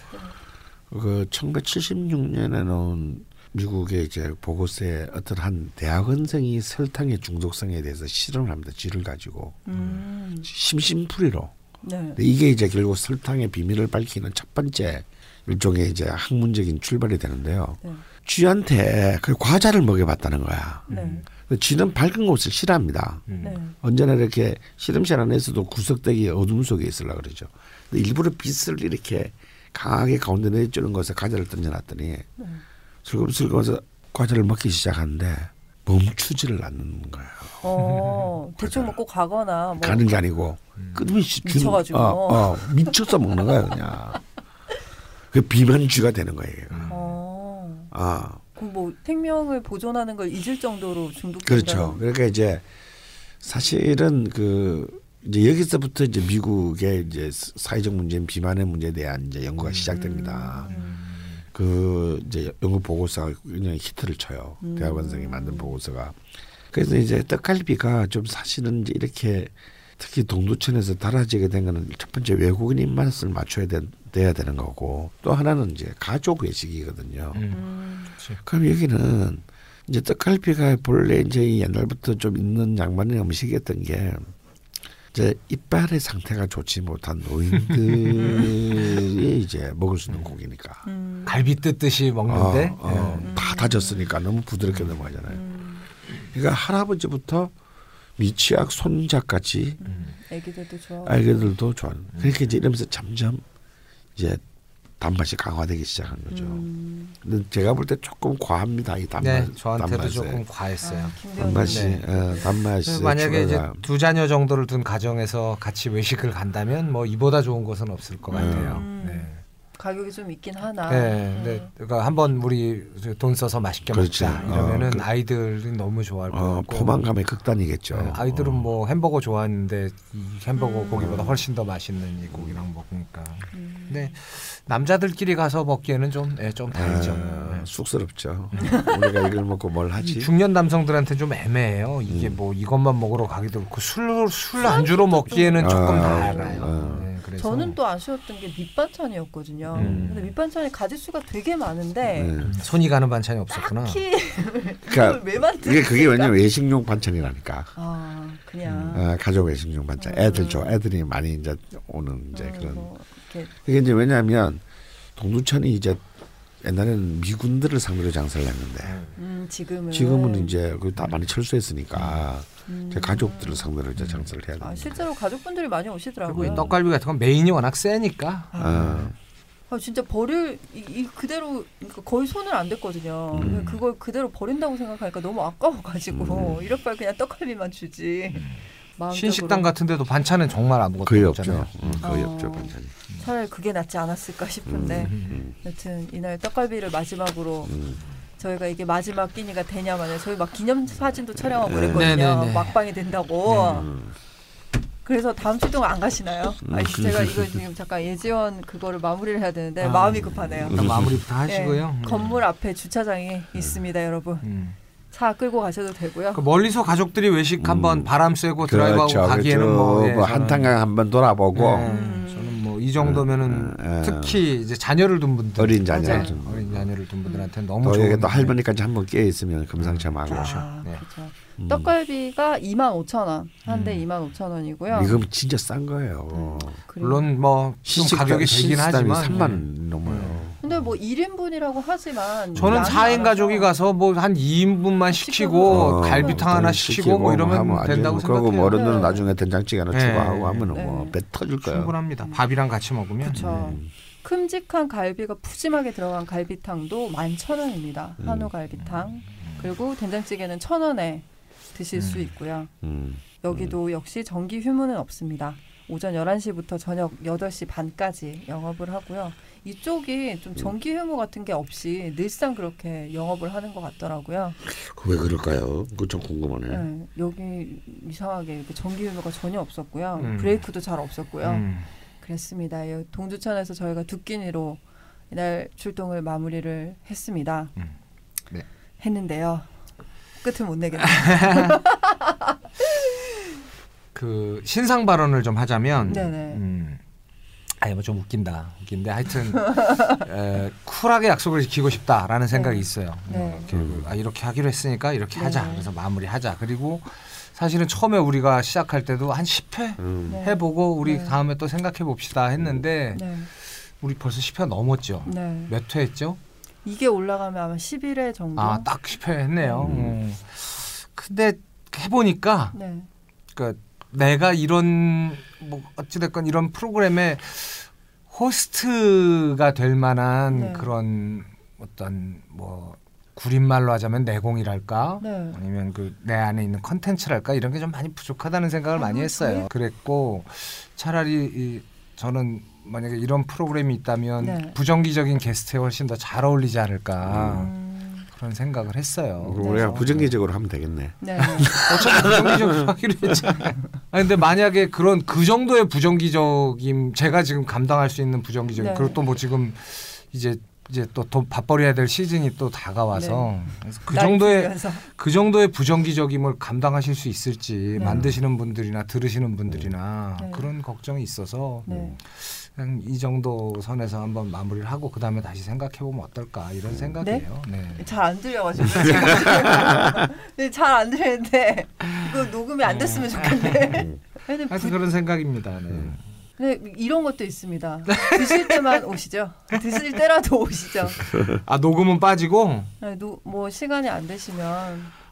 D: 그 1976년에 나온 미국의 이제 보고서에 어떤 한 대학원생이 설탕의 중독성에 대해서 실험을 합니다. 쥐를 가지고
B: 음.
D: 심심풀이로.
B: 네.
D: 근데 이게 이제 결국 설탕의 비밀을 밝히는 첫 번째 일종의 이제 학문적인 출발이 되는데요.
B: 네.
D: 쥐한테 그 과자를 먹여봤다는 거야.
B: 네.
D: 근데 쥐는 밝은 곳을 싫어합니다.
B: 네.
D: 언제나 이렇게 실험실 안에서도 구석대기 어둠 속에 있으려고 그러죠. 근데 일부러 빛을 이렇게 강하게 가운데 내주는 것에 과자를 던져놨더니
B: 음.
D: 슬금슬금해서 과자를 먹기 시작하는데 멈추지를 않는 거예요.
B: 어, 대충 먹고 가거나 뭐.
D: 가는 게 아니고 끊임없이
B: 음.
D: 주는
B: 미쳐가지고.
D: 어, 어, 미쳐서 먹는 거야 그냥. 그 비만주가 되는 거예요.
B: 어.
D: 아
B: 그럼 뭐 생명을 보존하는 걸 잊을 정도로 중독된
D: 그렇죠. 그러니까 이제 사실은 그 이제 여기서부터 이제 미국의 이제 사회적 문제인 비만의 문제에 대한 이제 연구가 시작됩니다. 음. 그 이제 연구 보고서가 굉장히 히트를 쳐요. 대학원생이 만든 보고서가 그래서 이제 떡갈비가 좀 사실은 이제 이렇게 특히 동두천에서 달아지게 된 거는 첫 번째 외국인 입맛을 맞춰야 된, 돼야 되는 거고 또 하나는 이제 가족 외식이거든요. 그럼 여기는 이제 떡갈비가 본래 이제 옛날부터 좀 있는 양반의 음식이었던 게 이제 이빨의 상태가 좋지 못한 노인들이 이제 먹을 수 있는 고기니까
C: 갈비 뜯듯이 먹는데 예.
D: 어, 어, 다 다졌으니까 너무 부드럽게 넘어가잖아요. 그러니까 할아버지부터 미취학 손자까지
C: 음.
B: 애기들도 좋아.
D: 알게들도 좋아하는. 그렇게 이제 이러면서 점점 이제 단맛이 강화되기 시작한 거죠. 근데 제가 볼 때 조금 과합니다. 이 단맛.
C: 네, 저한테도
D: 단맛에.
C: 조금 과했어요.
D: 아.
B: 아,
D: 단맛이
B: 네.
D: 어, 단맛이
C: 네. 만약에 이제
D: 추가가-
C: 두 자녀 정도를 둔 가정에서 같이 외식을 간다면 뭐 이보다 좋은 곳은 없을 것 같아요.
D: 음.
B: 가격이 좀 있긴 하나.
C: 네,
B: 음.
C: 네. 그러니까 한번 우리 돈 써서 맛있게
D: 그렇지.
C: 먹자
D: 어,
C: 이러면은
D: 그-
C: 아이들이 너무 좋아할 것
D: 어,
C: 같고
D: 포만감의 극단이겠죠. 어,
C: 아이들은 뭐 햄버거 좋아하는데 이 햄버거 고기보다 훨씬 더 맛있는 이 고기랑 먹으니까.
B: 음.
C: 근데 남자들끼리 가서 먹기에는 좀좀 예, 좀 다르죠. 네.
D: 아, 쑥스럽죠. 우리가 이걸 먹고 뭘
C: 이
D: 하지?
C: 중년 남성들한테는 좀 애매해요. 이게 뭐 이것만 먹으러 가기도 그렇고 술로 술 안주로 먹기에는 조금 달아요. 네, 그래서
B: 저는 또 아쉬웠던 게 밑반찬이었거든요.
C: 음.
B: 근데 밑반찬이 가짓수가 되게 많은데
C: 손이 가는 반찬이 없었구나.
B: 딱히 그걸
D: 네. 아. 그러니까
B: 왜 만들?
D: 이게 그게 왜냐면 외식용 반찬이라니까.
B: 아 그냥
D: 아, 가족 외식용 반찬. 애들 줘. 애들이 많이 이제 오는 이제 그런.
B: 어, 뭐 이렇게
D: 이게 이제 왜냐하면 동두천이 이제 옛날에는 미군들을 상대로 장사를 했는데
B: 음, 지금은
C: 네.
D: 지금은 이제 그다 많이 철수했으니까
C: 음.
D: 제 가족들을 상대로 이제 장사를 해야
B: 아,
D: 돼.
B: 실제로 가족분들이 많이
C: 그리고 이
B: 오시더라고요.
C: 떡갈비 같은 건 메인이 워낙 세니까.
D: 아,
B: 아, 진짜 버릴 이, 이 그대로 그러니까 거의 손을 안 댔거든요.
D: 음.
B: 근데 그걸 그대로 버린다고 생각하니까 너무 아까워가지고
D: 음.
B: 이럴 바에 그냥 떡갈비만 주지. 마음적으로.
C: 신식당 같은 데도 반찬은 정말 아무것도
D: 거의
C: 없잖아요.
D: 없죠. 응, 거의
B: 어.
D: 없죠 반찬이.
B: 차라리 그게 낫지 않았을까 싶은데 여튼 이날 떡갈비를 마지막으로 저희가 이게 마지막 끼니가 되냐 마냐 저희 막 기념 사진도 촬영하고 그랬거든요
C: 네네네.
B: 막방이 된다고 그래서 다음 주 동안 안 가시나요? 아 제가 이거 지금 잠깐 예지원 그거를 마무리를 해야 되는데 마음이 급하네요
C: 일단 마무리부터 아, 하시고요. 음.
B: 예, 건물 앞에 주차장이 있습니다 여러분 차 끌고 가셔도 되고요
C: 그 멀리서 가족들이 외식 한번 바람 쐬고 드라이브하고
D: 음. 그렇죠,
C: 가기에는
D: 그렇죠.
C: 뭐, 예, 저는-
D: 한탄강 한번 돌아보고
C: 예, 저는 뭐 이 정도면은
D: 음, 음.
C: 특히 이제 자녀를 둔 분들
D: 어린 자녀를
C: 예,
D: 둔
C: 어린 자녀를 둔 분들한테 너무
D: 또
C: 좋은 네.
D: 여기 또 할머니까지 한번 깨 있으면 금상첨하고.
B: 아, 그렇죠. 떡갈비가 25,000원 한대
C: 음.
B: 25,000원이고요
D: 이거 진짜 싼 거예요.
C: 물론 뭐좀 네. 가격이 되긴 하지만 네.
D: 3만 원 넘어요.
B: 근데 뭐 1인분이라고 하지만
C: 저는
B: 양이
C: 4인
B: 많아서
C: 가족이 가서 뭐 한 2인분만 시키고
D: 어,
C: 뭐 갈비탕 하나 시키고, 뭐
D: 하면
C: 이러면
D: 아주
C: 된다고
D: 그거
C: 생각해요.
D: 뭐 어른들은 나중에 된장찌개 하나
C: 네.
D: 추가하고 하면은
B: 네.
D: 뭐배 터질 거예요. 음.
C: 충분합니다. 밥이랑 같이 먹으면
B: 그렇죠. 큼직한 갈비가 푸짐하게 들어간 갈비탕도 11,000원입니다.
C: 음.
B: 한우 갈비탕. 그리고 된장찌개는 1,000원에 드실 수 있고요.
D: 음.
B: 여기도 역시 정기 휴무는 없습니다. 오전 11시부터 저녁 8시 반까지 영업을 하고요. 이쪽이 좀 정기 휴무 같은 게 없이 늘상 그렇게 영업을 하는 것 같더라고요.
D: 그왜 그럴까요? 그거 좀 궁금하네.
B: 네, 여기 이상하게 이렇게 정기 휴무가 전혀 없었고요.
D: 음.
B: 브레이크도 잘 없었고요.
D: 음.
B: 그랬습니다. 여- 동두천에서 저희가 두 끼니로 이날 출동을 마무리를 했습니다.
C: 네. 아,
B: 했는데요. 끝을 못 내겠네요.
C: 그 신상 발언을 좀 하자면
B: 네네.
C: 음, 아니 뭐 좀 웃긴다 웃긴데 하여튼 에, 쿨하게 약속을 지키고 싶다라는 생각이 있어요.
B: 네.
C: 이렇게, 아, 이렇게 하기로 했으니까 이렇게 하자. 그래서 마무리하자. 그리고 사실은 처음에 우리가 시작할 때도 한 10회
B: 네.
C: 그 해보고 우리
B: 네.
C: 다음에 또 생각해 봅시다 했는데
B: 네.
C: 우리 벌써 10회 넘었죠.
B: 네.
C: 몇 회 했죠?
B: 이게 올라가면 아마 11회 정도.
C: 아 딱 10회 했네요. 음. 근데 해보니까
B: 네.
C: 그러니까 내가 이런 뭐 어찌됐건 이런 프로그램에 호스트가 될 만한
B: 네.
C: 그런 어떤 뭐 구린말로 하자면 내공이랄까
B: 네.
C: 아니면 그 내 안에 있는 컨텐츠랄까 이런 게 좀 많이 부족하다는 생각을 많이
B: 아, 네.
C: 했어요. 그랬고 차라리 이 저는 만약에 이런 프로그램이 있다면
B: 네.
C: 부정기적인 게스트에 훨씬 더 잘 어울리지 않을까
B: 음.
C: 그런 생각을 했어요.
D: 그럼 우리가 부정기적으로 하면 되겠네.
B: 네.
C: 어차피 부정기적으로 하기로 했잖아요. 아니 근데 만약에 그런 그 정도의 부정기적임 제가 지금 감당할 수 있는 부정기적임
B: 네.
C: 그리고 또 뭐 지금 이제 이제 또 돈 밥벌이 해야 될 시즌이 또 다가와서
B: 네.
C: 그래서 그
B: 날
C: 정도의
B: 풀면서.
C: 그 정도의 부정기적임을 감당하실 수 있을지 만드시는 분들이나 들으시는 분들이나
B: 네.
C: 그런 걱정이 있어서 뭐
B: 네.
C: 그냥 이 정도 선에서 한번 마무리를 하고 그 다음에 다시 생각해 보면 어떨까 이런 생각이에요. 네.
B: 잘 안 들려가지고 네, 잘 안 들리는데 이거 녹음이 안 됐으면 좋겠네. 하여튼
C: 하여튼 그런 생각입니다. 네.
B: 근데 이런 것도 있습니다. 드실 때만 오시죠. 드실 때라도 오시죠.
C: 아 녹음은 빠지고
B: 네, 노- 뭐 시간이 안 되시면.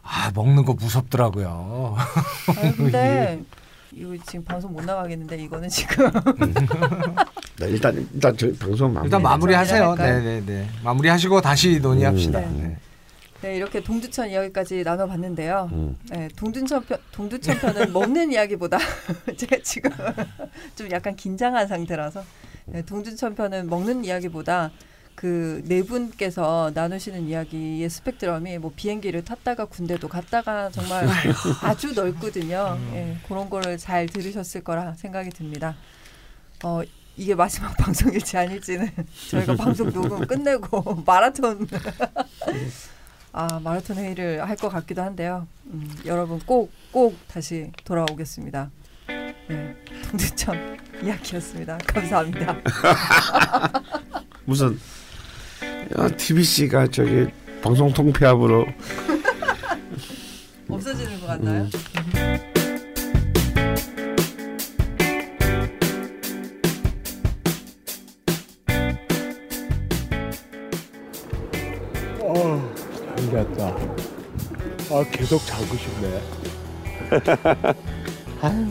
C: 아 먹는 거 무섭더라고요.
B: 아니, 근데 이거 지금 방송 못 나가겠는데 이거는 지금.
D: 네, 일단 일단 저희 방송 마무리.
C: 일단 마무리하세요.
B: 마무리할까요?
C: 네네네. 마무리하시고 다시 논의합시다.
B: 음.
C: 네.
B: 네 이렇게 동두천 이야기까지 나눠봤는데요.
C: 음.
B: 네, 동두천 편 동두천 편은 먹는 이야기보다 제가 지금 좀 약간 긴장한 상태라서 네, 동두천 편은 먹는 이야기보다 그 네 분께서 나누시는 이야기의 스펙트럼이 뭐 비행기를 탔다가 군대도 갔다가 정말 아주 넓거든요. 예, 그런 거를 잘 들으셨을 거라 생각이 듭니다. 어, 이게 마지막 방송일지 아닐지는 저희가 방송 녹음 끝내고 마라톤 아 마라톤 회의를 할 것 같기도 한데요. 음, 여러분 꼭 꼭 다시 돌아오겠습니다. 네, 동두천 이야기였습니다. 감사합니다.
D: 무슨 야, TBC가 저기 방송 통폐합으로
B: 없어지는 것 같나요?
G: 어, 잠 잤다. 아, 계속 자고 싶네. 아유,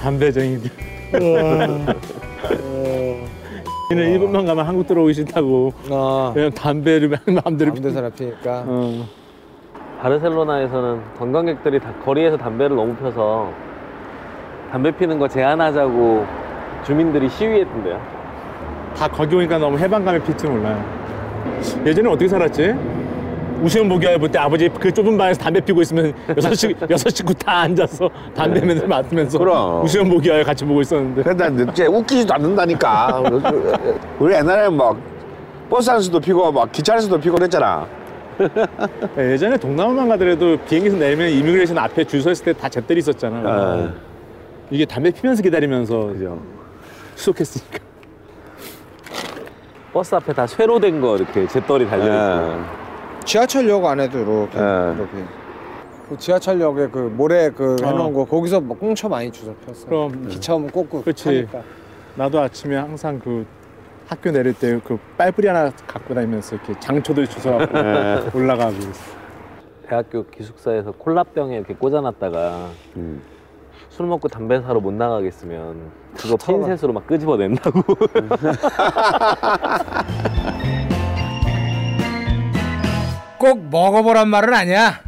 G: 담배쟁이들. 이는 일본만 가면 한국 들어오신다고.
C: 네.
G: 왜냐면 담배를 마음대로
M: 담배 사람 피니까.
G: 아.
Q: 바르셀로나에서는 관광객들이 다 거리에서 담배를 너무 펴서 담배 피는 거 제한하자고 주민들이 시위했던데요.
G: 다 거기 오니까 너무 해방감이 필지 몰라요. 예전에 어떻게 살았지? 우시원 보기할 볼때 아버지 그 좁은 방에서 담배 피고 있으면 여섯 식 여섯 식구 다 앉아서 담배 맨을 맡으면서
K: 그럼.
G: 우시원 보기할 같이 보고 있었는데.
K: 그러니까 근데 이제 웃기지도 않는다니까. 그, 우리 옛날에 막 버스 안에서도 피고 막 기차 안에서도 피고 그랬잖아.
G: 예전에 동남아만 가더라도 비행기에서 내리면 이미그레이션 앞에 줄 서 있을 때 다 zet들이 있었잖아.
K: 어.
G: 이게 담배 피면서 기다리면서 수속했으니까.
Q: 버스 앞에 다 쇠로 된 거 이렇게 잿떨이 달려있고.
M: 지하철역 안에도 이렇게
C: 네.
M: 이렇게 그 지하철역에 그 모래 그
C: 어.
M: 해놓은 거 거기서 막 꽁초 많이 주워 폈어.
G: 그럼
M: 기차 오면 꼭꼭
G: 그렇지.
M: 타니까.
G: 나도 아침에 항상 그 학교 내릴 때 그 빨뿌리 하나 갖고 다니면서 이렇게 장초들
Q: 네.
G: 주워갖고 올라가고
Q: 대학교 기숙사에서 콜라병에 이렇게 꽂아놨다가 술 먹고 담배 사러 못 나가겠으면 그거 핀셋으로 막 끄집어낸다고.
C: 꼭 먹어보란 말은 아니야.